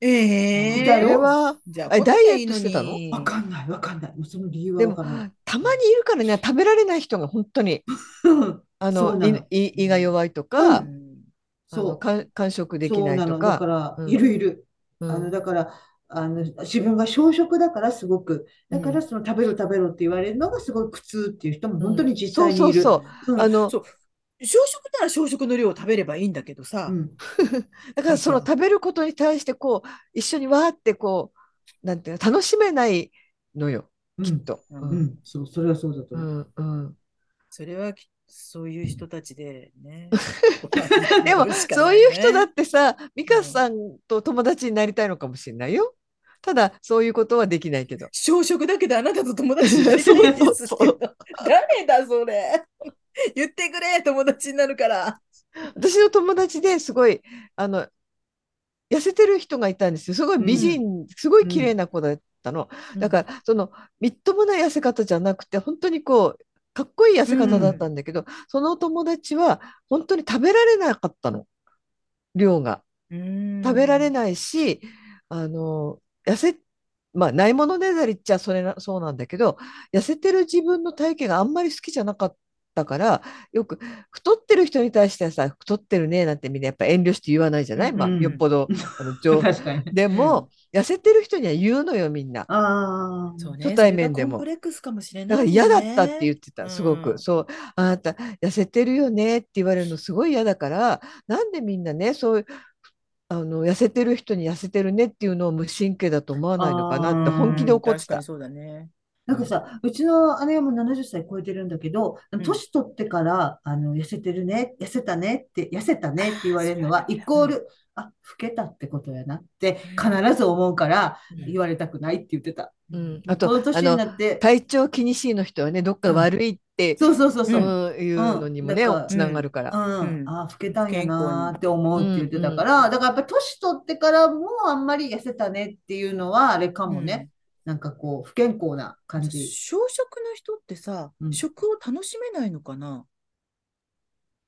たええいー。たそれよは、じゃああ、ダイエットしてたののわかんない、わかんない。もうその理由はでわもかんない。、たまにいるからね、食べられない人が本当に、あその、うなのいい胃が弱いとか、うあのそう。か完食できそうないなとの。だか。から、うんいるいる。うんあの、だから、あの、自分が小食だからすごく、だかうらんその食べる食べろって言われるのがすごい苦痛っていう人もん本当に実際そにういる。そううあの、そう。小食なら小食の量を食べればいいんだけどさ、うんだからそのそう食べることに対してこう一緒にわーってこうなんていうの楽しめないのようんきっと。ううんん、そう、それはそうだとう思う。んうん、それはきそういう人たちで ね。でも、やるしかなそういう人だねってさ美香さんと友達になりたいのかもしれないよ。ただそういうことはできないけど。小食だけどあなたと友 達になりたいんですっていうの誰だそれ言ってくれ友達になるから。私の友達ですごいあの痩せてる人がいたんですよすごい美人、すごい綺麗な子だったの、だからそのみっともない痩せ方じゃなくて本当にこうかっこいい痩せ方だったんだけど、その友達は本当に食べられなかったの量が食食べられないないし、あの痩せまあないものねだりっちゃそれなそうなんだけど痩せてる自分の体型があんまり好きじゃなかったからよく太ってる人に対してはさ太ってるねなんてみんなやっぱ遠慮して言わないじゃない、まあ、うんよっぽどあの上 確かにね。でも、痩せてる人には言うのよみんな。ああ、そうね、初対面でもそれがコンプレックスかもしれなだいからもんね、嫌だったって言ってた、すごうく。んそう、あなた、痩せてるよねって言われるのすごい嫌だから、なんでみんなね、そういう、あの、痩せてる人に痩せてるねっていうのを無神経だと思わないのかなってあー本気で怒っ確てかたに。そうだね。なんかさ、うちの姉はもう70歳超えてるんだけど、ん年取ってから、あの、痩せてるね、痩せたねって、痩せたねって言われるのは、そうイなんだコール、あ、老けたってことやなって、う必んず思うから、うん言われたくないって言ってた。うん、あと、この年あにの、なって、体調気にしいの人はね、どっか悪いって、そうそうそうそうう、んいうのにもね、うんだからつながるから。うん、うんあー、老けたんや健康なにーって思うって言ってたから、だからやっぱ年取ってからもあんまり痩せたねっていうのは、あれかもね、なんかこう、不健康なう感ん。小じ。食の人ってさ、うん食を楽しめないのか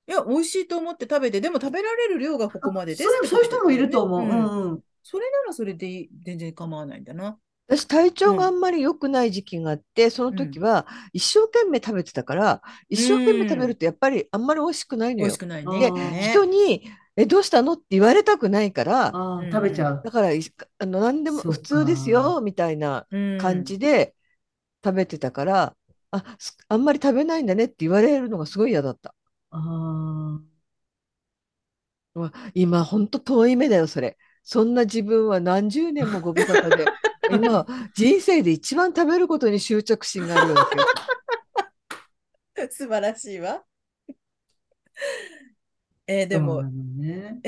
ないや、美味しいと思って食べて、でも食べられる量がここまでですそれもそういう人もいると思う。んうんうん。それならそれでいい全然構わないんだな。私体調があんまり良くない時期があって、その時は一生懸命食べてたから一生懸命食べるとやっぱりあんまり美味しくないの美よ。味しくないね。でやっぱね人に「えどうしたの?」って言われたくないからあうあ、ん食べちゃう。だからいあの何でもそう普通ですよみたいなうん感じで食べてたから、あすあんまり食べないんだねって言われるのがすごい嫌だった。あ今ほんと遠い目だよそれ。そんな自分は何十年もご無沙 汰で今人生で一番食べることに執着心があるような気がする 素晴らしいわ。えーあ、でも、そうなのね。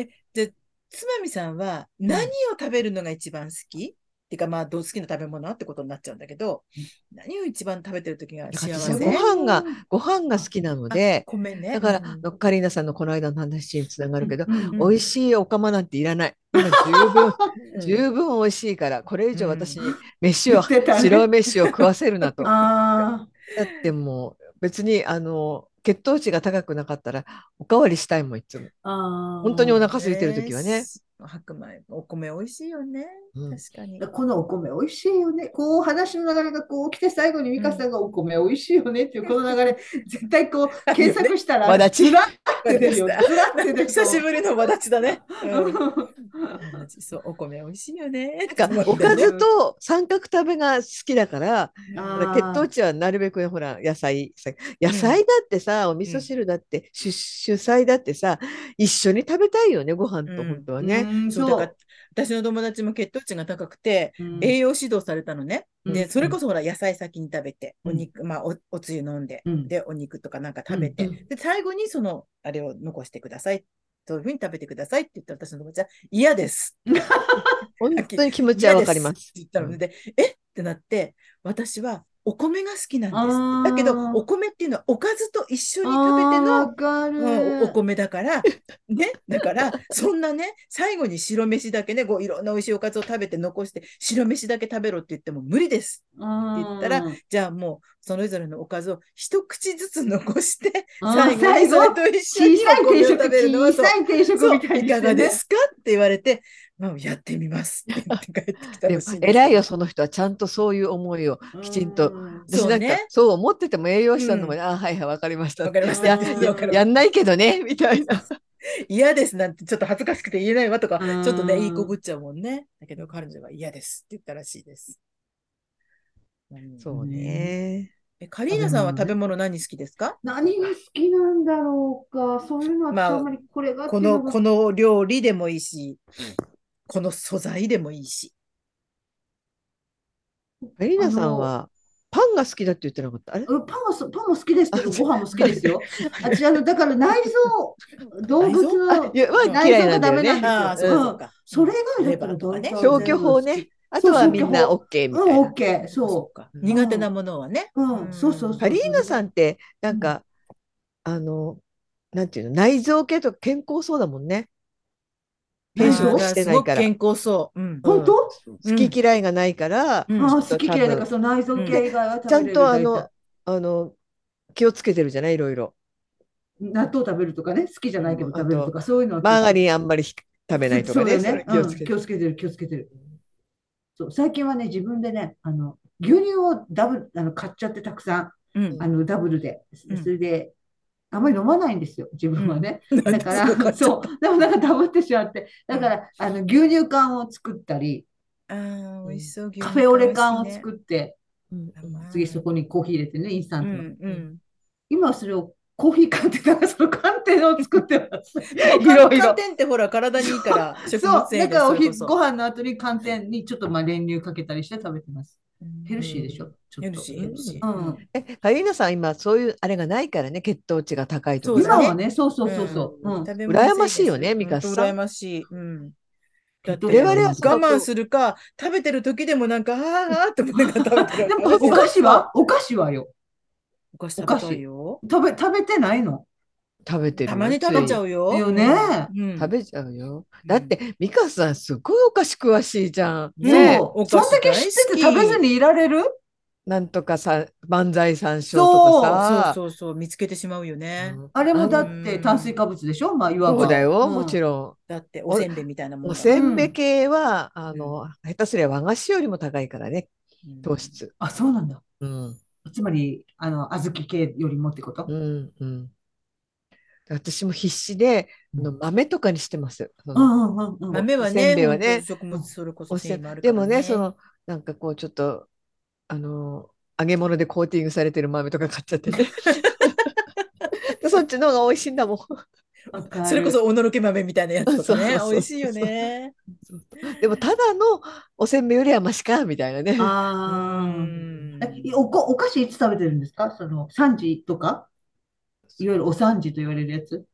つまみさんは何を食べるのが一番好き、っていうかまあどう好きな食べ物はってことになっちゃうんだけど、何を一番食べてる時が幸私はせご飯がご飯が好きなので米ね。だからうんのカリーナさんのこの間の話につながるけど、うんうん美味しいお釜なんていらない。今十分十分美味しいからこれ以上私に飯を、 言ってたね白飯を食わせるなと。だああ、ってもう別にあの血糖値が高くなかったら、おかわりしたいもん、いつも。本本当にお腹空いてる時はねえー白米、お米美味しいよね。うん確かに。このお米美味しいよね。こう話の流れがこう来て最後に美香さんがお米美味しいよねっていうこの流れ、絶対こう検索したらわだちずらって出 るよ。ずらって出るよ久しぶりのわだちだね。うん うそう、お米美味しいよね。なんか、おかずと三角食べが好きだから、ん血糖値はなるべくね、ほら、野菜、さ野菜だってさ、お味噌汁だって、主主菜だってさ、一緒に食べたいよね、ご飯と、うん本当はあーね。うんそう、だから、私の友達も血糖値が高くて、うん栄養指導されたのね。うで、んそれこそほら、野菜先に食べて、うおん肉、まあ、お、おつゆ飲んで、うんで、お肉とかなんか食べて、うんで、最後にその、あれを残してください。そういうふうに食べてくださいって言った私の友達は、嫌です。本当に気持ちはわかり嫌ます。ですって言ったので、えってなって、私はお米が好きなんですあーって。だけど、お米っていうのはおかずと一緒に食べてあーのわかるうん、お米だから、 ね、だから、そんなね、最後に白飯だけね、こういろんな美味しいおかずを食べて残して、白飯だけ食べろって言っても無理です。って言ったらじゃあもう、それぞれのおかずを一口ずつ残して、あー最後最に後それと一緒小にさいお米定を食べるのは食、そ小うさい定食そうみたいいにしかてがでね。すかって言われて、まあ、やってみますって言って帰ってきたでらもしいんです偉いよ、その人は。ちゃんとそういう思いを。きちんとうん私そなうんねか、そう思ってても栄養士さんのもうね、あーはいはい、わかりました。わかりました。やいやわかりましやたんないけどね、 みたいな。嫌ですなんてちょっと恥ずかしくて言えないわとか、うんちょっとね、言いこぐっちゃうもんね。だけど彼女は嫌ですって言ったらしいです。うんそうね。えカリーナさんは食べ物何好きですか、何が好きなんだろうか、そういうのはまああんまりこれがっていこうのの、がこの料理でもいいし、この素材でもいいし。エリナさんは、パンが好きだって言ってなかった。あれうんパンはそパンも好きですけど、あそうご飯も好きですよ。あ違う、だから内臓、動物あ のいやまあ内嫌いな臓がんだダよメなんね。ああ、ですそうかよ。そううんか。それ以外だレったバらーとかね大体消去法ね。あとはみんな OK みうたいん、な。 OK、そそうか。うん苦手なものはね。う。うん、そうそうそう。カリーナさんって、なんか、あの、なんていうの、内臓系とか健康そうだもんね。あ変ー内臓色だかしらてすないごかくら。健康そう。うん。うん本当好き嫌いがないから、うんああ、ちょ好っきと嫌い多だから、分その内臓系以外は食ちゃべれんるとあ大の体、あの、気をつけてるじゃないいろいろ。納豆食べるとかね、好きじゃないけど食べるとか、そういうのはマーガンリンあんまりひ食べないとかね。そうだそれ気をつけね、うん、気てを。つけてる、気をつけてる。そう、最近はね、自分でね、あの、牛乳をダブル、あの、買っちゃってたくさん、うんあの、ダブルで。うんそれで、あんまり飲まないんですよ、自分はね。だか なんら、かすごそかったう、でもなんかダブってしまって、だから、あの、牛乳缶を作ったり、あー美味しそう。牛カ乳フェオレ缶を美味しいね作って、うん甘い次そこにコーヒー入れてね、インスタうントの。んうん。今はそれをコーヒー缶って、なんかその缶定を作っ てます。いカろいカろ。テンってほら、体にいいから、食そ物う、繊だ維からおでひそれごこ飯の後に寒天にちょっとまあ練乳かけたりして食べてまそす。ヘルシーでしょ、ちょヘっルと。シー、ヘルシうー。ん。え、カリーナさん、今、そういうあれがないからね、血糖値が高いとそうかだ今ねはね、そうそうそうそう。うん。食べ物制限羨ましいよねするミカさん本当羨ましい。うん。だって、我我々々はは我慢するか、食べてる時でもなんか、あーあーって思いながら食べてる。でもお菓子はお菓子はよ。お菓子食べたいよ。食べ、食べてないの食べてるたよまに食べちゃついうよ。よね。うん。食べちゃうよ。だって、ミカさん、すごいお菓子詳しいじゃん。ねえねそおう。そん菓子だけ知ってて食べずにいられるなんとかさ、万歳三唱そとかうさ。そうそう、見つけてしまうよね。うんあれもだっうてん炭水化物でしょまあ、いわば。そうだよ、んもちろだって、おせんべいみたいなもん。のおだからせねんべい系は、あの、下手すりゃ和菓子よりも高いからね、うん糖質。あ、そうなんだ。うん。つまり、あの、小豆系よりもってことうん。うん。私も必死で、あの豆とかにしてます。そのうんうんうんうん。豆はおせね、んべいはね本当食物それこそおせ繊ん維もあるかでらもね、その、なんかこう、ちょっと、あの、揚げ物でコーティングされてる豆とか買っちゃっ てね。そっちの方が美味しいんだもん。わかるそれこそおのろけ豆みたいなやつとかね そうそうそうそ、う美味しいよね。でも、ただのおせんべいよりはマシか、みたいなね。あーうんえおこお菓子いつ食べてるんですかその3時とかいわゆるお3時と言われるやつ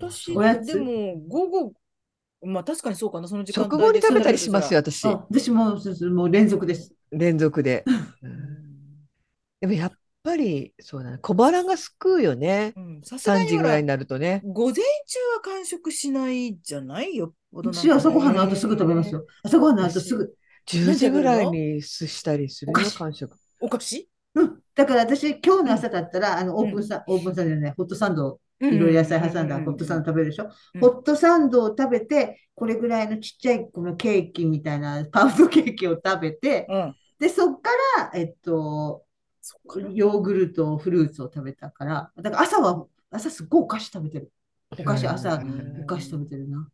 私おやつでも午後、まあ確かにそうかな、その時間食後に食べたりしますよ。よ、私。あ私もそうそうもう連続です。連続で。でも、やっぱり、そうだね。小腹がすくうよね。うんさすが3に時ほぐららいに、なるとね。午前中は完食しないじゃないよっぽどなんか私ねは朝ごはんの後すぐ食べますよ。朝ごはんの後すぐ。 10時ぐらいにすしたりするよお菓、子間食。お菓子うん、だから私、今日の朝だったら、あの、オープンサ、オープンサンドじゃない、ホットサンドを、いろいろ野菜挟んだホットサンド食べるでしょ。うんホットサンドを食べて、これぐらいのちっちゃいこのケーキみたいな、パウンドケーキを食べて、うん。で、そっから、えっと、ヨーグルト、フルーツを食べたから、だから朝は、朝すっごいお菓子食べてる。お菓子、朝、お菓子食べてるな。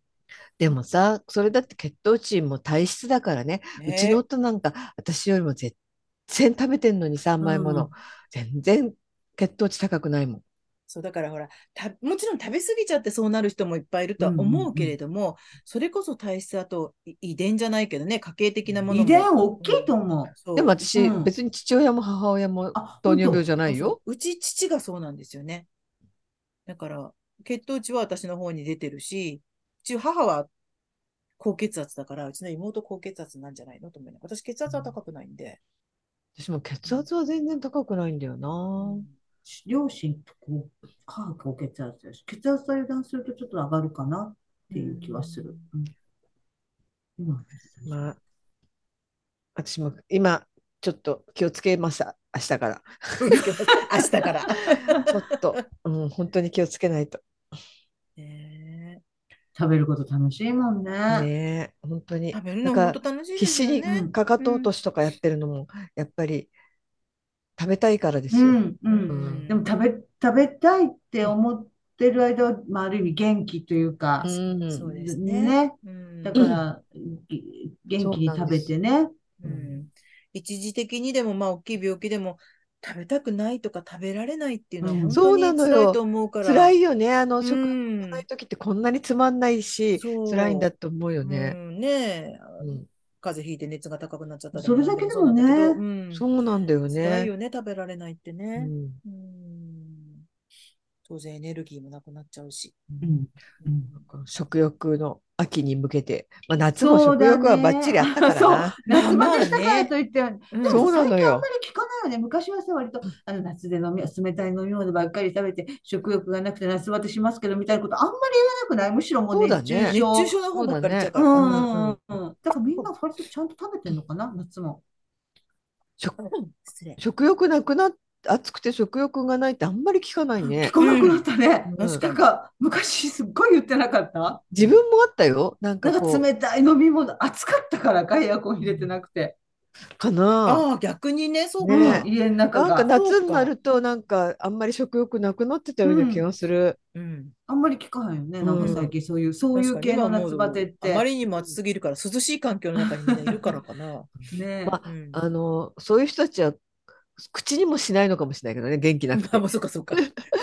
でもさ、それだって血糖値も体質だからね。うちのね夫なんか、私よりも全然食べてんのにさ、甘いもの。全然血糖値高くないもん。そうだからほらたもちろん食べ過ぎちゃってそうなる人もいっぱいいるとはうんうん思うんうけれども、それこそ体質あとい遺伝じゃないけどね家系的なもうのもん。遺伝大きいと思う。そうでも私、うん別に父親も母親もあ、糖本尿当病じゃないよ。うち父がそうなんですよね。だから、血糖値は私の方に出てるし、うち母は高血圧だから、うちの妹高血圧なんじゃないのと思いながら私血圧は高くないんで。私も血圧は全然高くないんだよな。両親とこう、母がお血圧です。血圧と油断するとちょっと上がるかなっていう気はする。うん今まあ、私も今、ちょっと気をつけます、あ明日から。明日から。 ちょっと、うん、本当に気をつけないと。 ね食べること楽しいもんね。ねえ本当えに。食べるのなんか本当楽しいで必す死よにね。かかと落としとかやってるのも、やっぱり食べたいからですうよ。ん、う。うんんでも食べ、食べたいって思ってる間は、まあ、ある意味元気というか、うんそうですねね。うんだから、ぎ元気に食べてね。うん一時的にでも、まあ、大きい病気でも、食べたくないとか食べられないっていうのはうん本当にそうなのよ辛いと思うから。辛いよね。あの、うん食欲ない時ってこんなにつまんないし、そう辛いんだと思うようね。んねえうん風邪ひいて熱が高くなっちゃったそれだけでなもんねもそうなんだけどうん、そうなんだよ辛いね。よね、食べられないってうね。んうん当然エネルギーもなくなっちゃうし。うんうんなんか食欲の秋に向けて、まあ、夏も食欲はバッチリあったかそうだらねそう夏バテしたまあまあからねといって、うんでそもうな最のよ近あんまり聞かないよね。昔はさ、割とあの夏で飲み、冷たい飲み物ばっかり食べて、食欲がなくて夏バテしますけどみたいなことあんまり言わなくない。むしろもうそうだ熱ね中熱症。中症の方ばっかり言っちゃうかうら。んうんうんうん。だからみんな割とちゃんと食べてんのかな、夏も。食失礼。食欲なくなっ暑くて食欲がないってあんまり聞かないね聞。かなくなったね。うん確なかんか昔すっごい言ってなかった自分もあったよ。なんなかんこかう冷たい飲み物、暑かったからかエアコン入れてなくて、かな。ああ、逆にね、そうか。ねうん家の中なんかが。夏になるとなんかあんまり食欲なくなってたような気がする。うんあんまり聞かないよね。なんか最近そういう、そういう確かに系今のもう夏バテっあまて。りにも暑すぎるから、涼しい環境の中にみんないるからか な。ねまうん あのそういう人たちは口にもしないのかもしれないけどね元気なくあ、て。もうそっかそっか。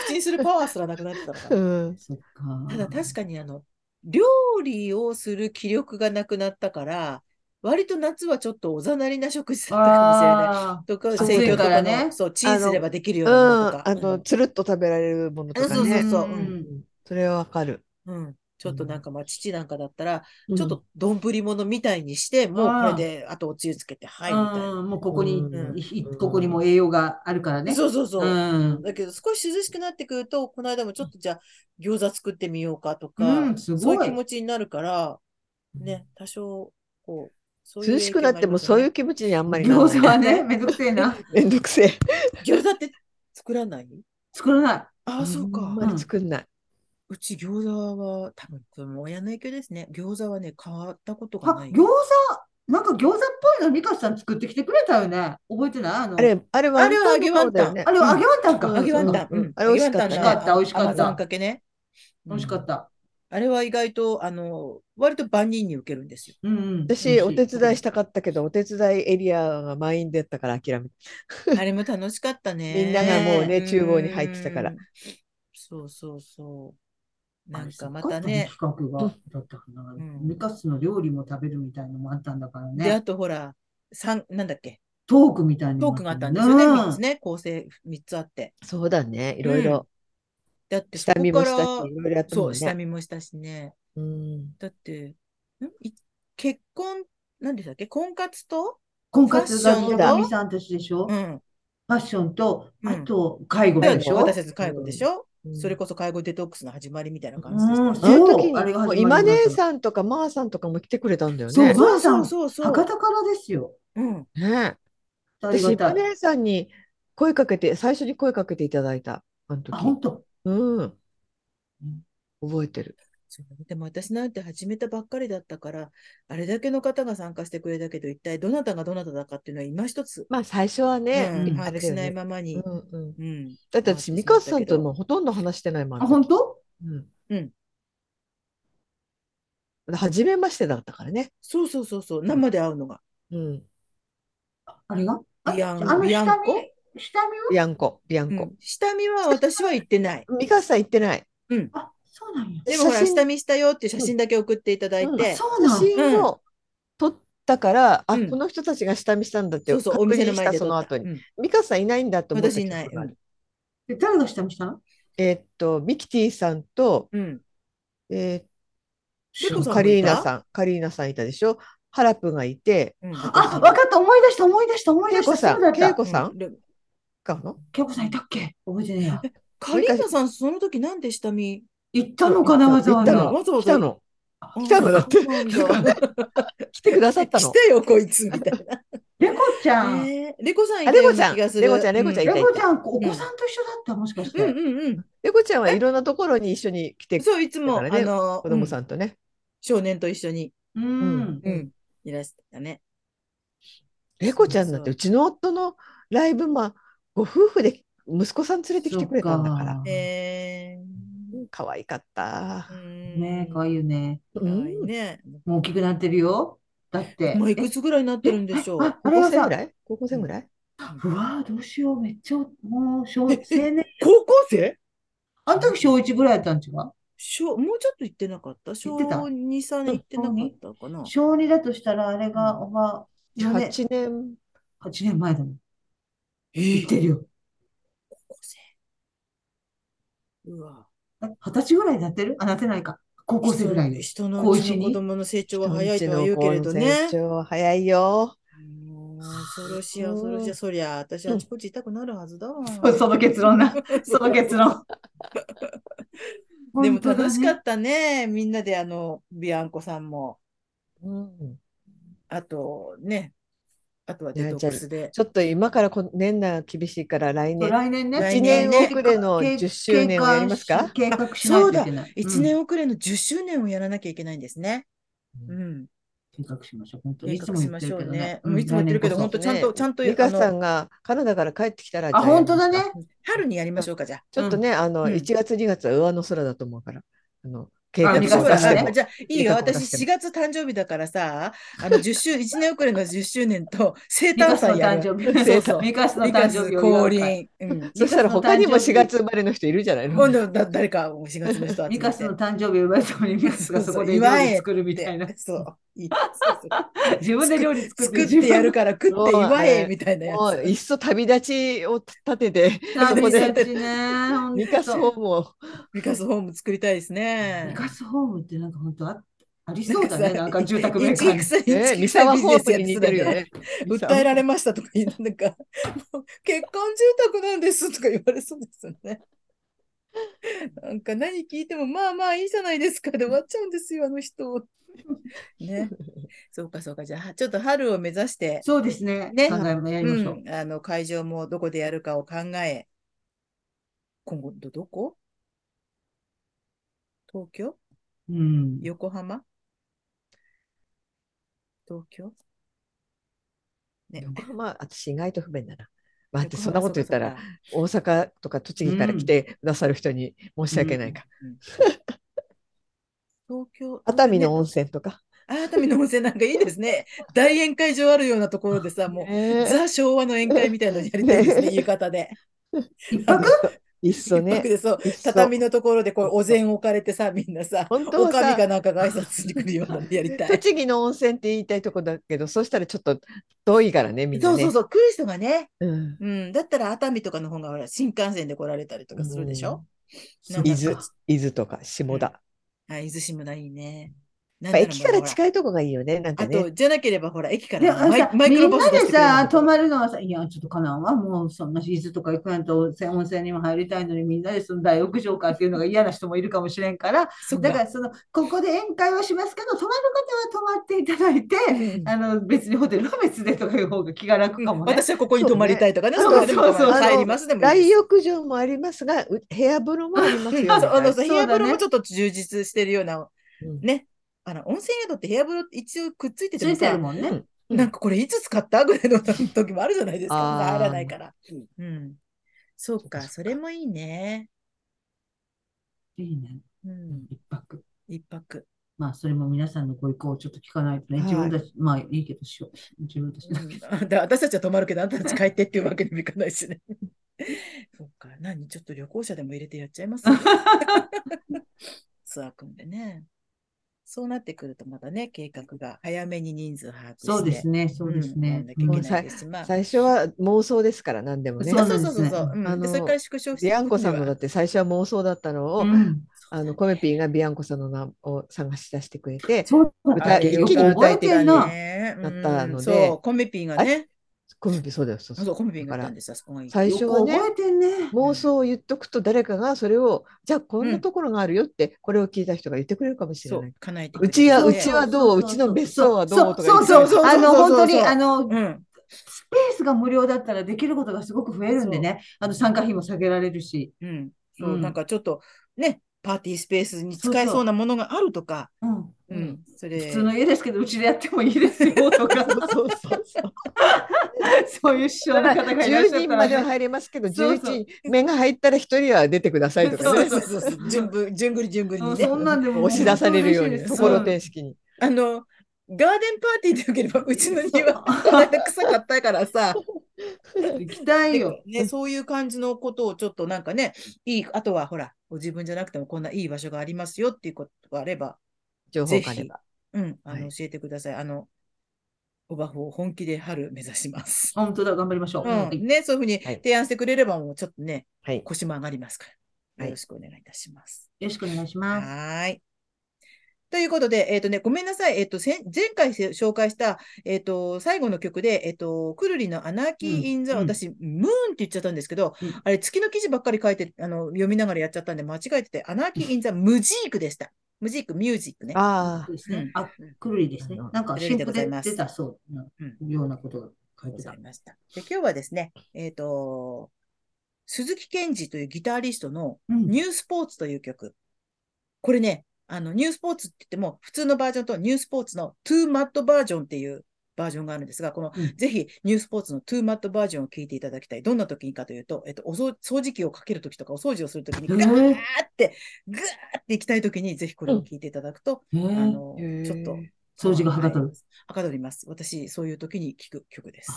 口にするパワーすらなくなってたのかうら。ん、そっか。ただ確かにあの、料理をする気力がなくなったから、割と夏はちょっとおざなりな食事だったかもしれない。あとか、暑い生協とかのからねそう、チンすればできるよううなものんとか。あのつるっと食べられるものとあかね。そうそうそう。ううんんそれはわかる。うんちょっとなんか、まあ、父なんかだったら、ちちょっと丼物みたいにして、もうこれで、あとおつゆつけて、はあ、い、みたいな。うん、もうここに、うんいここにも栄養があるからね。そうそうそう。ん。だけど、少し涼しくなってくると、この間もちょっとじゃあ、餃子作ってみようかとか、うん、すそうごいうい。気持ちになるから、ね、多少、こう、そういう涼しくなってもそういう気持ちにあんまりならない餃子はね、めんどくせえ な。めんどくせえ。影響がありますよね。餃子って作らない作らない。ああ、そうあんか。まり作んない。うち餃子は、多分これも親の影響ですね。餃子はね、変わったことがあな、い。餃子、なんか餃子っぽいの、ミカさん作ってきてくれたよね。覚えてないあの、あれ、あれはあれは揚げワンタンあれ、揚げワンタンか。うん揚げワンタン。うんうんあれ美味しかっ揚げたワねンタンの美味しかった美味しかった甘酢あんかけね。美味しかっうん。た。あれは意外と、あの、割と万人に受けるんですよ。うんうん。。私、お手伝いしたたかったけど、お手伝いエリアが満員だったから諦め あれも楽しかったね。みんながもうねん厨房に入ってたから。そうそうそう。あなれんすかごまかったね。企画がだったかな。んミカスの料理も食べるみたいのもあったんだからで、あね。とほら、三なんだっけ、トークみたいトのーもクがあったもんんですよね、うん3つね、構成3つあって。た。そうだね、いろいろ。だってそ下見こもから、したし、いろいろやったそもう、ん下ね。見もしたしね。うんだって、んい結婚、なんでしたっけ、婚活と、婚活ファッがション北上さんたちでしょ、うフん、ァッションと、うんあと介護介でし護、ょ、私たち介護でしょ、うんそれこそ介護デトックスの始まりみたいな感じでしたよねあの時そうあれに、が始まもうり今なんだ姉さんとかまーさんとかも来てくれたんだよそうね。ゾウさんそうそうそう。博多からですよ。うん、ねあり私、が今たい。姉さんに声かけて、最初に声かけていただいた、あのあ、時。本当。うん。覚えてる。そうでも私なんて始めたばっかりだったから、あれだけの方が参加してくれたけど、一体どなたがどなただかっていうのは今一つ、まあ、最初はね、うん、あ把れ握だしよないね。ままに。うんうん。うん。だって私、ミカスさんともほとんど話してないもん。あ、本当うん。うん。初めましてだったからね。そうそうそうそう、生で会うのが。うん。あれがあ、ビアンあのビアン下見コ、下見ビアンコ、ビアうンコ。ん、下見は私は行ってない。ミカスさん行ってない。はあ、そうなんや。でもほら、写真下見したよっていう写真だけ送っていただいうんて、そうな写んや。真を撮ったから、あ、うんこの人たちが下見したんだってそうそう、確お店の認し前たでそ撮のっ後た。に。うんミカさんいないんだと思った私いない記憶があるで誰が下見したのえーっと、ミキティさんと、うん。えペコー、さんカもリいーナたさん、カリーナさんいたでしょ。ハラプがいて、うん。あ、わかった、思い出した、思い出した、思いケイ出しコた。さそん、うだっケイた。コさうんでかの京子さんいたっけ覚えてねえや。カリーナさん、その時なんで下見行ったのかな、わざ行わったざ。のわざわ来ざたの来たのだってそうなんだ来てくださった来のてよ、こいつみたいレコちゃな。ん。ねえレコさんいたあレよコうちゃ、なん気がすレる。コちゃん、レコちゃんいうんたレいコちた。ゃん、お子さんと一緒だった、もしかしうんて。うんレコちゃんはいろんなところに一緒に来うてん。、そう、いつも、だあからねの、子供うんさんとね。少年と一緒に、ううんん。ううんん、いらしてたね。レコちゃんだって、うちの夫のライブ、まあ、ご夫婦で息子さん連れてきてくれたんだから。えうん可愛かったー、う。んねえ、かわいいよね。かわいいうんね。もう大きくなってるよ。だって。もういくつぐらいになってるんでしょええう。あ高れ校は生ぐさ、らい高校生ぐらい、うわーどうしよう、めっちゃ、もう、小、青ええ年。高校生あの時小1ぐらいだったんちが小もうちょっと行ってなかった小行ってた2、3行ってなかったかな。小2だとしたら、あれが、おば、八ね、 ?8 年。 8年前だもん。え行ってるよ。高校生。うわ。え二十歳ぐらいになってるあ、なってないか。高校生ぐらいよ。人の高う一ちのに子供の成長は早いと人はの言うけれどね成。長早いよ。もう恐ろしい恐ろしい。そりゃ、私あちこち痛くなるはずだわ。その結論な。その結論。 でも楽しかた。ったね。みんなであの、ビアンコさんも、うん、あとね、あとはデトックスで。ちょっと今からこ年内は厳しいから来年、来年ね。来1年年ね遅れの10周年をやりますか計画しないといけない。 1年遅れの10周年をやらなきゃいけないんですね。ううん。計画しましょう。本当に計いつ画もし言まってしるょけうどねね。。うんいつも言ってるけど、来年本こ当ちゃんと、ねちゃんと、美香さあのんがカナダから帰ってきたら、そあ、本当だね。春にやりましょうか、じゃあ。ちょっとね、あの、うん1月2月は上の空だと思うから、あの、計あ画りがとをうほごら出ざしいてますあもじゃあいいいいわ、かも私4月誕生日だからさ、あの10周、1年遅れ の10周年と生ミカ誕スの祭や誕る。生日。そうそう。ミカスの美誕化生日を祝降う会。臨。うん。そしたら他にもミカス4の誕生日月生まれの人いるじゃないの。今度だ、誰か4月の人集ミめカスての。誕生日を祝うためにミカスがそこでそうそう料祝え理作るみたいなで。 そう。いいそうそう自分で料理 作っ作てってやるかから食って祝えみたいなやもういっつ。そ旅立ちを立てて、ら。そこで旅立ちね。ほんとミカスホームを。ミカスホーム作りたいですミね。カスホームってなんか本当あありそうだね。ななんんかさか住宅メーイカチーキに。サイチね、キミササイワビジホネースムやにつ似だてるよね。訴えられまましたとか言うなんか、結婚住宅なんですとか言われそうですよね。なんか何聞いても、まあまあいいじゃないですかで終わっちゃうんですよ、あの人。ね。そうかそうか、じゃあ、ちょっと春を目指して、そうですね。ね考えもやりましょう。うん、あの会場もどこでやるかを考え、今後ど、どこ東京うん。横浜東京ね。横浜、私意外と不便だな。まあ、横浜そんなこと言ったそらうか、大阪とか栃木から来てくださる人に申し訳ないか。そうか東京、熱海のね温泉とか。あ熱海の温泉なんかいいです ね。大宴会場あるようなところでさ、もう、ねザ昭和の宴会みたいなのやりたいですね、ね浴衣で。一泊いっそ一泊ね。でそう、いっそ畳のところでこうお膳置かれてさ、みんなさ、本当おはかみさか、なんかが挨拶しに来るようなのやりたい。栃木の温泉って言いたいとこだけど、そうしたらちょっと遠いからね、みん なそうね。そうそう、来る人がね、うんうん、だったら熱海とかの方がほら新幹線で来られたりとかするでしょ、なんか伊豆、伊豆とか下田。あ、伊豆島いいね。なやんっだぱろう駅からほら近いとこがいいよね、なんかあね。と、じゃなければほら、駅かで、らあのマイさ、マイクロみんバス出なでしてくれるさ、んだ泊まるのはさ、いや、ちょっとかなわ、もうそんな伊豆とか行くなんと温泉温泉にも入りたいのに、みんなでその大浴場かっていうのが嫌な人もいるかもしれんから、そっだかからその、ここで宴会はしますけど、泊まる方は泊まっていただいて、うんあの、別にホテルは別でとかいう方が気が楽かもね。私はここに泊まりたいとかね、そうこねはでも泊まるそうそうそう帰りますでもいい大です。浴場もありますが、う部屋風呂もありますよ、 そうあのさそうだね部屋風呂もちょっと充実してるような、うんね。あの、温泉宿って部屋風呂って一応くっついててつもいてるさ、もんうね。んなんかこれいつ使ったぐらいの時もあるじゃないですか。あー入らないから。うん。そうか、そうかそうかそれもいいね。いいね。うん。一泊。一泊。まあ、それも皆さんのご意向をちょっと聞かないとね、はい自分たち、まあいいけどしよう。自分たちうの。ん、あだ私たちは泊まるけど、あんたたち帰ってっていうわけにもいかないしね。そっか、何ちょっと旅行者でも入れてやっちゃいますツアー組んでね。そうなってくるとまたね、計画が早めに人数把握して。そうですね、そうですうんやねんなきゃいもけうなさいですし、まあ。最初は妄想ですから、何でもね。そうなんそうですそねうそうそう。うんあでのそれから縮小していビくアンコさんのにだはって最初は妄想だったのを、うんあのコメピーがビアンコさんの名を探し出してくれて、そうだ歌よ一気にく歌覚ええててるるな。ねなったのでうんそう、コメピーがね。コメピーそうだよ、そうあそう、コメピーがいただからんですよ、あそこがいい。最よ初くはね覚えてんね。妄想を言っとくと誰かがそれを、じゃあこんうなんところがあるよってこれを聞いた人が言ってくれるかもしれそなうい。、叶えてくうれちてはそううだよちはどううちの別荘はどうとか言ってくれそうるそうそうそうそうああのの本当にそうそうそうあのうん。スペースが無料だったらできることがすごく増えるんでねあの参加費も下げられるし、うん、そう、うんなんかちょっとね、パーティースペースに使そうえそうそうなものがあるとか、うんうん、それ、普通の家ですけどうちでやってもいいですよとか そうそうそう。そういう師匠の方がいらっ10しゃった人まらではね入れますけど、そう11そう人目が入ったら1人は出てくださいとかそうね。そうそうそう、順ぶん、順繰り順繰りうんにそね。んなんでも押し出されるよう本当に、嬉しいですところてん式に。あの、ガーデンパーティーでよければ、うちの庭、こそうの間臭かったからさ、うん 行きたいよね、そういう感じのことをちょっとなんかね、いい、あとはほら、ご自分じゃなくてもこんないい場所がありますよっていうことがあれば、情報ぜがあれひば。、うん、あはの、い教えてください。あの、オバフを本気で春目指します。本当だ頑張りましょう、はういん、ね、そういうふうに はい提案してくれれば、もうちょっとね、はい。腰も上がりますから、はいよろしくお願いいたします。よろしくお願いしはますーい。ということで、えっ、とね、ごめんなさい。えっ、と、せん前回せ紹介した、えっ、と、最後の曲で、えっ、と、くるりのアナーキー・イン・ザ、うん私、ムーンって言っちゃったんですけど、うんあれ、月の記事ばっかり書いて、あの、読みながらやっちゃったんで、間違えてて、アナーキー・イン・ザ・ムジークでした。ムジーク、ミュージックね。あそあう、ですね、うんあくるりですねなんか新婦で出たそうなようなことが書いごてた、ざいました。で、今日はですね、えっ、と、鈴木健二というギタリストのうんニュースポーツという曲。これね、あの、ニュースポーツって言っても、普通のバージョンとニュースポーツのトゥーマットバージョンっていうバージョンがあるんですが、この、うんぜひニュースポーツのトゥーマットバージョンを聞いていただきたい。どんな時にかというと、えっと、お掃掃除機をかける時とか、お掃除をする時に、ガへえーって、ガーって行きたい時に、ぜひこれを聞いていただくと、へえあの、へえちょっと、掃除がはかどるはい。はかどります。私、そういう時に聞く曲です。。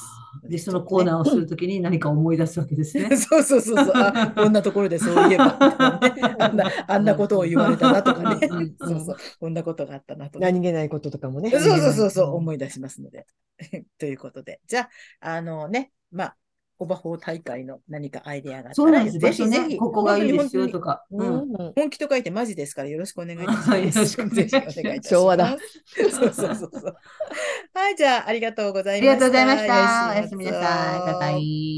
でそのコーナーをするときに何か思い出すわけです ねそうそうそうそう。あ、こんなところで そういえば、 あんな、あんなことを言われたなとかねうんうん。 そうそう。こんなことがあったなとか。何気ないこととかもね。そうそうそうそう、ん思い出しますので。 ということで。じゃあ、あのね、まあ、オバホー大会の何かアイデアがあったそうなら、んです。ぜ場ひ所ぜひ、ね、ここがいいです本よ当にとか。ううんんうん本気と書いてマジですからよろしくお願いいたしはいま よす。ろしくお願いしますぜひお願いいたします昭和だ。 そうそうそうそう。はい、じゃあありがとうござあいりました。がとうございました。お良いやすみなさい。バイバイ。